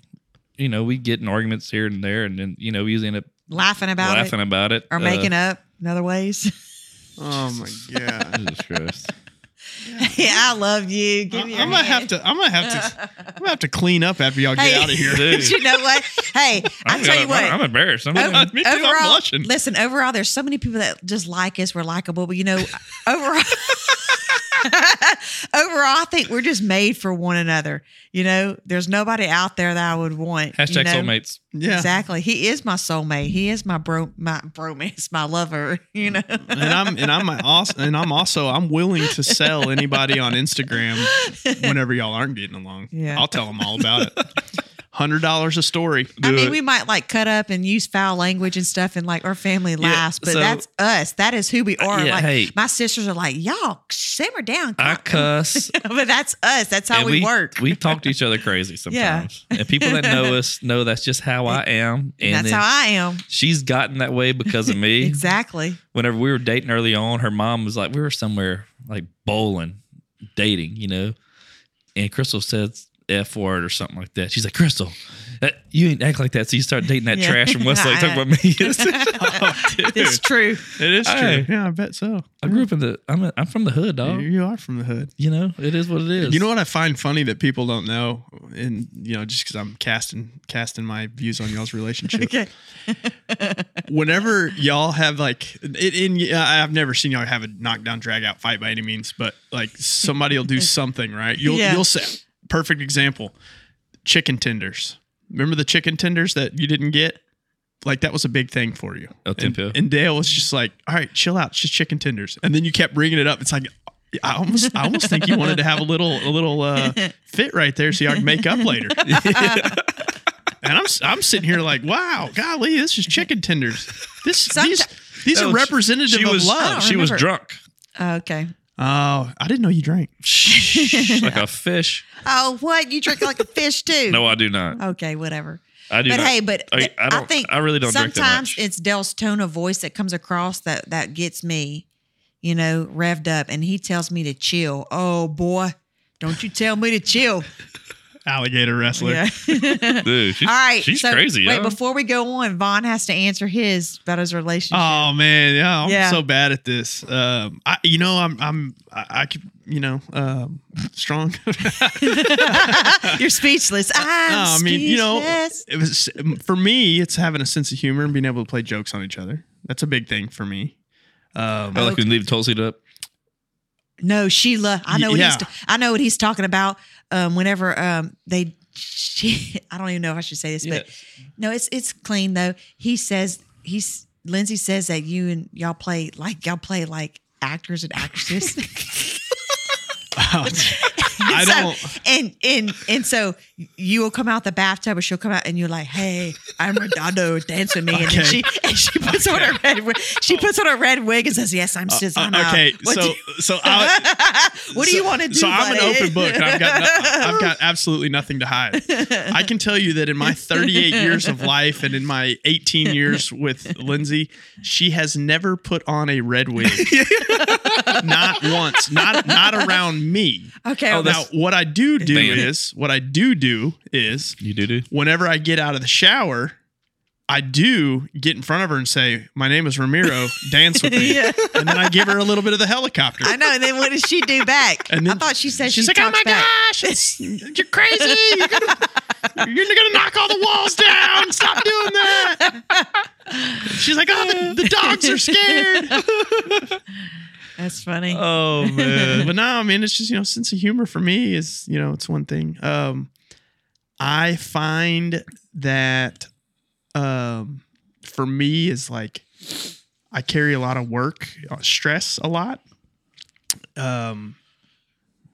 [SPEAKER 4] you know, we get in arguments here and there, and then you know, we usually end up
[SPEAKER 2] laughing about
[SPEAKER 4] laughing uh,
[SPEAKER 2] it
[SPEAKER 4] about it
[SPEAKER 2] or making up in other ways. [LAUGHS]
[SPEAKER 3] Oh my [LAUGHS] god.
[SPEAKER 4] [LAUGHS] Jesus Christ!
[SPEAKER 2] yeah, I love you. Give
[SPEAKER 3] I'm
[SPEAKER 2] me your
[SPEAKER 3] gonna
[SPEAKER 2] hand.
[SPEAKER 3] have to. I'm gonna have to.
[SPEAKER 2] [LAUGHS]
[SPEAKER 3] I'm gonna have to clean up after y'all get
[SPEAKER 2] Hey.
[SPEAKER 3] out of
[SPEAKER 2] [LAUGHS]
[SPEAKER 3] here.
[SPEAKER 4] Dude,
[SPEAKER 2] But you know what?
[SPEAKER 4] [LAUGHS]
[SPEAKER 2] Hey, I
[SPEAKER 4] [LAUGHS] I'm
[SPEAKER 2] tell you
[SPEAKER 4] gonna-
[SPEAKER 2] what.
[SPEAKER 4] I'm embarrassed. I'm
[SPEAKER 2] Over-
[SPEAKER 4] gonna- [LAUGHS]
[SPEAKER 3] Me too, I'm
[SPEAKER 2] overall,
[SPEAKER 3] blushing.
[SPEAKER 2] Listen, overall, there's so many people that just like us. We're likable, but you know, [LAUGHS] overall, overall, I think we're just made for one another. You know, there's nobody out there that I would want.
[SPEAKER 4] hashtag
[SPEAKER 2] you know?
[SPEAKER 4] soulmates.
[SPEAKER 3] Yeah.
[SPEAKER 2] Exactly. He is my soulmate. He is my bro, my bromance, my lover. [LAUGHS] You know.
[SPEAKER 4] Mm,
[SPEAKER 3] And I'm and I'm also and I'm also I'm willing to sell anybody on Instagram whenever y'all aren't getting along.
[SPEAKER 2] Yeah.
[SPEAKER 3] I'll tell them all about it. Hundred dollars a story.
[SPEAKER 2] I mean,
[SPEAKER 4] it.
[SPEAKER 2] we might like cut up and use foul language and stuff, and like our family laughs, but
[SPEAKER 4] so- Uh,
[SPEAKER 2] that's us. That is who we are.
[SPEAKER 4] yeah,
[SPEAKER 2] like
[SPEAKER 4] hey.
[SPEAKER 2] my sisters are like, y'all simmer down.
[SPEAKER 4] I
[SPEAKER 2] come [LAUGHS]
[SPEAKER 4] cuss.
[SPEAKER 2] but that's us. That's how
[SPEAKER 4] and
[SPEAKER 2] we, work.
[SPEAKER 4] We talk to each
[SPEAKER 2] [LAUGHS]
[SPEAKER 4] other crazy sometimes, and people that know us know that's just how I am. And
[SPEAKER 2] that's
[SPEAKER 4] then
[SPEAKER 2] how I am.
[SPEAKER 4] she's gotten that way because of me.
[SPEAKER 2] [LAUGHS]
[SPEAKER 4] [LAUGHS]
[SPEAKER 2] Exactly.
[SPEAKER 4] Whenever we were dating early on, her mom was like, we were somewhere like bowling, dating, you know, and Crystal said. F word or something like that. She's like, Crystal, that, you ain't act like that. So you start dating that
[SPEAKER 2] Yeah.
[SPEAKER 4] trash
[SPEAKER 2] [LAUGHS]
[SPEAKER 4] from Westlake. Talk about me. [LAUGHS] oh,
[SPEAKER 2] It's true. [LAUGHS]
[SPEAKER 3] It is true.
[SPEAKER 4] Hey.
[SPEAKER 3] Yeah, I bet so.
[SPEAKER 4] I grew up in the. I'm. A, I'm from the hood,
[SPEAKER 3] You-
[SPEAKER 4] dog.
[SPEAKER 3] You are from the hood.
[SPEAKER 4] You know, it is what it is.
[SPEAKER 3] You know what I find funny that people don't know, and you know, just because I'm casting casting my views on
[SPEAKER 2] [LAUGHS]
[SPEAKER 3] y'all's relationship.
[SPEAKER 2] Okay.
[SPEAKER 3] Whenever y'all have like, it, in I've never seen y'all have a knockdown drag out fight by any means, but like somebody will do something right. You'll
[SPEAKER 2] Yeah.
[SPEAKER 3] you'll say perfect example, chicken tenders. Remember the chicken tenders that you didn't get? Like that was a big thing for you.
[SPEAKER 4] El
[SPEAKER 3] and,
[SPEAKER 4] Tiempo.
[SPEAKER 3] and Dale was just like, "All right, chill out, it's just chicken tenders." And then you kept bringing it up. It's like, I almost, I almost think you wanted to have a little, a little uh, fit right there, so y'all can make up later. And I'm, I'm sitting here like, "Wow, golly, this is chicken tenders. This, these, these
[SPEAKER 4] No,
[SPEAKER 3] are
[SPEAKER 4] she-
[SPEAKER 3] representative
[SPEAKER 4] she
[SPEAKER 3] of
[SPEAKER 4] was.
[SPEAKER 2] I
[SPEAKER 3] love."
[SPEAKER 2] don't
[SPEAKER 4] She was
[SPEAKER 2] remember.
[SPEAKER 4] drunk,
[SPEAKER 2] Okay.
[SPEAKER 3] Oh, I didn't know you drank. [LAUGHS]
[SPEAKER 2] [LAUGHS]
[SPEAKER 4] like a fish.
[SPEAKER 2] Oh, what? You drink like a fish too?
[SPEAKER 4] [LAUGHS] No, I do not.
[SPEAKER 2] Okay, whatever.
[SPEAKER 4] I do.
[SPEAKER 2] but
[SPEAKER 4] not.
[SPEAKER 2] hey, but
[SPEAKER 4] I,
[SPEAKER 2] th-
[SPEAKER 4] I don't,
[SPEAKER 2] think
[SPEAKER 4] I really don't drink that
[SPEAKER 2] sometimes
[SPEAKER 4] much.
[SPEAKER 2] it's Dell's tone of voice that comes across that that gets me, you know, revved up, and he tells me to chill. Oh boy, don't you tell me to
[SPEAKER 4] [LAUGHS]
[SPEAKER 2] chill.
[SPEAKER 3] Alligator wrestler.
[SPEAKER 2] Yeah.
[SPEAKER 4] Dude, she's,
[SPEAKER 2] All right.
[SPEAKER 4] she's
[SPEAKER 2] so,
[SPEAKER 4] crazy.
[SPEAKER 2] Wait,
[SPEAKER 4] yo.
[SPEAKER 2] before we go on, Vaughn has to answer his about his relationship.
[SPEAKER 3] Oh man, yeah, I'm
[SPEAKER 2] Yeah.
[SPEAKER 3] so bad at this. Um, I, you know, I'm, I'm, I, I could, you know, um, strong.
[SPEAKER 2] [LAUGHS]
[SPEAKER 3] [LAUGHS]
[SPEAKER 2] You're
[SPEAKER 4] [LAUGHS]
[SPEAKER 2] speechless. I'm
[SPEAKER 3] No, I mean, you know,
[SPEAKER 2] speechless.
[SPEAKER 3] it was for me. It's having a sense of humor and being able to play jokes on each other. That's a big thing for me. Um,
[SPEAKER 4] I like when you leave the toilet seat up.
[SPEAKER 2] No, Sheila. I know what
[SPEAKER 3] Yeah.
[SPEAKER 2] he's. I know what he's talking about. Um, whenever um they, she, [LAUGHS] I don't even know if I should say this, but no, it's it's clean though. He says he's Lindsay says that you and y'all play like y'all play like actors and
[SPEAKER 3] [LAUGHS]
[SPEAKER 2] actresses. [LAUGHS]
[SPEAKER 3] I don't.
[SPEAKER 2] So, and and and so you will come out the bathtub, or she'll come out, and you're like, "Hey, I'm Redondo, dance with me." And then
[SPEAKER 3] Okay.
[SPEAKER 2] she and she puts on her red wig. She puts on her red wig and says, "Yes, I'm sis. I'm
[SPEAKER 3] Uh,
[SPEAKER 2] out."
[SPEAKER 3] okay,
[SPEAKER 2] What
[SPEAKER 3] so
[SPEAKER 2] do, [LAUGHS]
[SPEAKER 3] so I,
[SPEAKER 2] what do you want to do?
[SPEAKER 3] so I'm
[SPEAKER 2] buddy?
[SPEAKER 3] an open book. I've got no, I've got absolutely nothing to hide. I can tell you that in my 38 years of life and in my 18 years with Lindsay, she has never put on a red
[SPEAKER 2] [LAUGHS]
[SPEAKER 3] wig. not once. Not not around me.
[SPEAKER 2] [LAUGHS] Okay.
[SPEAKER 4] Oh,
[SPEAKER 3] Now
[SPEAKER 4] that's-
[SPEAKER 3] what I do do
[SPEAKER 4] Man.
[SPEAKER 3] is what I do do is
[SPEAKER 4] You do do.
[SPEAKER 2] [LAUGHS]
[SPEAKER 3] whenever I get out of the shower, I do get in front of her and say, "My name is Ramiro. Dance with me."
[SPEAKER 2] [LAUGHS] Yeah.
[SPEAKER 3] And then I give her a little bit of the helicopter.
[SPEAKER 2] I know. And then what does she do back?
[SPEAKER 3] And then
[SPEAKER 2] I thought she said
[SPEAKER 3] She's
[SPEAKER 2] she
[SPEAKER 3] like, "Oh
[SPEAKER 2] talks
[SPEAKER 3] my
[SPEAKER 2] back.
[SPEAKER 3] gosh, it's, you're crazy! You're gonna, you're gonna knock all the walls down! Stop doing that!" She's like, "Oh, the, the dogs are scared."
[SPEAKER 2] That's funny.
[SPEAKER 3] Uh,
[SPEAKER 4] Oh man.
[SPEAKER 3] but no, I mean, it's just you know, sense of humor for me is you know, it's one thing. Um, I find that um, for me is like I carry a lot of work, uh, stress a lot. Um,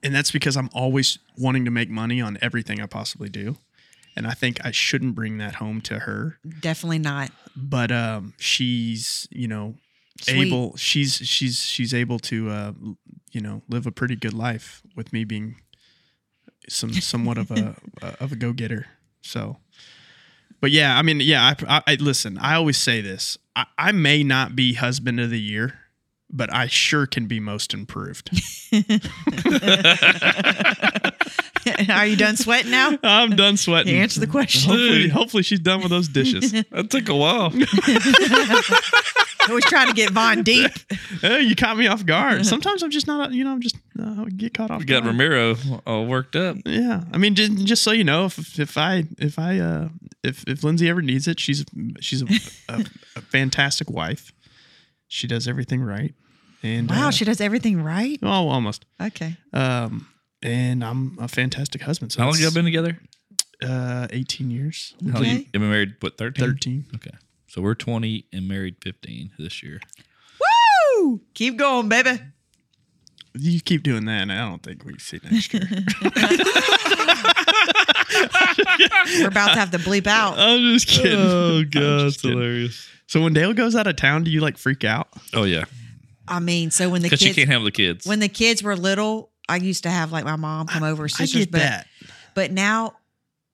[SPEAKER 3] and that's because I'm always wanting to make money on everything I possibly do. And I think I shouldn't bring that home to her
[SPEAKER 2] Definitely not.
[SPEAKER 3] but um she's you know
[SPEAKER 2] Sweet.
[SPEAKER 3] able she's she's she's able to uh l- you know live a pretty good life with me being some somewhat
[SPEAKER 2] [LAUGHS]
[SPEAKER 3] of a uh, of a go-getter so but yeah i mean yeah i i, I listen i always say this I, I may not be husband of the year but i sure can be most improved
[SPEAKER 2] [LAUGHS] [LAUGHS] Are you done sweating now?
[SPEAKER 3] i'm done
[SPEAKER 2] You
[SPEAKER 3] sweating
[SPEAKER 2] answer the question.
[SPEAKER 3] hopefully, hopefully she's done with
[SPEAKER 2] [LAUGHS]
[SPEAKER 3] those dishes
[SPEAKER 4] that took a while.
[SPEAKER 2] I was trying to get Von deep.
[SPEAKER 3] hey, you caught me off
[SPEAKER 2] [LAUGHS]
[SPEAKER 3] guard sometimes i'm just not you know i'm just uh, I get caught off
[SPEAKER 4] We got
[SPEAKER 3] guard.
[SPEAKER 4] Ramiro all worked up.
[SPEAKER 3] Yeah, I mean, just, just so you know, if if I if I uh, if if Lindsay ever needs it, she's she's a, a, a fantastic wife. She does everything right, and
[SPEAKER 2] Wow,
[SPEAKER 3] uh,
[SPEAKER 2] she does everything right.
[SPEAKER 3] oh almost.
[SPEAKER 2] Okay.
[SPEAKER 3] Um, and I'm a fantastic husband. So
[SPEAKER 4] How long
[SPEAKER 3] it's,
[SPEAKER 4] y'all been together?
[SPEAKER 3] Uh, 18 years,
[SPEAKER 4] How long
[SPEAKER 2] Okay.
[SPEAKER 4] you been married? What 13?
[SPEAKER 3] 13.
[SPEAKER 4] Okay, so we're 20 and married 15 this year.
[SPEAKER 2] Woo! Keep going, baby.
[SPEAKER 3] You keep doing that, Oh, and I don't think we [LAUGHS] see next year.
[SPEAKER 2] We're about to have to bleep out.
[SPEAKER 3] I'm just kidding. I'm just kidding.
[SPEAKER 4] hilarious.
[SPEAKER 3] So when Dale goes out of town, do you like freak out?
[SPEAKER 4] Oh yeah,
[SPEAKER 2] I mean, so when the
[SPEAKER 4] because she
[SPEAKER 2] kids
[SPEAKER 4] can't handle the kids.
[SPEAKER 2] when the kids were little, I used to have like my mom come over, sisters, but but now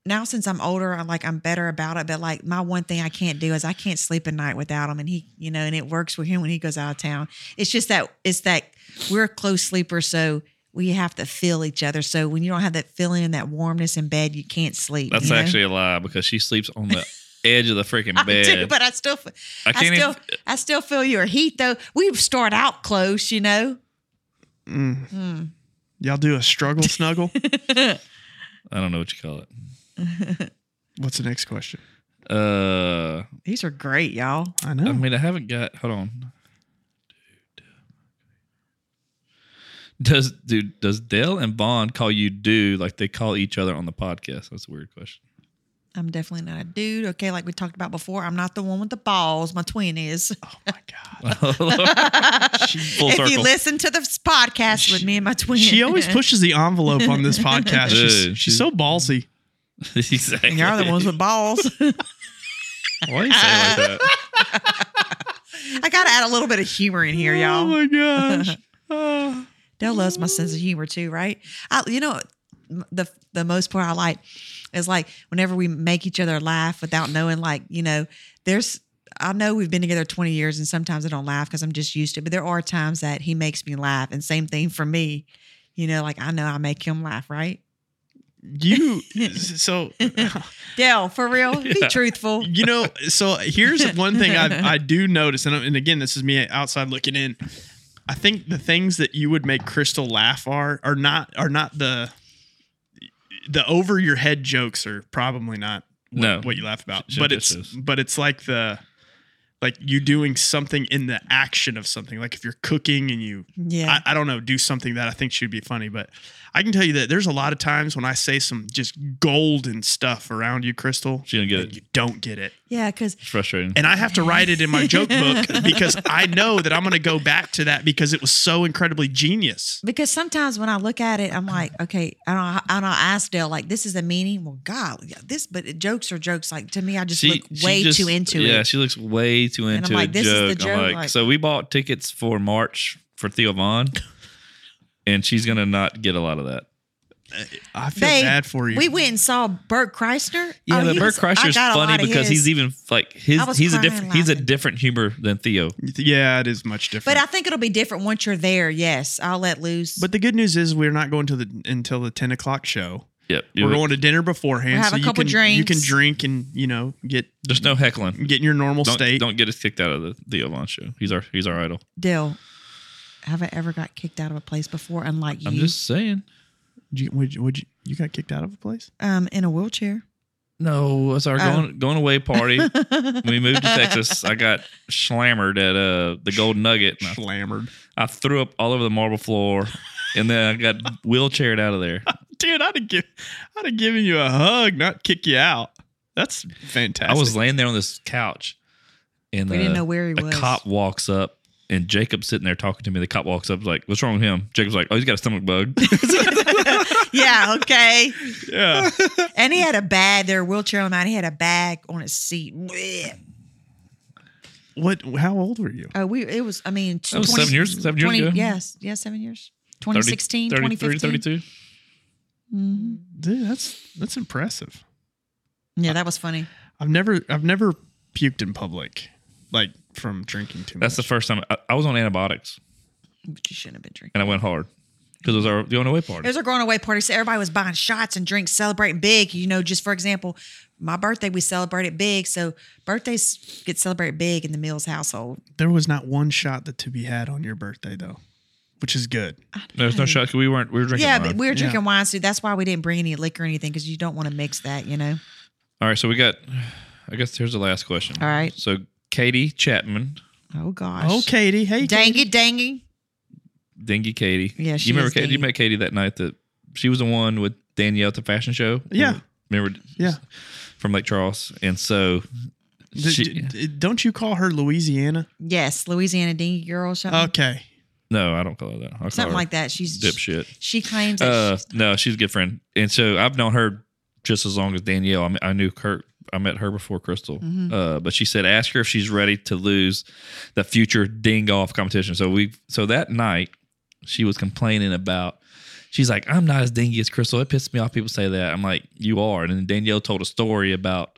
[SPEAKER 2] now since I'm older, I'm like I'm better about it. But like my one thing I can't do is I can't sleep at night without him, and he, you know, and it works with him when he goes out of town. It's just that it's that we're close sleepers, so we have to feel each other. So when you don't have that feeling and that warmness in bed, you can't sleep.
[SPEAKER 4] That's
[SPEAKER 2] you know?
[SPEAKER 4] actually a lie because she sleeps on the edge of the
[SPEAKER 2] [LAUGHS]
[SPEAKER 4] freaking
[SPEAKER 2] I
[SPEAKER 4] bed.
[SPEAKER 2] do, but I still,
[SPEAKER 4] I
[SPEAKER 2] I
[SPEAKER 4] can't
[SPEAKER 2] still,
[SPEAKER 4] even.
[SPEAKER 2] I still feel your heat though. We start out close, you know.
[SPEAKER 3] Mm.
[SPEAKER 2] Mm.
[SPEAKER 3] Y'all do a
[SPEAKER 2] [LAUGHS]
[SPEAKER 3] struggle snuggle.
[SPEAKER 4] I don't know what you call it.
[SPEAKER 3] What's the next question?
[SPEAKER 4] Uh,
[SPEAKER 2] These are great, y'all.
[SPEAKER 3] I
[SPEAKER 4] I
[SPEAKER 3] know.
[SPEAKER 4] mean, I haven't got. Hold on. Does dude does Dale and Bond call you dude like they call each other on the podcast? That's a weird question. [LAUGHS]
[SPEAKER 2] I'm definitely not a dude. Okay, like we talked about before, I'm not the one with the balls. My twin
[SPEAKER 4] [LAUGHS]
[SPEAKER 2] is.
[SPEAKER 3] Oh my god.
[SPEAKER 4] Full
[SPEAKER 2] if you
[SPEAKER 4] circle.
[SPEAKER 2] listen to this podcast with me and my twin, [LAUGHS]
[SPEAKER 3] She always pushes the envelope on this podcast.
[SPEAKER 4] Dude,
[SPEAKER 3] She's, she's so
[SPEAKER 4] she-
[SPEAKER 3] ballsy.
[SPEAKER 4] [LAUGHS] exactly.
[SPEAKER 2] And Y'all are the ones with
[SPEAKER 3] [LAUGHS]
[SPEAKER 2] balls.
[SPEAKER 4] Why do you say it like that?
[SPEAKER 2] I gotta add a little bit of humor in here, y'all.
[SPEAKER 3] Oh
[SPEAKER 2] [LAUGHS]
[SPEAKER 3] my gosh. Oh.
[SPEAKER 2] Dell loves my sense of humor too, right? I, you know, m- the the most part I like is like whenever we make each other laugh without knowing, like you know, there's. I know we've been together 20 years and sometimes I don't laugh because I'm just used to it, but there are times that he makes me laugh. And same thing for me. You know, like I know I make him laugh, right?
[SPEAKER 3] You so
[SPEAKER 2] Dell, for
[SPEAKER 3] [LAUGHS]
[SPEAKER 2] real, be
[SPEAKER 4] Yeah.
[SPEAKER 2] truthful.
[SPEAKER 3] you know so here's one thing I I do notice and, and again this is me outside looking in. I think the things that you would make Crystal laugh are are not are not the the over your head jokes are probably not what,
[SPEAKER 4] No.
[SPEAKER 3] what you laugh about.
[SPEAKER 4] Sh-
[SPEAKER 3] but
[SPEAKER 4] just
[SPEAKER 3] it's
[SPEAKER 4] is.
[SPEAKER 3] but it's like the like you doing something in the action of something. Like if you're cooking and you
[SPEAKER 2] Yeah.
[SPEAKER 3] I, I don't know, do something that I think should be funny. But I can tell you that there's a lot of times when I say some just golden stuff around you, Crystal,
[SPEAKER 4] She didn't get
[SPEAKER 3] and
[SPEAKER 4] it.
[SPEAKER 3] you don't get it.
[SPEAKER 2] yeah, because
[SPEAKER 4] It's frustrating.
[SPEAKER 3] And I have to write it in my
[SPEAKER 2] [LAUGHS]
[SPEAKER 3] joke book because I know that I'm going to go back to that because it was so incredibly genius.
[SPEAKER 2] Because sometimes when I look at it, I'm like, okay, I don't, I don't ask Dale like this is the meaning. Well, God, yeah, this, but it- jokes are jokes. Like to me, I just look way
[SPEAKER 4] just-
[SPEAKER 2] too into
[SPEAKER 4] Yeah,
[SPEAKER 2] it.
[SPEAKER 4] she looks way too
[SPEAKER 2] And I'm
[SPEAKER 4] into
[SPEAKER 2] like,
[SPEAKER 4] a
[SPEAKER 2] this is the
[SPEAKER 4] joke.
[SPEAKER 2] joke,
[SPEAKER 4] I'm like,
[SPEAKER 2] like-
[SPEAKER 4] so we bought tickets for March for
[SPEAKER 2] [LAUGHS]
[SPEAKER 4] Theo Vaughn, and she's gonna not get a lot of that.
[SPEAKER 3] I feel
[SPEAKER 2] Babe,
[SPEAKER 3] bad for you.
[SPEAKER 2] We went and saw Burt Kreischer.
[SPEAKER 4] Yeah,
[SPEAKER 2] Oh,
[SPEAKER 4] but
[SPEAKER 2] he
[SPEAKER 4] Bert
[SPEAKER 2] was- I
[SPEAKER 4] Kreischer's
[SPEAKER 2] got a lot
[SPEAKER 4] funny
[SPEAKER 2] of
[SPEAKER 4] because
[SPEAKER 2] his.
[SPEAKER 4] he's even like his.
[SPEAKER 2] I was
[SPEAKER 4] He's a
[SPEAKER 2] crying
[SPEAKER 4] different. He's a
[SPEAKER 2] laughing.
[SPEAKER 4] different humor than Theo.
[SPEAKER 3] Yeah, it is much different.
[SPEAKER 2] But
[SPEAKER 3] But,
[SPEAKER 2] I think it'll be different once you're there. Yes, I'll let loose.
[SPEAKER 3] the good news is we're not going to the until the 10 o'clock show.
[SPEAKER 4] Yep.
[SPEAKER 3] We're going to dinner beforehand,
[SPEAKER 2] We'll have
[SPEAKER 3] so
[SPEAKER 2] a couple
[SPEAKER 3] you can you can
[SPEAKER 2] drinks.
[SPEAKER 3] drink and you know get
[SPEAKER 4] There's no heckling.
[SPEAKER 3] get in your normal
[SPEAKER 4] Don't,
[SPEAKER 3] state.
[SPEAKER 4] don't get us kicked out of the Theo Vaughn show. He's our he's our idol.
[SPEAKER 2] Dale, have I ever got kicked out of a place before? Unlike
[SPEAKER 4] I'm
[SPEAKER 2] you,
[SPEAKER 4] just saying.
[SPEAKER 3] Did you, would you, would you, you got kicked out of a place?
[SPEAKER 2] um, in a wheelchair. [LAUGHS]
[SPEAKER 4] No, it's our
[SPEAKER 2] Oh.
[SPEAKER 4] Uh. going going away
[SPEAKER 2] [LAUGHS]
[SPEAKER 4] party. When we moved to Texas. I got slammered at uh the Gold Nugget. and I
[SPEAKER 3] Slammered.
[SPEAKER 4] I threw up all over the marble floor, and then I
[SPEAKER 2] [LAUGHS]
[SPEAKER 4] got wheelchaired out of there.
[SPEAKER 3] Dude, I'd have, give, I'd have given you a hug, not kick you out. That's
[SPEAKER 4] I
[SPEAKER 3] fantastic.
[SPEAKER 4] was laying there on this couch, and
[SPEAKER 2] We
[SPEAKER 4] uh,
[SPEAKER 2] didn't know where he
[SPEAKER 4] a
[SPEAKER 2] was.
[SPEAKER 4] cop walks up, and Jacob's sitting there talking to me. The cop walks up, like, "What's wrong with him?" Jacob's like, "Oh, he's got a stomach
[SPEAKER 2] [LAUGHS]
[SPEAKER 4] bug."
[SPEAKER 2] [LAUGHS] yeah.
[SPEAKER 4] [LAUGHS]
[SPEAKER 2] Okay. [LAUGHS]
[SPEAKER 3] yeah.
[SPEAKER 2] And he had a bag. Their wheelchair on that. He had a bag on his seat. Blech.
[SPEAKER 3] what? How old were you?
[SPEAKER 2] Oh, we it was. I mean,
[SPEAKER 4] That was seven years- seven years ago.
[SPEAKER 2] Yes, yes, seven years. 2016,
[SPEAKER 4] 33,
[SPEAKER 2] 2015.
[SPEAKER 4] 32.
[SPEAKER 2] Mhm.
[SPEAKER 3] Dude, that's that's impressive.
[SPEAKER 2] Yeah, that was funny.
[SPEAKER 3] I've never I've never puked in public, like from drinking too
[SPEAKER 4] That's the
[SPEAKER 3] much.
[SPEAKER 4] first time I, I was on antibiotics,
[SPEAKER 2] But you shouldn't have been drinking.
[SPEAKER 4] and I went hard because it was our going away
[SPEAKER 2] It
[SPEAKER 4] party.
[SPEAKER 2] was a going away party, so everybody was buying shots and drinks, celebrating big. You know, just for example, my birthday we celebrated big, so birthdays get celebrated big in the Mills household.
[SPEAKER 3] there was not one shot that to be had on your birthday though, which is good.
[SPEAKER 4] There's no shot 'cause we weren't. We were drinking.
[SPEAKER 2] yeah,
[SPEAKER 4] wine.
[SPEAKER 2] but we were
[SPEAKER 3] Yeah.
[SPEAKER 2] drinking wine, so that's why we didn't bring any liquor or anything because you don't want to mix that. You know,
[SPEAKER 4] All right, so we got. I guess here's the last question.
[SPEAKER 2] All right.
[SPEAKER 4] So Katie Chapman,
[SPEAKER 2] oh gosh,
[SPEAKER 3] Oh, Katie, hey,
[SPEAKER 2] dang
[SPEAKER 3] Katie.
[SPEAKER 2] it, dang it.
[SPEAKER 4] Dingy Katie.
[SPEAKER 2] Yeah, she
[SPEAKER 4] you remember
[SPEAKER 2] is
[SPEAKER 4] Katie? You
[SPEAKER 2] dingy.
[SPEAKER 4] met Katie that night that she was the one with Danielle at the fashion show.
[SPEAKER 3] Yeah.
[SPEAKER 4] remember?
[SPEAKER 3] Yeah.
[SPEAKER 4] from Lake Charles, and so
[SPEAKER 3] D-
[SPEAKER 4] she,
[SPEAKER 3] d- d- don't you call her Louisiana?
[SPEAKER 2] Yes, Louisiana dingy girl, something,
[SPEAKER 3] Okay,
[SPEAKER 4] no, I don't call her that. I call
[SPEAKER 2] something
[SPEAKER 4] her
[SPEAKER 2] like that. She's
[SPEAKER 4] Uh, dipshit.
[SPEAKER 2] [LAUGHS] She claims that
[SPEAKER 4] Uh,
[SPEAKER 2] she-
[SPEAKER 4] no, she's a good friend, and so I've known her just as long as Danielle. I, mean, I knew her. I met her before Crystal, uh, but she said ask her if she's ready to lose the future ding off competition. So we, so that night, she was complaining about. She's like, I'm not as dingy as Crystal. It pisses me off. People say that. I'm like, you are. And then Danielle told a story about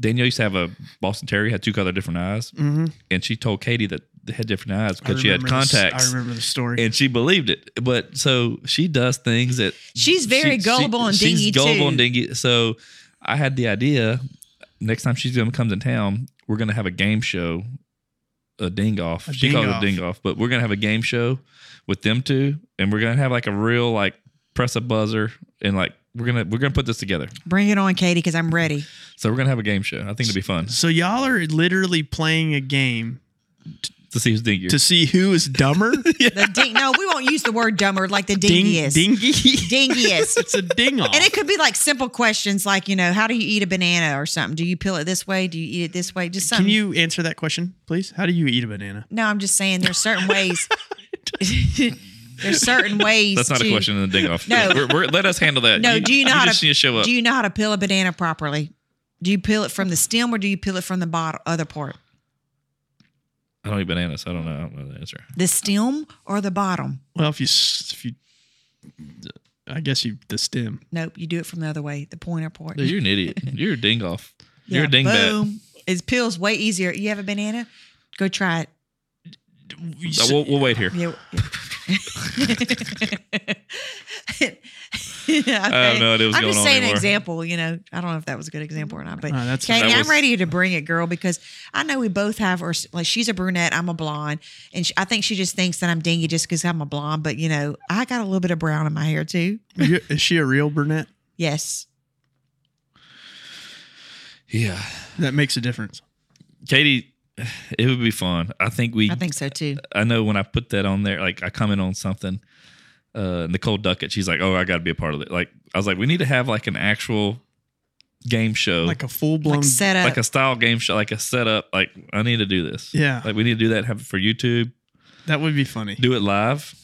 [SPEAKER 4] Danielle used to have a Boston Terrier had two color different eyes,
[SPEAKER 3] Mhm.
[SPEAKER 4] and she told Katie that they had different
[SPEAKER 3] I
[SPEAKER 4] eyes because she had
[SPEAKER 3] remember this-
[SPEAKER 4] contacts.
[SPEAKER 3] I remember the story.
[SPEAKER 4] and she believed it. But so she does things that
[SPEAKER 2] She's very
[SPEAKER 4] she-
[SPEAKER 2] gullible and dingy
[SPEAKER 4] She's gullible
[SPEAKER 2] too.
[SPEAKER 4] and dingy. So I had the idea. Next time she's gonna comes in town, we're gonna have a game show, a ding off.
[SPEAKER 3] A
[SPEAKER 4] She called it a
[SPEAKER 3] ding-off.
[SPEAKER 4] ding off, but we're gonna have a game show with them two, and we're gonna have like a real like press a buzzer and like we're gonna we're gonna put this together.
[SPEAKER 2] Bring it on, Katie, because I'm ready.
[SPEAKER 4] So we're gonna have a game show. I think it'd be fun
[SPEAKER 3] So y'all are literally playing a game
[SPEAKER 4] to see who's dingier.
[SPEAKER 3] to see who is
[SPEAKER 4] [LAUGHS]
[SPEAKER 3] dumber.
[SPEAKER 2] The ding. No, we won't use the word dumber like the dingiest. [LAUGHS]
[SPEAKER 3] dingy.
[SPEAKER 4] [LAUGHS]
[SPEAKER 2] Dingiest.
[SPEAKER 3] it's a ding off.
[SPEAKER 2] And it could be like simple questions like, you know, how do you eat a banana or something? Do you peel it this way? Do you eat it this way? Just something.
[SPEAKER 3] Can you answer that question, please? How do you eat a banana?
[SPEAKER 2] no, I'm just saying there's certain
[SPEAKER 4] [LAUGHS]
[SPEAKER 2] ways. there's certain ways.
[SPEAKER 4] That's not
[SPEAKER 2] to,
[SPEAKER 4] a question in the ding off.
[SPEAKER 2] No.
[SPEAKER 4] we're, we're, let us handle that.
[SPEAKER 2] No, do you know how
[SPEAKER 4] just
[SPEAKER 2] to-
[SPEAKER 4] need to show up?
[SPEAKER 2] Do you know how to peel a banana properly? Do you peel it from the stem or do you peel it from the bottom, other part?
[SPEAKER 4] I don't eat bananas. I don't know. I don't know the answer.
[SPEAKER 2] The stem or the bottom?
[SPEAKER 3] Well, if you s- if you, I guess you the stem.
[SPEAKER 2] Nope, you do it from the other way, the pointer part.
[SPEAKER 4] Dude, you're an idiot. You're a ding off.
[SPEAKER 2] Yeah,
[SPEAKER 4] You're a dingbat.
[SPEAKER 2] Boom. It peels way easier. You have a banana? Go try it.
[SPEAKER 4] Uh, We'll, we'll wait here.
[SPEAKER 2] Yeah. [LAUGHS]
[SPEAKER 4] I have no idea what's
[SPEAKER 2] I'm
[SPEAKER 4] going
[SPEAKER 2] just
[SPEAKER 4] on
[SPEAKER 2] saying an
[SPEAKER 4] anymore.
[SPEAKER 2] example. You know, I don't know if that was a good example or not, but
[SPEAKER 3] Ah, that's-
[SPEAKER 2] Katie,
[SPEAKER 4] that
[SPEAKER 2] I'm
[SPEAKER 4] was-
[SPEAKER 2] ready to bring it, girl, because I know we both have, or like she's a brunette, I'm a blonde, and she, I think she just thinks that I'm dingy just because I'm a blonde. But you know, I got a little bit of brown in my hair too.
[SPEAKER 3] You- is she a real brunette?
[SPEAKER 2] Yes,
[SPEAKER 4] Yeah.
[SPEAKER 3] That makes a difference.
[SPEAKER 4] Katie, it would be fun. I think we,
[SPEAKER 2] I think so too.
[SPEAKER 4] I know when I put that on there, like I comment on something, uh, Nicole Duckett, she's like, oh, I got to be a part of it. Like, I was like, we need to have like an actual game show,
[SPEAKER 3] Like a full blown.
[SPEAKER 2] Oh. Like set up.
[SPEAKER 4] like a style game show, like a setup. Like, I need to do this.
[SPEAKER 3] yeah,
[SPEAKER 4] Like, we need to do that, have it for YouTube,
[SPEAKER 3] that would be funny.
[SPEAKER 4] do it live,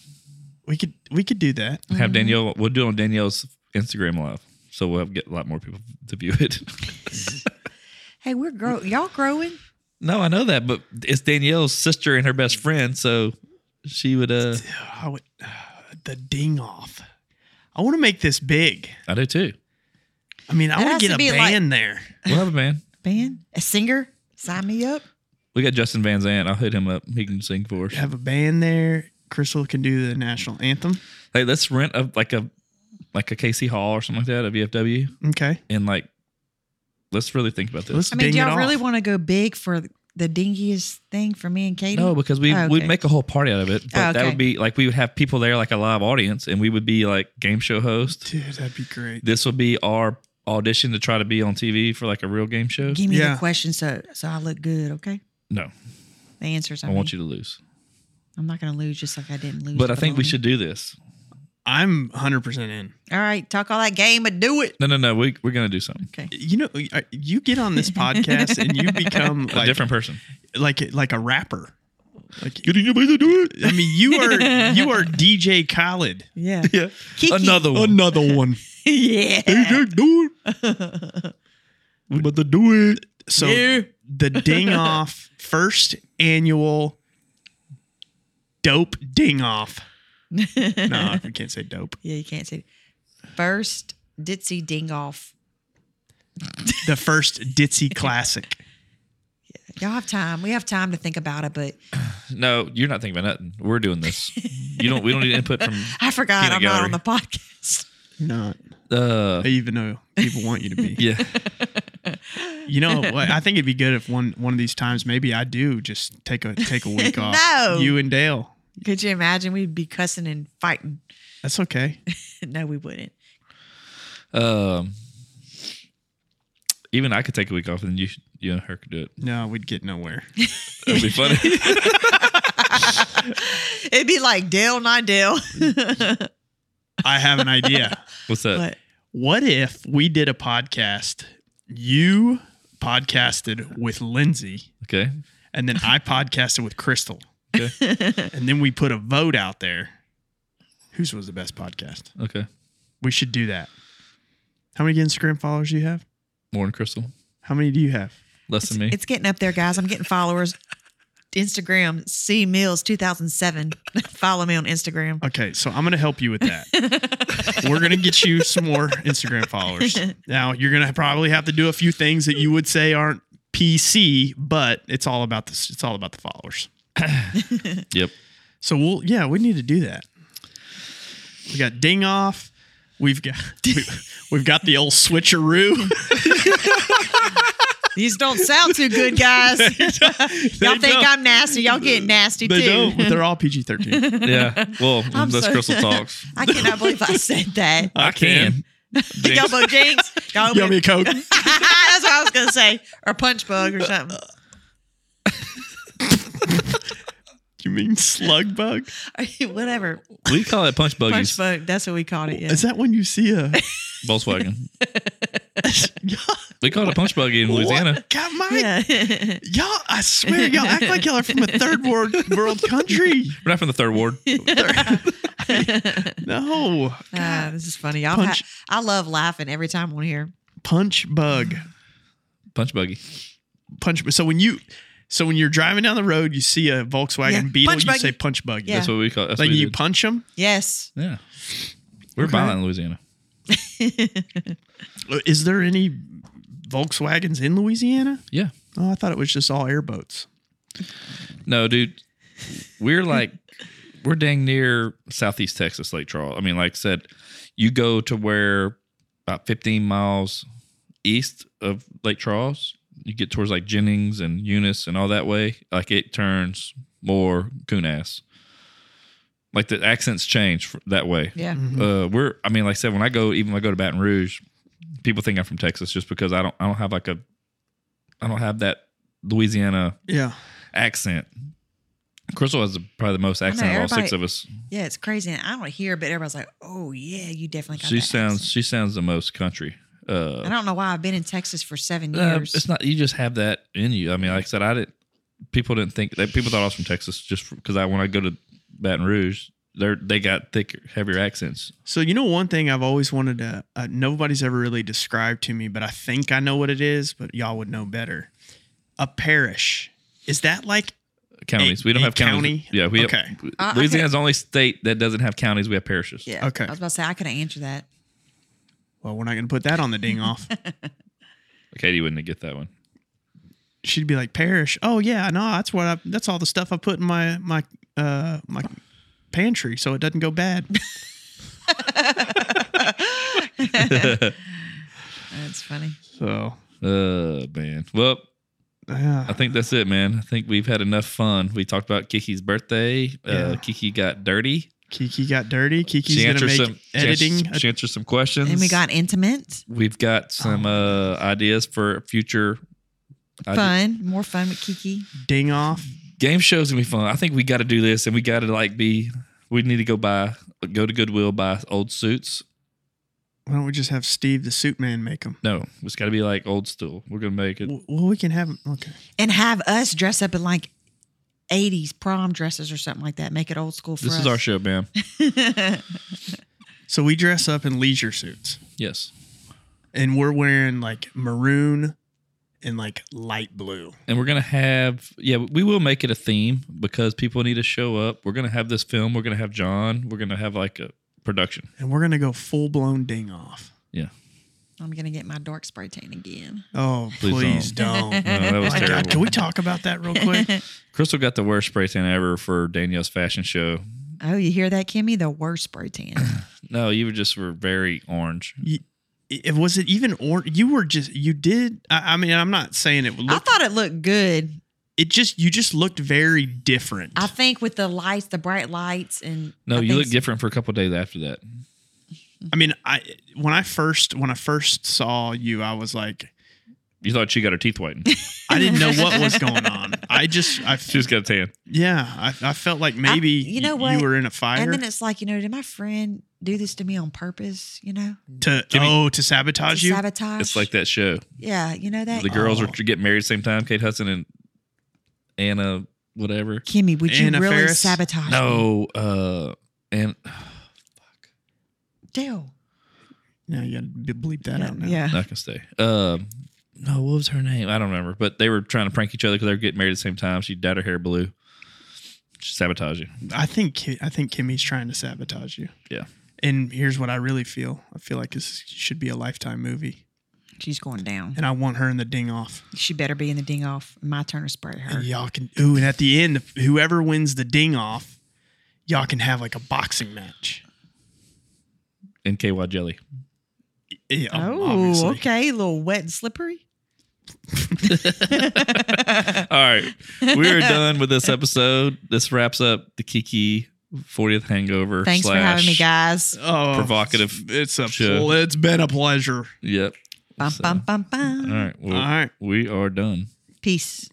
[SPEAKER 3] We could we could do that.
[SPEAKER 4] have
[SPEAKER 2] Mhm.
[SPEAKER 4] Danielle, we'll do it on Danielle's Instagram live. So we'll have, get a lot more people to view it.
[SPEAKER 2] Hey, we're grow y'all growing.
[SPEAKER 4] No, I know that, but it's Danielle's sister and her best friend, so she would. uh
[SPEAKER 3] I would, the ding off. I want to make this big.
[SPEAKER 4] I do too.
[SPEAKER 3] I mean, I
[SPEAKER 2] It
[SPEAKER 3] want
[SPEAKER 2] has
[SPEAKER 3] to
[SPEAKER 2] to
[SPEAKER 3] get a
[SPEAKER 2] be like-
[SPEAKER 3] band there.
[SPEAKER 4] We'll have a band.
[SPEAKER 2] band, a singer. Sign me up.
[SPEAKER 4] We got Justin Van Zandt. I'll hit him up. He can sing for us.
[SPEAKER 3] Have a band there. Crystal can do the national anthem.
[SPEAKER 4] Hey, let's rent a like a like a KC Hall or something like that, a VFW,
[SPEAKER 3] Okay,
[SPEAKER 4] and like let's really think about this.
[SPEAKER 3] let's
[SPEAKER 2] I mean, do
[SPEAKER 3] ding it
[SPEAKER 2] y'all
[SPEAKER 3] off.
[SPEAKER 2] really want to go big for the dingiest thing for me and Katie?
[SPEAKER 4] No, because we
[SPEAKER 2] Oh,
[SPEAKER 4] we'd
[SPEAKER 2] okay.
[SPEAKER 4] make a whole party out of it. But
[SPEAKER 2] Oh,
[SPEAKER 4] that
[SPEAKER 2] okay.
[SPEAKER 4] would be like we would have people there, like a live audience, and we would be like game show host.
[SPEAKER 3] Dude, that'd be great.
[SPEAKER 4] This would be our audition to try to be on TV for like a real game show.
[SPEAKER 2] Give me
[SPEAKER 3] Yeah.
[SPEAKER 2] the question so so I look good, okay?
[SPEAKER 4] No,
[SPEAKER 2] The answers. I,
[SPEAKER 4] I want you to lose.
[SPEAKER 2] I'm not going to lose just like I didn't lose.
[SPEAKER 4] But I think we
[SPEAKER 2] baloney.
[SPEAKER 4] should do this.
[SPEAKER 3] I'm 100 percent in.
[SPEAKER 2] All right, talk all that game and do it.
[SPEAKER 4] No, no, no. We we're gonna do something.
[SPEAKER 2] Okay.
[SPEAKER 3] You know, I- you get on this podcast and you become
[SPEAKER 4] a
[SPEAKER 3] like
[SPEAKER 4] different person.
[SPEAKER 3] like like a rapper. Like
[SPEAKER 4] Getting anybody to do
[SPEAKER 3] I mean, you are you are DJ Khaled.
[SPEAKER 2] Yeah.
[SPEAKER 4] Yeah.
[SPEAKER 2] Kiki.
[SPEAKER 4] Another one.
[SPEAKER 3] Another one.
[SPEAKER 2] [LAUGHS] yeah.
[SPEAKER 3] do it. We about to do it. So
[SPEAKER 4] [LAUGHS]
[SPEAKER 2] Yeah.
[SPEAKER 3] the ding off first annual dope ding off. No, we can't say dope.
[SPEAKER 2] Yeah, you can't say. First ditzy ding off.
[SPEAKER 3] The first ditzy classic.
[SPEAKER 2] Y'all have time. We have time to think about it, but
[SPEAKER 4] No, you're not thinking about nothing. We're doing this. You don't. We don't need input [LAUGHS] from.
[SPEAKER 2] I forgot
[SPEAKER 4] Peanut
[SPEAKER 2] I'm
[SPEAKER 4] gallery.
[SPEAKER 2] not on the podcast. [LAUGHS]
[SPEAKER 3] Not
[SPEAKER 4] Uh,
[SPEAKER 3] even though people want you to be.
[SPEAKER 4] yeah.
[SPEAKER 3] You know, what? I think it'd be good if one one of these times maybe I do just take a take a week off.
[SPEAKER 2] No.
[SPEAKER 3] you and Dale.
[SPEAKER 2] Could you imagine? We'd be cussing and fighting. [LAUGHS]
[SPEAKER 3] That's okay.
[SPEAKER 2] no, we wouldn't. [LAUGHS]
[SPEAKER 4] Um. Even I could take a week off, and you, should- you and her could do it.
[SPEAKER 3] No, we'd get nowhere.
[SPEAKER 4] It'd be [LAUGHS] funny.
[SPEAKER 2] It'd be like Dale, not [LAUGHS] Dale.
[SPEAKER 3] I have an idea.
[SPEAKER 4] What's that?
[SPEAKER 2] but
[SPEAKER 3] What if we did a podcast? You podcasted with Lindsay,
[SPEAKER 4] Okay.
[SPEAKER 3] and then I podcasted with Crystal,
[SPEAKER 4] Okay.
[SPEAKER 2] [LAUGHS]
[SPEAKER 3] and then we put a vote out there. Whose was the best podcast?
[SPEAKER 4] Okay.
[SPEAKER 3] We should do that. How many Instagram followers do you have?
[SPEAKER 4] More than Crystal.
[SPEAKER 3] How many do you have?
[SPEAKER 4] Less than me.
[SPEAKER 2] it's getting up there, guys. I'm getting followers. Instagram, C Mills 2007. [LAUGHS] Follow me on Instagram.
[SPEAKER 3] Okay, so I'm gonna help you with that. We're gonna get you some more Instagram
[SPEAKER 4] [LAUGHS]
[SPEAKER 3] followers. Now you're gonna probably have to do a few things that you would say aren't PC, but it's all about this. It's all about the followers.
[SPEAKER 4] Yep.
[SPEAKER 3] So we'll yeah, we need to do that. We got ding off. We've got [LAUGHS] we, we've got the old
[SPEAKER 4] [LAUGHS]
[SPEAKER 3] switcheroo.
[SPEAKER 2] These don't sound too good,
[SPEAKER 3] [LAUGHS]
[SPEAKER 2] guys. [LAUGHS] Y'all think
[SPEAKER 3] don't.
[SPEAKER 2] I'm nasty. Y'all get nasty
[SPEAKER 3] they
[SPEAKER 2] too.
[SPEAKER 3] don't. But they're all PG
[SPEAKER 4] [LAUGHS]
[SPEAKER 3] thirteen.
[SPEAKER 4] Yeah. Well,
[SPEAKER 2] I'm
[SPEAKER 4] that's
[SPEAKER 2] so-
[SPEAKER 4] Crystal Talks.
[SPEAKER 2] [LAUGHS] I cannot believe I said
[SPEAKER 3] [LAUGHS]
[SPEAKER 2] that.
[SPEAKER 4] I can. Jinx.
[SPEAKER 2] Y'all both jinx. Y'all
[SPEAKER 3] You want me a
[SPEAKER 2] [LAUGHS]
[SPEAKER 3] coke?
[SPEAKER 2] That's what I was gonna say. Or punch bug or something.
[SPEAKER 3] You mean slug bug?
[SPEAKER 2] [LAUGHS] Whatever.
[SPEAKER 4] We call it punch
[SPEAKER 2] Punch
[SPEAKER 4] buggies.
[SPEAKER 2] bug. That's what we called it. Yeah.
[SPEAKER 3] Is that when you see a [LAUGHS]
[SPEAKER 4] Volkswagen. We call it a punch buggy [LAUGHS] in
[SPEAKER 3] What?
[SPEAKER 4] [LAUGHS] Louisiana.
[SPEAKER 3] God, my
[SPEAKER 2] yeah. [LAUGHS]
[SPEAKER 3] y'all! I swear, y'all act like y'all are from a third world world country.
[SPEAKER 4] We're not from the third [LAUGHS] ward.
[SPEAKER 3] No,
[SPEAKER 2] Ah, this is funny. Y'all
[SPEAKER 3] Punch-
[SPEAKER 2] ha- I love laughing every time on here.
[SPEAKER 3] punch bug,
[SPEAKER 4] Punch buggy.
[SPEAKER 3] punch. So when you, so when you're driving down the road, you see a Volkswagen
[SPEAKER 2] Yeah,
[SPEAKER 3] Beetle,
[SPEAKER 2] punch
[SPEAKER 3] you
[SPEAKER 2] buggy.
[SPEAKER 3] say punch bug.
[SPEAKER 2] Yeah.
[SPEAKER 4] That's what we call. That's
[SPEAKER 3] Like
[SPEAKER 4] what we
[SPEAKER 3] you
[SPEAKER 4] did.
[SPEAKER 3] punch them.
[SPEAKER 2] Yes.
[SPEAKER 4] yeah. We're
[SPEAKER 3] Okay.
[SPEAKER 4] violent in Louisiana.
[SPEAKER 3] Uh, Is there any Volkswagens in Louisiana?
[SPEAKER 4] Yeah.
[SPEAKER 3] Oh, I thought it was just all airboats.
[SPEAKER 4] No, dude. We're like we're dang near southeast Texas, Lake Charles. I mean, like I said, you go to where about 15 miles east of Lake Charles, you get towards like Jennings and Eunice and all that way. Like it turns more coon ass. Like the accents change fr- that way.
[SPEAKER 2] Yeah.
[SPEAKER 3] Mm-hmm.
[SPEAKER 4] Uh, we're I mean, like I said, when I go, even when I go to Baton Rouge, people think I'm from Texas just because I don't I don't have like a I don't have that Louisiana
[SPEAKER 3] Yeah.
[SPEAKER 4] accent. Crystal has the, probably the most accent of all six of us.
[SPEAKER 2] Yeah, it's crazy. And I don't hear, but everybody's like, "Oh yeah, you definitely got
[SPEAKER 4] She
[SPEAKER 2] that
[SPEAKER 4] sounds
[SPEAKER 2] accent."
[SPEAKER 4] she sounds the most country.
[SPEAKER 2] I
[SPEAKER 4] Uh,
[SPEAKER 2] don't know why I've been in Texas for seven
[SPEAKER 4] uh,
[SPEAKER 2] years.
[SPEAKER 4] it's not you just have that in you. I mean, like I said, I didn't. People didn't think that people thought I was from Texas just because I when I go to Baton Rouge, they they got thicker, heavier accents.
[SPEAKER 3] So you know one thing I've always wanted to. Uh, nobody's ever really described to me, but I think I know what it is. But y'all would know better. A parish. Is that like A-
[SPEAKER 4] Counties, we don't
[SPEAKER 3] a
[SPEAKER 4] have counties.
[SPEAKER 3] county?
[SPEAKER 4] Yeah, we
[SPEAKER 3] Okay.
[SPEAKER 2] I- I
[SPEAKER 4] have. Louisiana's the only state that doesn't have counties. We have parishes.
[SPEAKER 2] Uh, yeah.
[SPEAKER 3] okay.
[SPEAKER 2] I was about to say I couldn't answer that.
[SPEAKER 4] [LAUGHS]
[SPEAKER 2] [LAUGHS]
[SPEAKER 3] Well, we're not going to put that on the ding off.
[SPEAKER 4] Katie wouldn't get that one.
[SPEAKER 3] She'd be like, "Parish. Oh yeah, no, that's what I. That's all the stuff I put in my my uh my pantry, so it doesn't go bad." [LAUGHS]
[SPEAKER 4] [LAUGHS]
[SPEAKER 2] That's funny.
[SPEAKER 3] So
[SPEAKER 4] Uh, man. Well,
[SPEAKER 3] yeah,
[SPEAKER 4] I think that's it, man. I think we've had enough fun. We talked about Kiki's birthday.
[SPEAKER 3] Yeah.
[SPEAKER 4] Uh, Kiki got dirty.
[SPEAKER 3] Kiki got dirty. Kiki's
[SPEAKER 4] she
[SPEAKER 3] going to
[SPEAKER 4] answered
[SPEAKER 3] make
[SPEAKER 4] some
[SPEAKER 3] editing.
[SPEAKER 4] She answered, she answered some questions.
[SPEAKER 2] And we got Oh intimate,
[SPEAKER 4] We've got some uh, ideas for future ide-
[SPEAKER 2] fun, more fun with Kiki.
[SPEAKER 3] a ding off.
[SPEAKER 4] game shows. Gonna be fun. I think we got to do this, and we got to like be. We need to go buy, go to Goodwill, buy old suits.
[SPEAKER 3] Why don't we just have Steve the suit man make them?
[SPEAKER 4] No, it's got to be like old stool. We're gonna make it.
[SPEAKER 3] Well, we can have 'em- Okay.
[SPEAKER 2] and have us dress up in like 80s prom dresses or something like that. Make it old school for
[SPEAKER 4] This
[SPEAKER 2] us.
[SPEAKER 4] is our show, man.
[SPEAKER 3] So we dress up in leisure suits,
[SPEAKER 4] yes,
[SPEAKER 3] and we're wearing like maroon and like light blue.
[SPEAKER 4] and we're gonna have yeah we will make it a theme because people need to show up we're gonna have this film we're gonna have john we're gonna have like a production
[SPEAKER 3] and we're gonna go full blown ding off.
[SPEAKER 4] yeah
[SPEAKER 2] [LAUGHS] I'm gonna get my dark spray tan again.
[SPEAKER 3] Oh,
[SPEAKER 2] [LAUGHS]
[SPEAKER 4] Please
[SPEAKER 3] please, don't.
[SPEAKER 4] no, that was
[SPEAKER 3] My God, can
[SPEAKER 4] terrible
[SPEAKER 3] we talk about that real quick?
[SPEAKER 4] crystal got the worst spray tan ever for danielle's fashion show
[SPEAKER 2] Oh, you hear that, Kimmy? The worst spray
[SPEAKER 4] [LAUGHS]
[SPEAKER 2] tan.
[SPEAKER 4] no you were just were very orange
[SPEAKER 3] You- it, was it even or you were just you did? I, I mean, I'm not saying it
[SPEAKER 2] I
[SPEAKER 3] looked.
[SPEAKER 2] thought it looked good.
[SPEAKER 3] It just you just looked very different.
[SPEAKER 2] I think with the lights, the bright lights, and
[SPEAKER 4] no
[SPEAKER 2] I
[SPEAKER 4] you
[SPEAKER 2] think
[SPEAKER 4] look different for a couple of days after that
[SPEAKER 3] I mean, I when I first when I first saw you, I was like,
[SPEAKER 4] you thought she got her teeth whitened
[SPEAKER 3] I didn't know what was going on. I just I
[SPEAKER 4] she just got a tan
[SPEAKER 3] yeah, I, I felt like maybe
[SPEAKER 2] you know
[SPEAKER 3] y-
[SPEAKER 2] what?
[SPEAKER 3] you were in a fire
[SPEAKER 2] And then it's like, you know, did my friend do this to me on purpose? You know,
[SPEAKER 3] to
[SPEAKER 4] Jimmy-
[SPEAKER 3] oh to
[SPEAKER 2] to
[SPEAKER 3] sabotage you.
[SPEAKER 2] sabotage.
[SPEAKER 4] it's like that show
[SPEAKER 2] Yeah, you know that.
[SPEAKER 4] the girls
[SPEAKER 3] Oh.
[SPEAKER 4] are getting married at the same time kate hudson and anna whatever
[SPEAKER 2] Kimmy, would you
[SPEAKER 3] Anna
[SPEAKER 2] really
[SPEAKER 3] Faris?
[SPEAKER 2] sabotage? me?
[SPEAKER 4] no uh and
[SPEAKER 2] Dale.
[SPEAKER 3] Yeah, you gotta b- bleep that out now.
[SPEAKER 2] Yeah.
[SPEAKER 4] I can stay. Um, no, what was her name? I don't remember. But they were trying to prank each other because they were getting married at the same time. She dyed her hair blue. She sabotaged you.
[SPEAKER 3] I think Ki- I think Kimmy's trying to sabotage you.
[SPEAKER 4] Yeah.
[SPEAKER 3] And here's what I really feel. I feel like this should be a lifetime movie.
[SPEAKER 2] She's going down.
[SPEAKER 3] and I want her in the ding off.
[SPEAKER 2] She better be in the ding off. My turn to spray her.
[SPEAKER 3] And y'all can ooh, and at the end, whoever wins the ding off, y'all can have like a boxing match.
[SPEAKER 4] and KY jelly. [LAUGHS]
[SPEAKER 3] Yeah,
[SPEAKER 2] oh,
[SPEAKER 3] obviously.
[SPEAKER 2] okay. A little wet and slippery.
[SPEAKER 4] All right, we're done with this episode. This wraps up the Kiki 40th
[SPEAKER 2] [LAUGHS]
[SPEAKER 4] Hangover.
[SPEAKER 2] Thanks for having me,
[SPEAKER 4] slash-
[SPEAKER 2] guys.
[SPEAKER 3] Oh,
[SPEAKER 4] Provocative
[SPEAKER 3] It's a
[SPEAKER 4] show.
[SPEAKER 3] pl- it's been a pleasure.
[SPEAKER 4] Yep.
[SPEAKER 2] Bum,
[SPEAKER 4] So-
[SPEAKER 2] bum, bum, bum.
[SPEAKER 4] All right. Well,
[SPEAKER 3] All right.
[SPEAKER 4] we are done.
[SPEAKER 2] Peace.